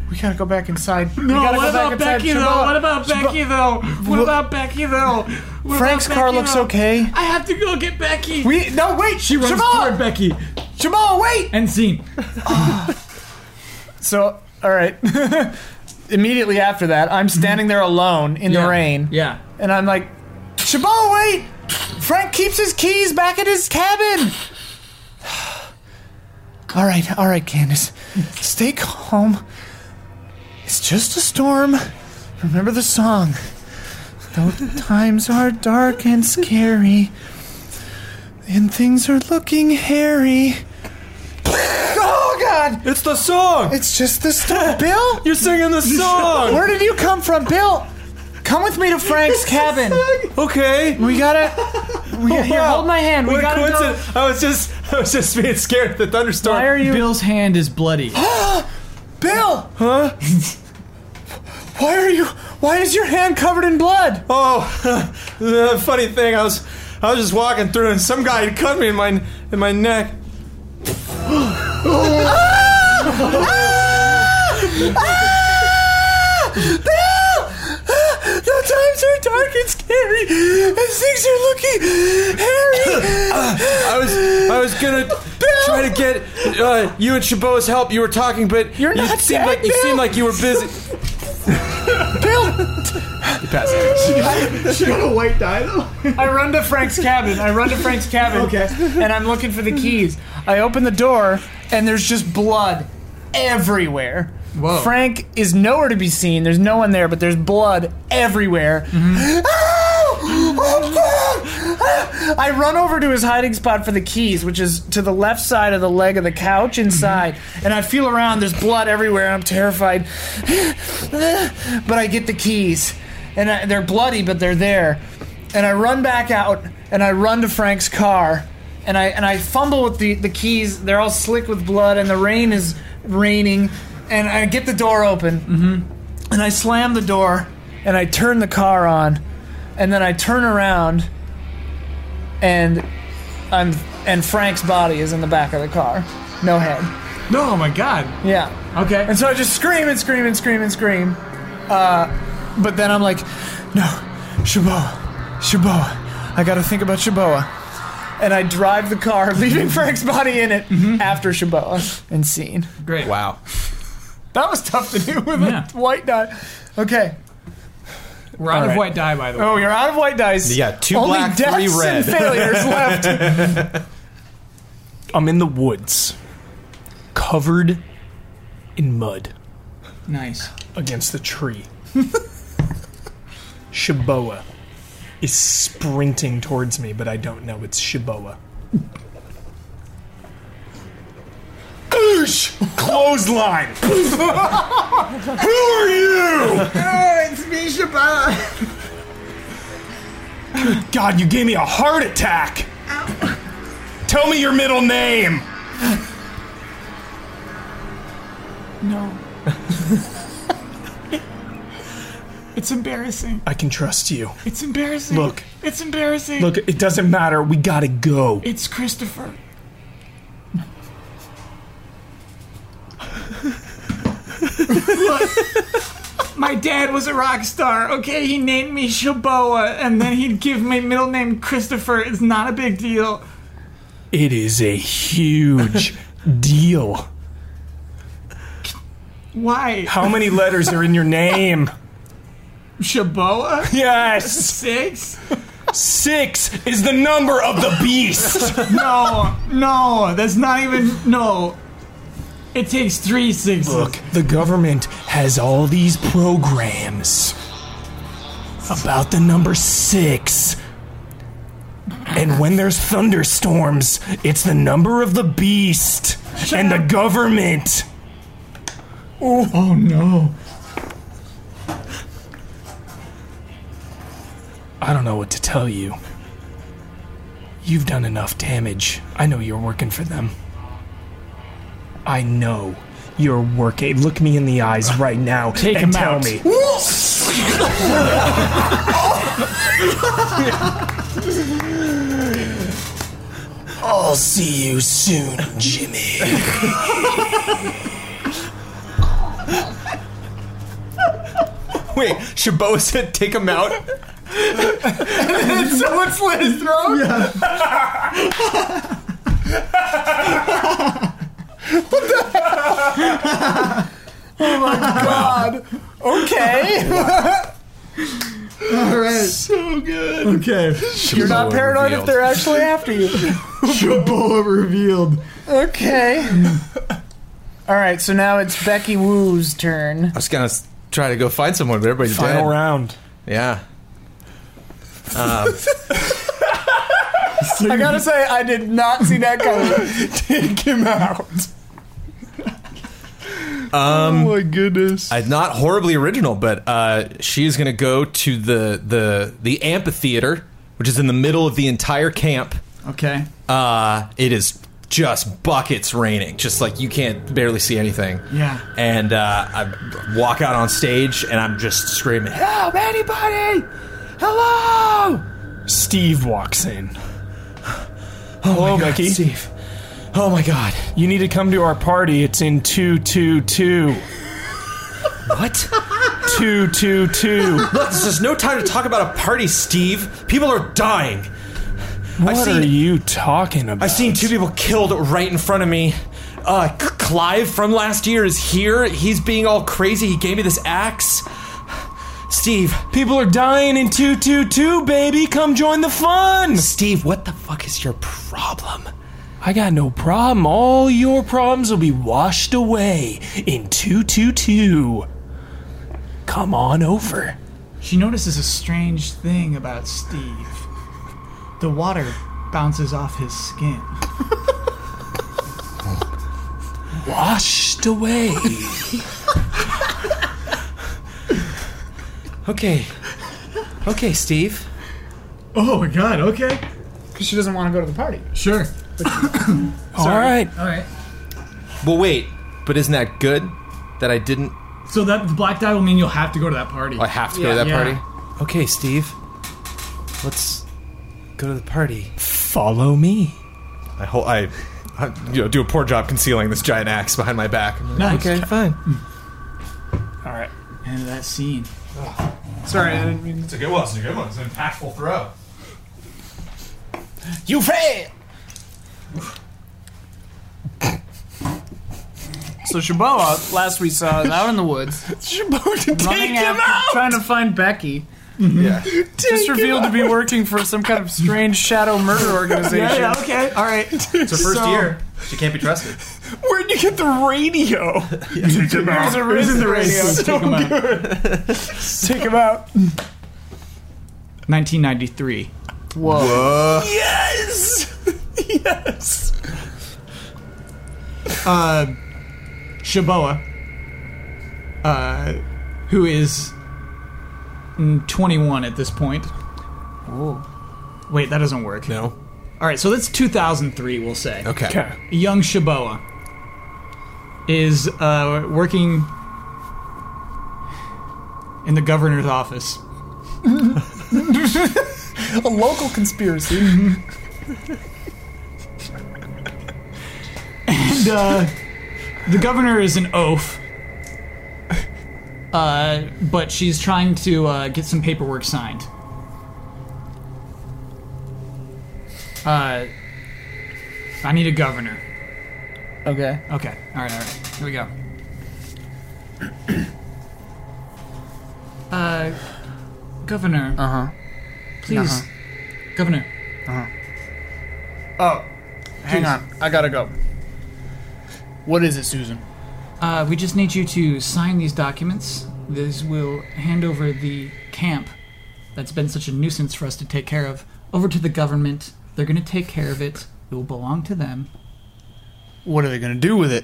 A: We gotta go back inside.
D: No, what about Becky though? What about Becky though? What about Becky though? What
A: Frank's
D: about
A: car
D: Becky,
A: looks
D: though?
A: okay.
D: I have to go get Becky.
A: We no wait.
D: she runs toward Becky.
A: Jamal, wait.
D: End scene.
A: So all right. Immediately after that, I'm standing there alone in
D: Yeah.
A: the rain,
D: Yeah.
A: and I'm like, Jamal, wait. Frank keeps his keys back at his cabin. All right, all right, Candace. Stay calm. It's just a storm. Remember the song. Though times are dark and scary, and things are looking hairy. Oh, God!
E: It's the song.
A: It's just the storm. Bill?
E: You're singing the song.
A: Where did you come from, Bill? Come with me to Frank's cabin.
E: Okay.
A: We gotta. We gotta here, hold my hand. We
E: What a
A: gotta go.
E: coincidence. I was just I was just being scared of the thunderstorm.
A: Why are you,
D: Bill's hand is bloody.
A: Bill? Huh? why are you? Why is your hand covered in blood?
E: Oh, the funny thing, I was, I was just walking through, and some guy had cut me in my, in my neck.
A: The times are dark and scary, and things are looking hairy.
E: Uh, I was, I was gonna try to get uh, you and Chabot's help. You were talking, but
A: You're
E: you
A: not
E: seemed
A: dead,
E: like you
A: Bill.
E: seemed like you were busy.
A: I run to Frank's cabin. I run to Frank's cabin. Okay. And I'm looking for the keys. I open the door, and there's just blood everywhere.
D: Whoa.
A: Frank is nowhere to be seen. There's no one there, but there's blood everywhere. Oh! Oh, God! Ah! I run over to his hiding spot for the keys, which is to the left side of the leg of the couch inside. And I feel around, there's blood everywhere, and I'm terrified. but I get the keys. And I, they're bloody, but they're there. And I run back out, and I run to Frank's car. And I, and I fumble with the, the keys. They're all slick with blood, and the rain is raining. And I get the door open, and I slam the door, and I turn the car on, and then I turn around, and I'm and Frank's body is in the back of the car, no head.
D: No, oh my god.
A: Yeah.
D: Okay.
A: And so I just scream and scream and scream and scream. Uh, but then I'm like, no, Shaboa, Shaboa. I gotta think about Shaboa. And I drive the car, leaving Frank's body in it
C: Mm-hmm.
A: after Shaboa and scene.
D: Great.
E: Wow.
A: That was tough to do with
D: Yeah.
A: a white die. Okay.
D: We're out of
A: Alright.
D: white dye, by the way.
A: Oh, you're out of white dice.
C: Yeah, two
A: Only
C: black,
A: deaths
C: three red.
A: and failures left.
B: I'm in the woods, covered in mud
D: Nice.
B: against a tree. Shiboa is sprinting towards me, but I don't know it's Shiboa. Goosh! Clothesline! Who are you?
F: Oh,
D: It's me, Shabbat.
B: God, you gave me a heart attack! Tell me your middle name!
D: No. it's embarrassing.
B: I can trust you.
D: It's embarrassing.
B: Look.
D: It's embarrassing.
B: Look, it doesn't matter. We gotta go.
D: It's Christopher. Look, my dad was a rock star, okay? He named me Shaboa, and then he'd give my middle name Christopher. It's not a big deal.
B: It is a huge deal.
D: Why?
B: How many letters are in your name?
D: Shaboa?
B: Yes!
D: Six?
B: Six is the number of the beast!
D: No, no, that's not even. No. It takes three sixes.
B: Look, the government has all these programs about the number six. And when there's thunderstorms, it's the number of the beast and the government.
D: Oh no.
B: I don't know what to tell you. You've done enough damage. I know you're working for them. I know you're working. Look me in the eyes right now
D: Take
B: and
D: him
B: tell
D: out.
B: me.
F: I'll see you soon, Jimmy.
E: Wait, Chabot said take him out?
B: Someone slit his throat.
A: Okay,
D: All right. So good. Okay.
A: you're not paranoid if
C: revealed.
A: they're actually after you.
D: Shaboa revealed.
A: Okay. All right, so now it's Becky Woo's turn.
C: I was gonna s- try to go find someone, but everybody's
B: Final
C: dead.
B: round.
C: Yeah.
A: I gotta say, I did not see that coming.
B: Take him out.
C: Um,
B: My goodness.
C: I- Uh, not horribly original, but uh, she is gonna go to the the the amphitheater, which is in the middle of the entire camp.
D: Okay.
C: Uh, it is just buckets raining, just like you can't barely see anything.
D: Yeah.
C: And uh, I walk out on stage, and I'm just screaming, "Help! Anybody! Hello!"
B: Steve walks in. Hello, Becky.
C: Steve. Oh my god.
B: You need to come to our party. It's in 222.
C: What?
B: 222.
C: Look, this is no time to talk about a party, Steve. People are dying. I've
B: What are
C: seen
B: you talking about?
C: I've seen two people killed right in front of me. Uh, C- Clive from last year is here. He's being all crazy. He gave me this axe. Steve,
B: People are dying in 222, baby. Come join the fun.
C: Steve, what the fuck is your problem?
B: I got no problem. All your problems will be washed away in 222. Come on over.
D: She notices a strange thing about Steve. The water bounces off his skin.
B: Washed away.
C: Okay. Okay, Steve.
D: Oh my god, okay.
A: Because she doesn't want to go to the party.
D: Sure.
B: All right.
D: Alright.
C: Well, wait, but isn't that good that I didn't?
D: So that the black die will mean you'll have to go to that party.
C: I have to go to that
D: Yeah.
C: party? Okay, Steve. Let's go to the party.
B: Follow me.
E: I hope I, I you know, do a poor job concealing this giant axe behind my back.
D: Nice.
C: Okay, fine.
B: All right.
D: End of that scene.
A: Sorry, I didn't mean.
E: It's a good one. It's a good one. It's an impactful throw.
A: You fail. So Shaboa, last we saw, is out in the woods, running after, trying to find Becky.
B: Mm-hmm.
E: Yeah.
A: Just revealed to be working for some kind of strange shadow murder organization.
B: okay. All right.
E: It's her first
A: So-
E: year. She can't be trusted.
B: Where'd you get the radio?
A: There's a reason the radio.
D: Take him out.
B: Take him out.
D: 1993.
A: Whoa.
B: Yes. yes.
D: uh, Shaboa, uh, who is mm, 21 at this point. Wait, that doesn't work.
C: No.
D: All right, so that's 2003, we'll say.
C: Okay.
B: Okay.
D: Young Shaboa is uh, working in the governor's office.
A: A local conspiracy.
D: And uh, the governor is an oaf. Uh, but she's trying to uh, get some paperwork signed. Uh, I need a governor.
A: Okay.
D: Okay. All right. All right. Here we go. uh, governor. Uh huh. Please, governor.
A: Oh, hang on. I gotta go. What is it, Susan?
D: Uh, we just need you to sign these documents. This will hand over the camp that's been such a nuisance for us to take care of over to the government. They're going to take care of it. It will belong to them.
A: What are they gonna do with it?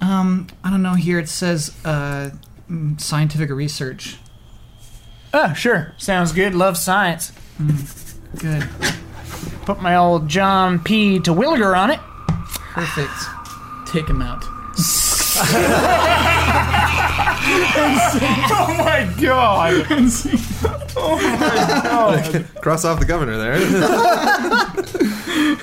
D: Um, I don't know. Here it says uh, mm, scientific research.
A: Ah, sure. Sounds good. Love science. Hmm,
D: Good.
A: Put my old John P. to Williger on it.
D: Perfect. take him out.
B: Oh my god!
C: Cross off the governor there.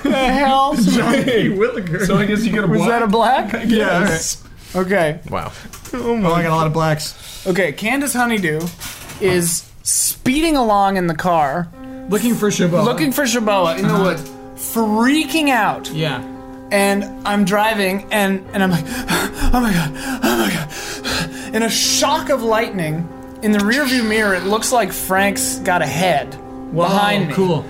A: hell?
B: So I guess you get a
A: Was that a black?
B: yes.
A: Okay.
C: wow.
G: Oh, I got a lot of blacks.
A: Okay, Candace Honeydew is speeding along in the car,
D: Looking for Shabbat.
A: looking for Shaboa in the woods, freaking out.
D: Yeah.
A: And I'm driving, and, and I'm like, oh my god, oh my god. In a shock of lightning, in the rearview mirror, it looks like Frank's got a head behind me.
D: Oh, Cool.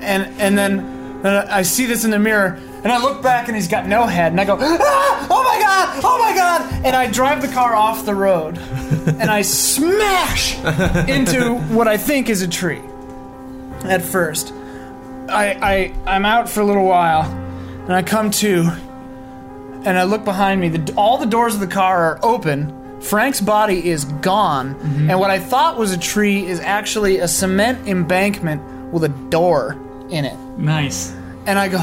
A: and and then and I see this in the mirror, and I look back and he's got no head, and I go, ah, oh my god, oh my god, and I drive the car off the road, and I smash into what I think is a tree. At first, I I I'm out for a little while, and I come to, and I look behind me. The, all the doors of the car are open. Frank's body is gone, and what I thought was a tree is actually a cement embankment with a door in it.
D: Nice.
A: And I go,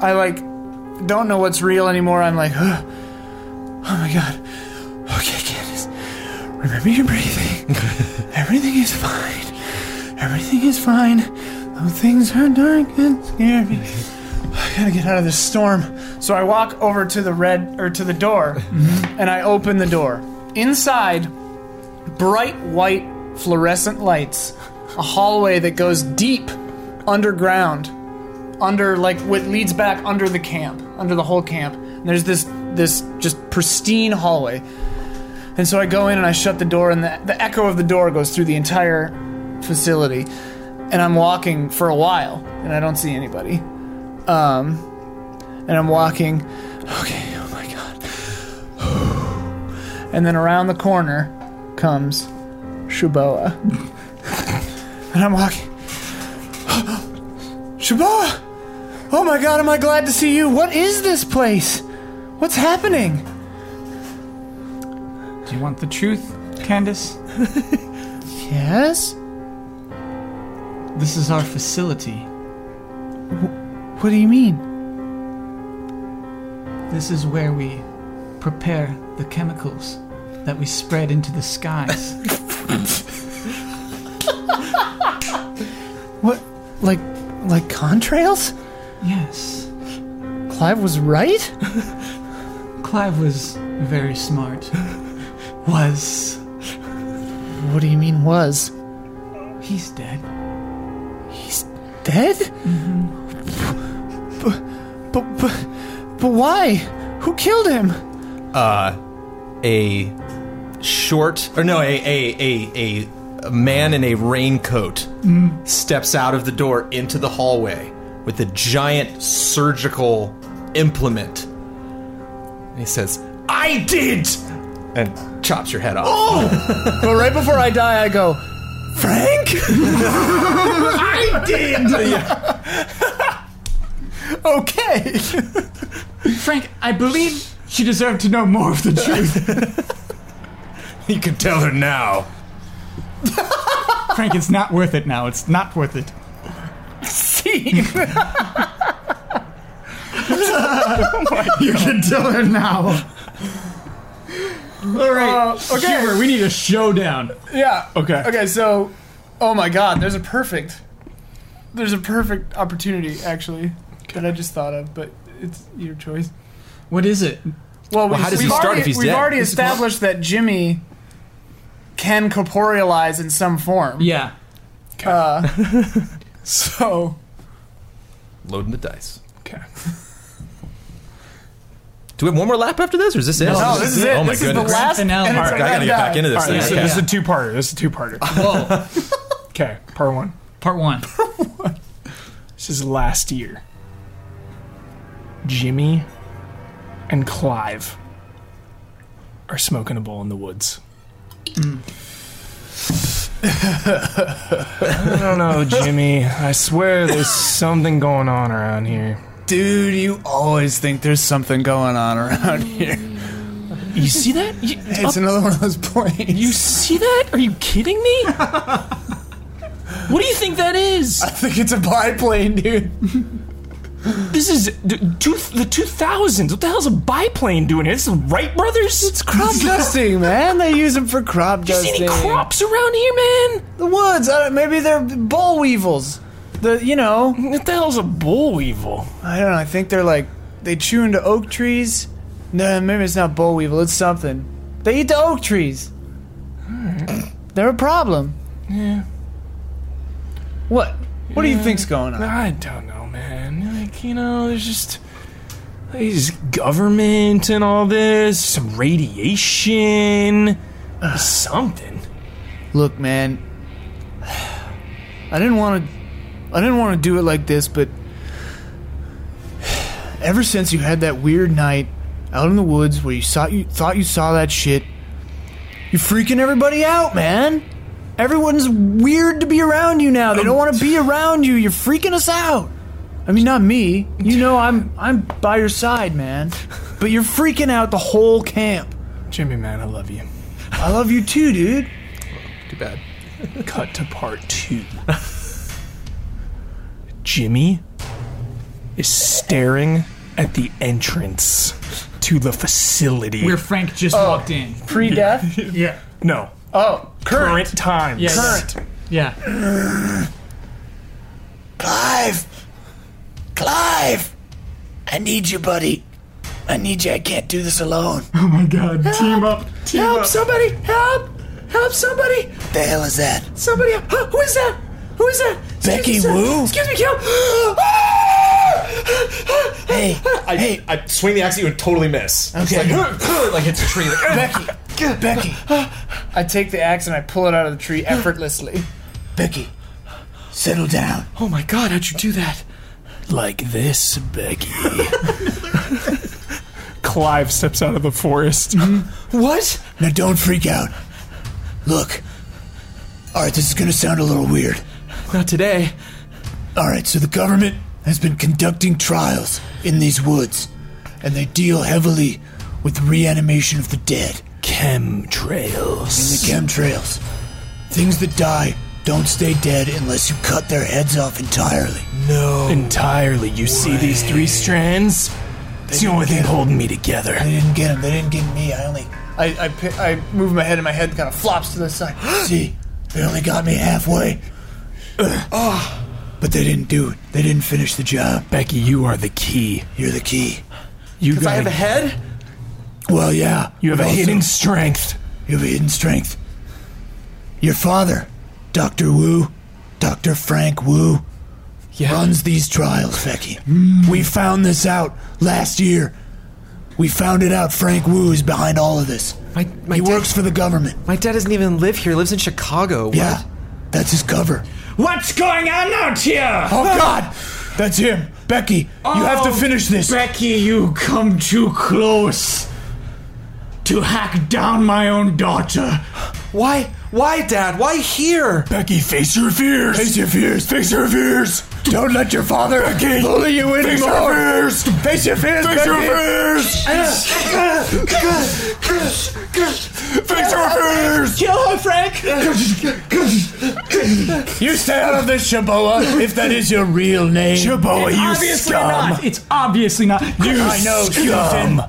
A: I like, don't know what's real anymore. I'm like, "Huh. oh my god. Okay, Candace, remember your breathing. Everything is fine. Everything is fine. Though things are dark and scary. I gotta get out of this storm. So I walk over to the red or to the door, and I open the door. Inside, bright white fluorescent lights, a hallway that goes deep underground, under like what leads back under the camp, under the whole camp. And there's this this just pristine hallway. And so I go in and I shut the door, and the, the echo of the door goes through the entire facility. And I'm walking for a while, and I don't see anybody. Um, and I'm walking. Okay, oh my god. And then around the corner comes Shuboa. and I'm walking. Shuboa! Oh my god, am I glad to see you? What is this place? What's happening?
G: Do you want the truth, Candace?
A: Yes?
G: This is our facility.
A: What do you mean?
G: This is where we prepare the chemicals that we spread into the skies.
A: What? Like, like contrails?
G: yes.
A: Clive was right?
G: Clive was very smart. Was.
A: What do you mean was?
G: He's dead.
A: Dead? Mm-hmm. But, but, but why? Who killed him?
E: a short or no a a a a, a man in a raincoat steps out of the door into the hallway with a giant surgical implement and he says i did and chops your head off
A: Oh! But right before I die, I go, Frank?
E: i did
A: Okay.
D: Frank, I believe she deserved to know more of the truth.
E: you can tell her now
D: Frank, it's not worth it now. It's not worth it.
G: You can tell her now.
D: All right.
A: Uh, okay.
D: Huber, we need a showdown.
A: Yeah.
B: Okay.
A: Okay, so, oh my god, there's a perfect, there's a perfect opportunity, actually, that I just thought of, but it's your choice.
D: What is it?
A: Well, we,
E: how does
A: we've
E: he start
A: already,
E: if he's
A: We've
E: dead?
A: already established that Jimmy can corporealize in some form. Uh,
D: Yeah.
A: So,
E: loading the dice
B: Okay.
E: do we have one more lap after this or is this it
A: no, this is it.
E: oh my
A: this
E: goodness
A: is the last.
D: Grand
A: And
D: finale.
A: it's
D: All
E: I
D: right,
A: a
E: gotta
A: red
E: get
A: die.
E: back into this
B: All right.
E: thing.
B: So
E: Yeah.
B: this is a two-parter. This is a two-parter.
D: Whoa.
B: Okay. Part one.
D: Part one.
B: This is last year. Jimmy and Clive are smoking a bowl in the woods. I don't know, Jimmy. I swear there's something going on around here.
F: Dude, you always think there's something going on around
A: Mm.
F: here.
B: You see that? You,
A: It's another one of those planes.
B: you see that? Are you kidding me? what do you think that is?
A: I think it's a biplane, dude.
B: This is d- two, the 2000s. What the hell's a biplane doing here? This is Wright Brothers? It's
A: Crop dusting, man. They use them for crop
B: You see
A: dusting.
B: any crops around here, man?
A: The woods. I don't, maybe they're boll weevils. The you know,
B: What the hell's a bull weevil?
A: I don't know. I think they're like they chew into oak trees. No, maybe it's not boll weevil. It's something. They eat the oak trees. They're a problem. Yeah. What? What do you think's going on?
B: I don't know, man. Like, you know, there's just. There's government and all this, some radiation, something.
A: Look, man. I didn't want to. I didn't want to do it like this, but ever since you had that weird night out in the woods where you saw you thought you saw that shit, you're freaking everybody out, man. Everyone's weird to be around you now. They don't want to be around you. You're freaking us out. I mean, not me. You know, I'm I'm by your side, man. But you're freaking out the whole camp.
B: Jimmy, man, I love you.
A: I love you too, dude.
C: Too bad.
B: Cut to part two. Jimmy is staring at the entrance to the facility.
D: Where Frank just walked in.
A: Pre-death.
D: Yeah.
B: no,
A: Oh,
B: current, times.
D: Yes.
A: current.
D: Yeah.
F: Clive! Clive! I need you, buddy. I need you. I can't do this alone.
D: Oh my god. Team up. Team
F: Help somebody! Help! Help somebody! The hell is that? Somebody! Huh, who is that? Who is that? Becky Woo? Excuse me, Cal. hey,
E: I, I swing the axe at you and totally miss. Okay. like, like hits a tree. Like,
A: Becky, Becky. I take the axe and I pull it out of the tree effortlessly.
F: Becky, settle down.
B: Oh my god, how'd you do that? Like this, Becky. Clive steps out of the forest.
F: What? Now don't freak out. Look. All right, this is gonna sound a little weird.
E: not today.
F: All right, so the government has been conducting trials in these woods, and they deal heavily with reanimation of the dead.
B: Chemtrails.
F: the chemtrails. Things that die don't stay dead unless you cut their heads off entirely.
B: Entirely. You see these three strands? It's the only thing holding me together.
F: They didn't get them. They didn't get me. I only
A: I, I, pi- I move my head and my head kind of flops to the side.
F: see. They only got me halfway. But they didn't do it. They didn't finish the job.
B: Becky, you are the key.
F: You're the key.
B: You got
E: I have a head?
F: Well, yeah.
B: you have a
F: also-
B: hidden strength.
F: You have a hidden strength. Your father, Doctor Wu, Doctor Frank Wu, runs these trials, Becky.
B: Mm.
F: We found this out last year. We found it out. Frank Wu is behind all of this.
E: My, my,
F: He
E: dad,
F: works for the government.
E: my dad doesn't even live here. He lives in Chicago.
F: Yeah, that's his cover.
D: What's going on out here?
F: Oh God, that's him, Becky. you have to
D: Oh,
F: finish this.
D: Becky, you come too close to hack down my own daughter.
E: Why? Why, Dad? Why here?
F: Becky, face your fears. Face your fears. Face your fears. Don't let your father bully you anymore. Face your fears. Face your fears. Face your fears. Face your fears.
D: Kill her, Frank!
F: You stay out of this, Shaboa, if that is your real name. Shaboa, you
D: obviously not. It's obviously not. You
F: I know, scum.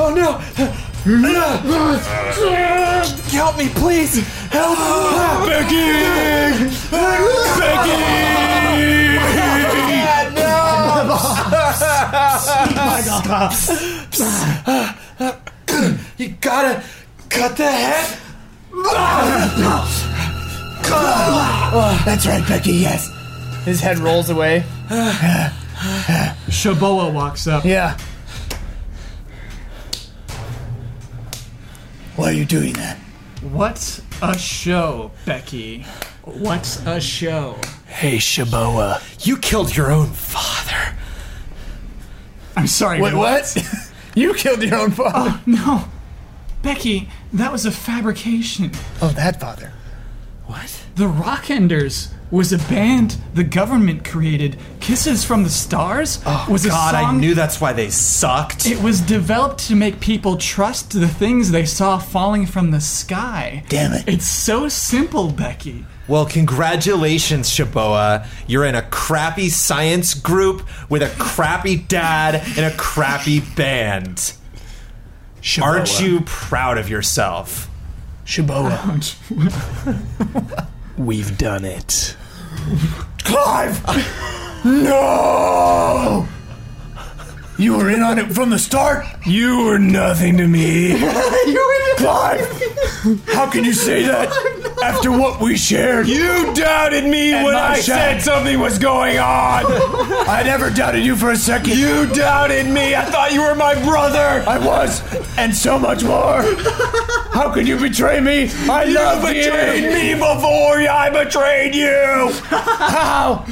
E: Oh no! Help me, please! Help!
F: Becky! Becky!
E: You gotta cut the head.
F: That's right, Becky. Yes.
A: His head rolls away.
D: Shaboa walks up.
A: Yeah.
F: Why are you doing that?
D: What's a show, Becky? What's a show?
B: Hey, Shaboa.
E: You killed your own father.
D: I'm sorry. Wait,
A: What? you killed your own father.
D: No. Becky, that was a fabrication.
A: Oh, that father.
E: What?
D: The Rockenders was a band the government created. Kisses from the Stars
H: Oh,
D: was a
C: God, I
D: song
C: knew that's why they sucked.
D: It was developed to make people trust the things they saw falling from the sky.
F: Damn it.
D: It's so simple, Becky.
C: Well, congratulations, Shaboa. You're in a crappy science group with a crappy dad and a crappy band. Aren't you proud of yourself?
B: Shaboa. We've done it.
F: Clive! no! You were in on it from the start?
B: You were nothing to me.
F: Clive! How can you say that after what we shared?
B: You doubted me when
F: my
B: I said
F: shack.
B: something was going on.
F: I never doubted you for a second.
B: You doubted me. I thought you were my brother.
F: I was, and so much more. How could you betray me? I
B: You
F: love
B: betrayed
F: you.
B: me before I betrayed you.
F: How?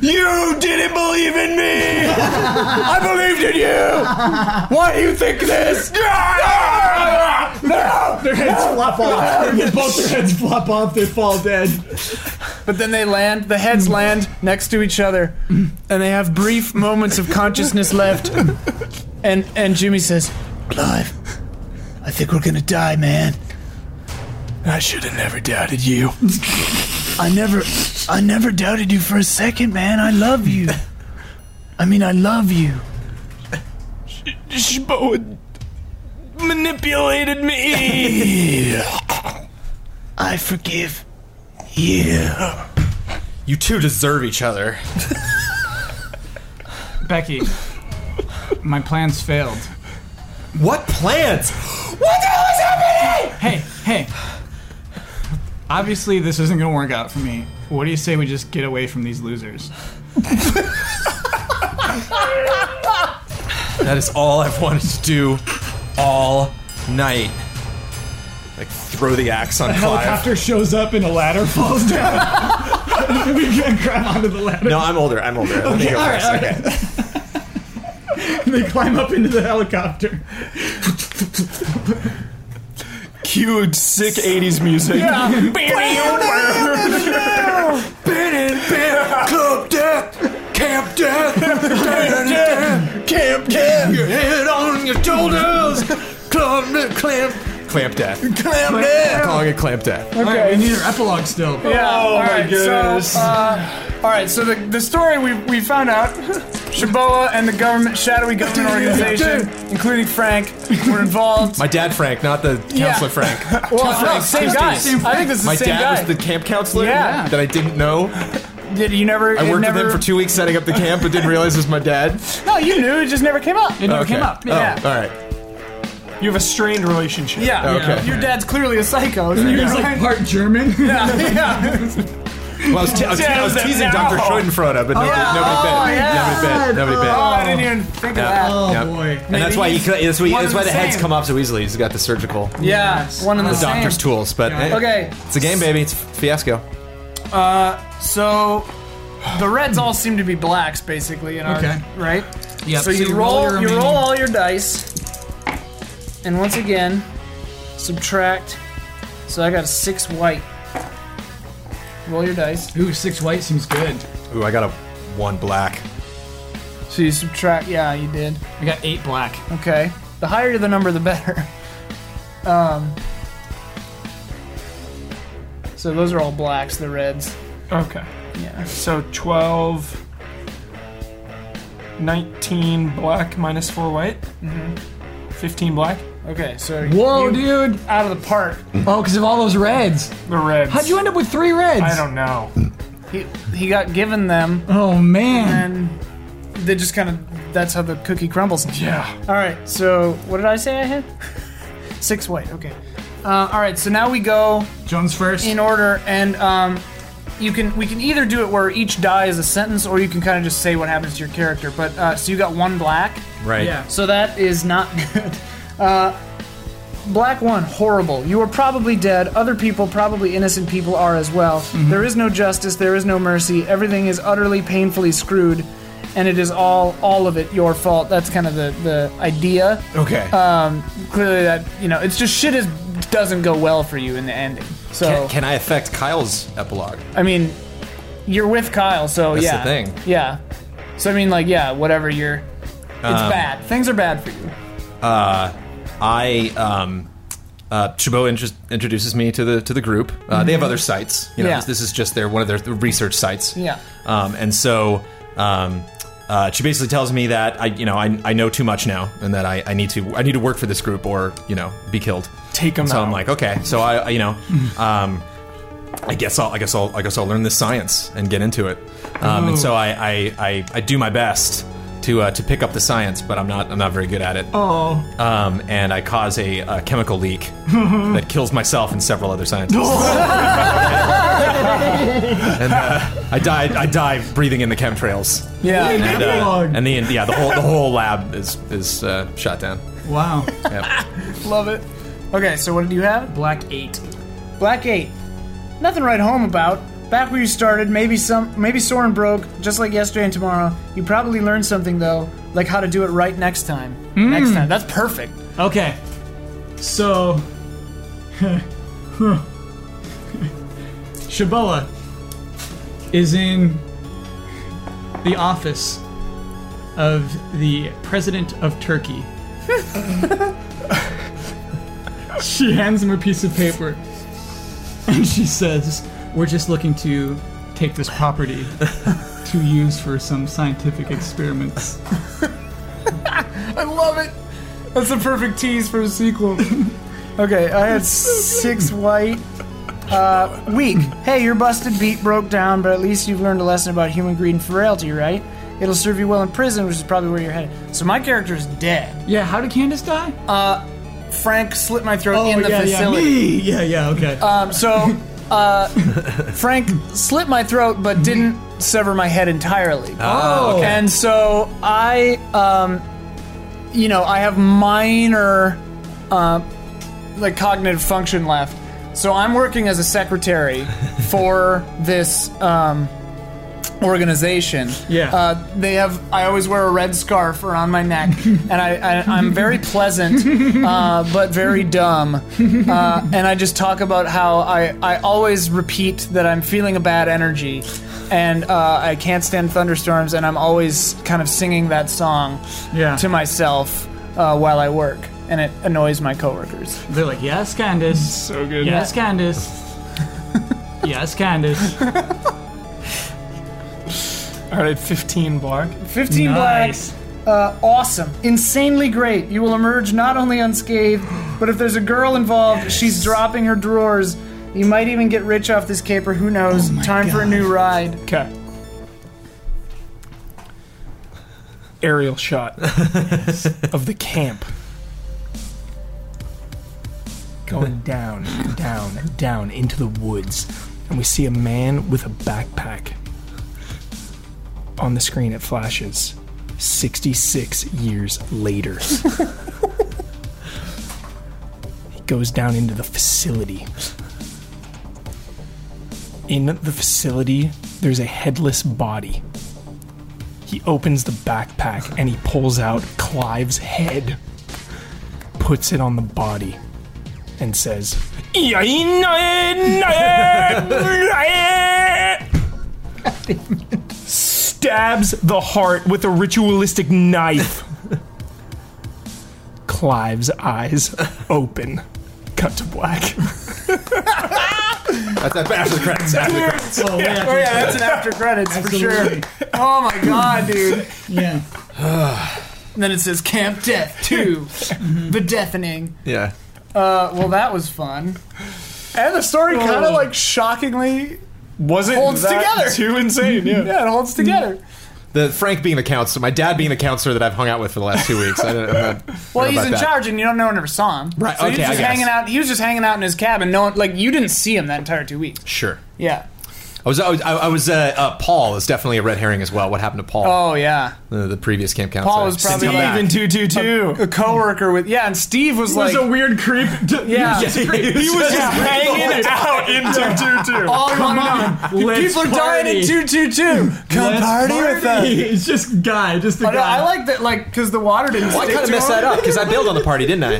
B: You didn't believe in me.
F: I believed in you. Why do you think this? No,
H: Their heads flop off. Both their heads flop off. They fall dead.
A: But then they land, the heads land next to each other, and they have brief moments of consciousness left. And and Jimmy says,
F: Clive, I think we're gonna die, man.
B: I should have never doubted you.
F: I never, I never doubted you for a second, man. I love you. I mean, I love you.
B: Shbo manipulated me.
F: I forgive you.
C: You two deserve each other.
D: Becky, my plans failed.
C: What plans?
D: Hey, hey. Obviously, this isn't going to work out for me. What do you say we just get away from these losers?
C: That is all I've wanted to do all night. Like throw the axe on Clive.
H: Helicopter shows up and a ladder falls down. we can't grab onto the ladder.
C: No, I'm older. I'm older. Let me go
H: all right,
C: first.
H: all right.
C: Okay.
H: They climb up into the helicopter.
B: Cute sick 80s music.
F: Club death, camp death, camp death. Your head on your shoulders. Club death, clamp,
C: Clamp death.
F: clamp death.
C: Calling it clamp death.
H: All right, we need our epilogue still.
A: "Yeah, oh all right, so uh, all right, so the, the story we we found out, Shaboa and the government shadowy government organization, including Frank, were involved.
C: My dad Frank, not the counselor Frank.
A: well, no, same guy. I think this is
C: My
A: the same
C: dad
A: guy.
C: was the camp counselor
A: Yeah.
C: that I didn't know.
A: Did you never?
C: I
A: it
C: worked
A: never,
C: with him for two weeks setting up the camp, but didn't realize it was my dad.
A: No, you knew. It just never came up.
D: It never came up.
C: Oh,
A: Yeah.
C: all right.
I: You have a strained relationship.
A: yeah.
C: Okay.
A: Your dad's clearly a psycho. He
H: He's like part German.
A: yeah.
C: Well, I was, te- I was, te- I was
A: Jazz
C: teasing
A: it
C: Dr.
A: out.
C: Schrodenfroda, but nobody,
A: yeah.
C: nobody
A: Oh,
C: bit.
A: yeah.
C: Nobody bit. Nobody bit.
A: Oh, I didn't even think of that.
H: Oh
C: Yep.
H: boy.
C: and that's why he,
A: he's
C: cou- that's why,
A: one
C: that's
A: and
C: why
A: the
C: the heads
A: same.
C: come off so easily. He's got the surgical,
A: Yeah, one and the,
C: the
A: same.
C: doctor's tools. But hey,
A: Okay,
C: it's a game, baby. It's a fiasco.
A: so the reds all seem to be blacks, basically. In our,
D: Okay.
A: Right.
D: Yep.
A: So, you, roll, you roll all your dice, and once again, subtract. So I got a six white. Roll your dice.
H: Ooh, six white seems good.
C: Ooh, I got a one black.
A: So you subtract. Yeah, you did.
D: I got eight black.
A: Okay. The higher the number, the better. Um. So those are all blacks. The reds.
I: Okay.
A: Yeah.
I: So 12, 19 black minus 4 white. 15 black.
A: Mm-hmm. Okay. So
H: Whoa,
A: you-
H: dude.
A: out of the park.
H: Oh, because of all those reds.
I: The reds.
H: How'd you end up with three reds?
I: I don't know.
A: He, he got given them,
H: Oh man.
A: and they just kind of that's how the cookie crumbles.
I: Yeah.
A: All right, so what did I say I had? Six white. Okay. Uh, all right, so now we go
H: Jones first.
A: in order, and um, you can we can either do it where each die is a sentence, or you can kind of just say what happens to your character. But uh, so you got one black.
C: Right.
H: Yeah.
A: So that is not good. Uh, black one, horrible. You are probably dead. Other people, probably innocent people, are as well.
C: Mm-hmm.
A: There is no justice. There is no mercy. Everything is utterly painfully screwed, and it is all all of it your fault. That's kind of the the idea.
C: Okay.
A: Um, clearly, that you know, it's just shit is doesn't go well for you in the ending. So
C: can, can I affect Kyle's epilogue?
A: I mean, you're with Kyle, so
C: That's the
A: yeah.
C: thing.
A: Yeah. So I mean, like, yeah, whatever. You're. It's
C: Um,
A: bad. Things are bad for you.
C: Uh, I um, uh, Chabot intro- introduces me to the to the group. Uh, They have other sites. You
A: Mm-hmm.
C: know,
A: Yeah.
C: this, this is just their one of their research sites.
A: Yeah.
C: Um, and so um, uh, she basically tells me that I you know I, I know too much now, and that I, I need to I need to work for this group or you know be killed.
B: Take 'em
C: So
B: out.
C: I'm like, okay. So I I- you know. Um, I guess I'll, I guess I'll, I guess I'll learn this science and get into it. Um, and so I, I, I, I do my best to, uh, to pick up the science, but I'm not, I'm not very good at it.
G: Oh.
C: Um, and I cause a, uh chemical leak that kills myself and several other scientists. and uh, I die, I die breathing in the chemtrails.
A: Yeah.
C: And, uh, and the yeah, the whole the whole lab is is uh, shut down.
G: Wow.
A: Love it. Okay, so what did you have?
D: Black eight.
A: Black eight. Nothing right home about. Back where you started, maybe some, maybe Soren broke, just like yesterday and tomorrow. You probably learned something though, like how to do it right next time. Next time, that's perfect.
D: Okay. So. Shaboa is in the office of the president of Turkey. she hands him a piece of paper and she says, We're just looking to take this property to use for some scientific experiments.
A: I love it. That's the perfect tease for a sequel. okay, I had six white. Uh, weak. Hey, your busted beat broke down, but at least you've learned a lesson about human greed and frailty, right? It'll serve you well in prison, which is probably where you're headed. So my character is dead.
D: Yeah, how did Candace die?
A: Frank slit my throat in the
D: Oh, yeah,
A: facility.
D: Yeah, me. yeah, yeah, okay.
A: Um, so, uh, Frank slit my throat, but didn't sever my head entirely.
D: Ah.
C: Oh, okay.
A: And so I, um, you know, I have minor, uh, like cognitive function left. So I'm working as a secretary for this um, organization.
D: Yeah.
A: Uh, they have. I always wear a red scarf around my neck, and I, I I'm very pleasant, uh, but very dumb. Uh, and I just talk about how I I always repeat that I'm feeling a bad energy. And uh, I can't stand thunderstorms, and I'm always kind of singing that song
D: yeah.
A: to myself uh, while I work, and it annoys my coworkers.
D: They're like, yes, Candace.
B: So good.
D: Yes, Candace. yes, Candace.
B: All right, 15 block.
A: 15 blacks. Uh, awesome. Insanely great. You will emerge not only unscathed, but if there's a girl involved, she's dropping her drawers. You might even get rich off this caper. Who
C: Oh
A: knows? Time for a new ride.
B: Okay. Aerial shot of the camp. Going down, down, down into the woods. And we see a man with a backpack. On the screen, it flashes 66 years later. he goes down into the facility. In the facility, there's a headless body. He opens the backpack and he pulls out Clive's head, puts it on the body, and says, Stabs the heart with a ritualistic knife. Clive's eyes open. Cut to black.
C: That's that's after the credits. After the credits.
D: Oh, yeah.
A: Oh, yeah, that's an after credits for sure.
D: Absolutely.
A: Oh, my God, dude.
D: Yeah.
A: And then it says Camp Death 2 The Deafening.
C: Yeah.
A: Uh, well, that was fun. And the story kind of like shockingly,
B: Wasn't
A: Holds
B: that
A: together.
B: too insane?
A: yeah, it holds together.
C: The Frank being the counselor, my dad being the counselor that I've hung out with for the last two weeks. I don't, I'm not,
A: Well,
C: don't know
A: he's
C: about
A: in
C: that.
A: charge, and you don't know one ever saw him.
C: Right,
A: So he
C: okay,
A: was
C: I
A: just
C: guess.
A: hanging out. He was just hanging out in his cabin. No one, like, you didn't see him that entire two weeks.
C: Sure.
A: Yeah.
C: I was, I was, I was uh, uh, Paul is definitely a red herring as well. What happened to Paul?
A: Oh yeah.
C: the, the previous camp counselor.
A: Paul was probably
C: Since
A: like
C: I'm back.
B: two two two.
A: a coworker with yeah, and Steve was like
D: weird creep.
A: yeah.
B: He was just hanging out in two two two.
A: All come on, people are dying in two two two. Come party, with us.
D: It's just guy, just the
A: I, know, Oh, I like that, like, because the water didn't.
C: Well, I
A: stick
C: kind of
A: to
C: messed
A: him.
C: that up because I bailed on the party, didn't I?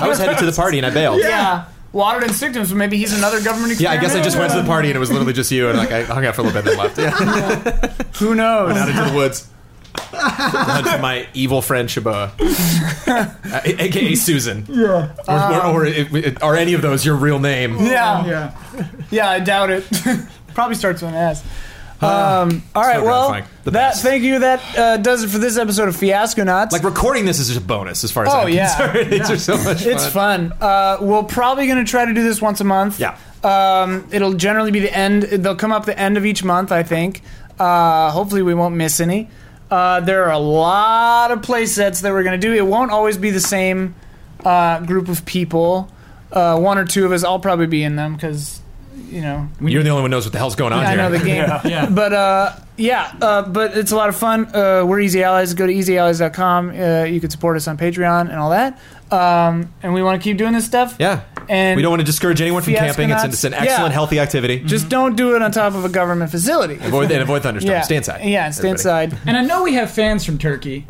C: I was headed to the party and I bailed.
A: Yeah. Watered and sticked him, so maybe he's another government.
C: Yeah, I guess I just went to the party and it was literally just you, and like I hung out for a little bit, then left. Yeah,
A: Who knows?
C: out into the woods. Hunt for my evil friend Shaba, uh, aka Susan. Yeah. Or, or, or, it- are any of those your real name?
A: Um, Yeah, yeah,
J: Yeah.
A: I doubt it. Probably starts with an S. Um, all right,
C: Uh, so
A: well,
C: gratifying. The
A: that
C: best.
A: thank you. That uh, does it for this episode of Fiasco Nuts.
C: Like recording this is just a bonus, as far as
A: Oh,
C: I'm
A: yeah.
C: concerned. These are so much fun.
A: It's fun. Uh, we're probably going to try to do this once a month.
C: Yeah.
A: Um, it'll generally be the end. They'll come up the end of each month, I think. Uh, hopefully, we won't miss any. Uh, there are a lot of play sets that we're going to do. It won't always be the same uh, group of people. Uh, one or two of us, I'll probably be in them because, you know,
C: You're the only one who knows what the hell's going on
A: I
C: here.
A: know the game.
D: Yeah.
A: But uh, yeah, uh, but it's a lot of fun. Uh, we're Easy Allies. Go to easyallies.com. Uh, you can support us on Patreon and all that. Um, and we want to keep doing this stuff.
C: yeah.
A: And
C: we don't want to discourage anyone from
A: Fiasco
C: camping. It's, it's an
A: nuts.
C: excellent,
A: Yeah. Mm-hmm.
C: healthy activity.
A: just don't do it on top of a government facility.
C: avoid and avoid thunderstorms.
A: yeah.
C: Stay inside.
A: Yeah, stay
C: everybody.
A: inside.
D: And I know we have fans from Turkey.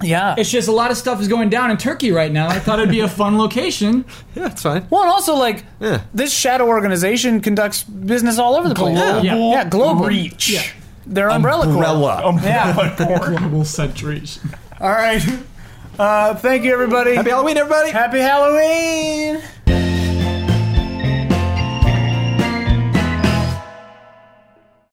A: Yeah.
D: It's just a lot of stuff is going down in Turkey right now. I thought it'd be a fun location.
C: Yeah, it's fine.
A: Well, and also like
C: Yeah.
A: this shadow organization conducts business all over the place.
D: Global
A: yeah, yeah global
B: reach.
A: Yeah. Their umbrella. corp.
C: Umbrella.
A: Yeah.
D: Global centuries.
A: all right. Uh, thank you, everybody.
C: Happy Halloween, everybody.
A: Happy Halloween.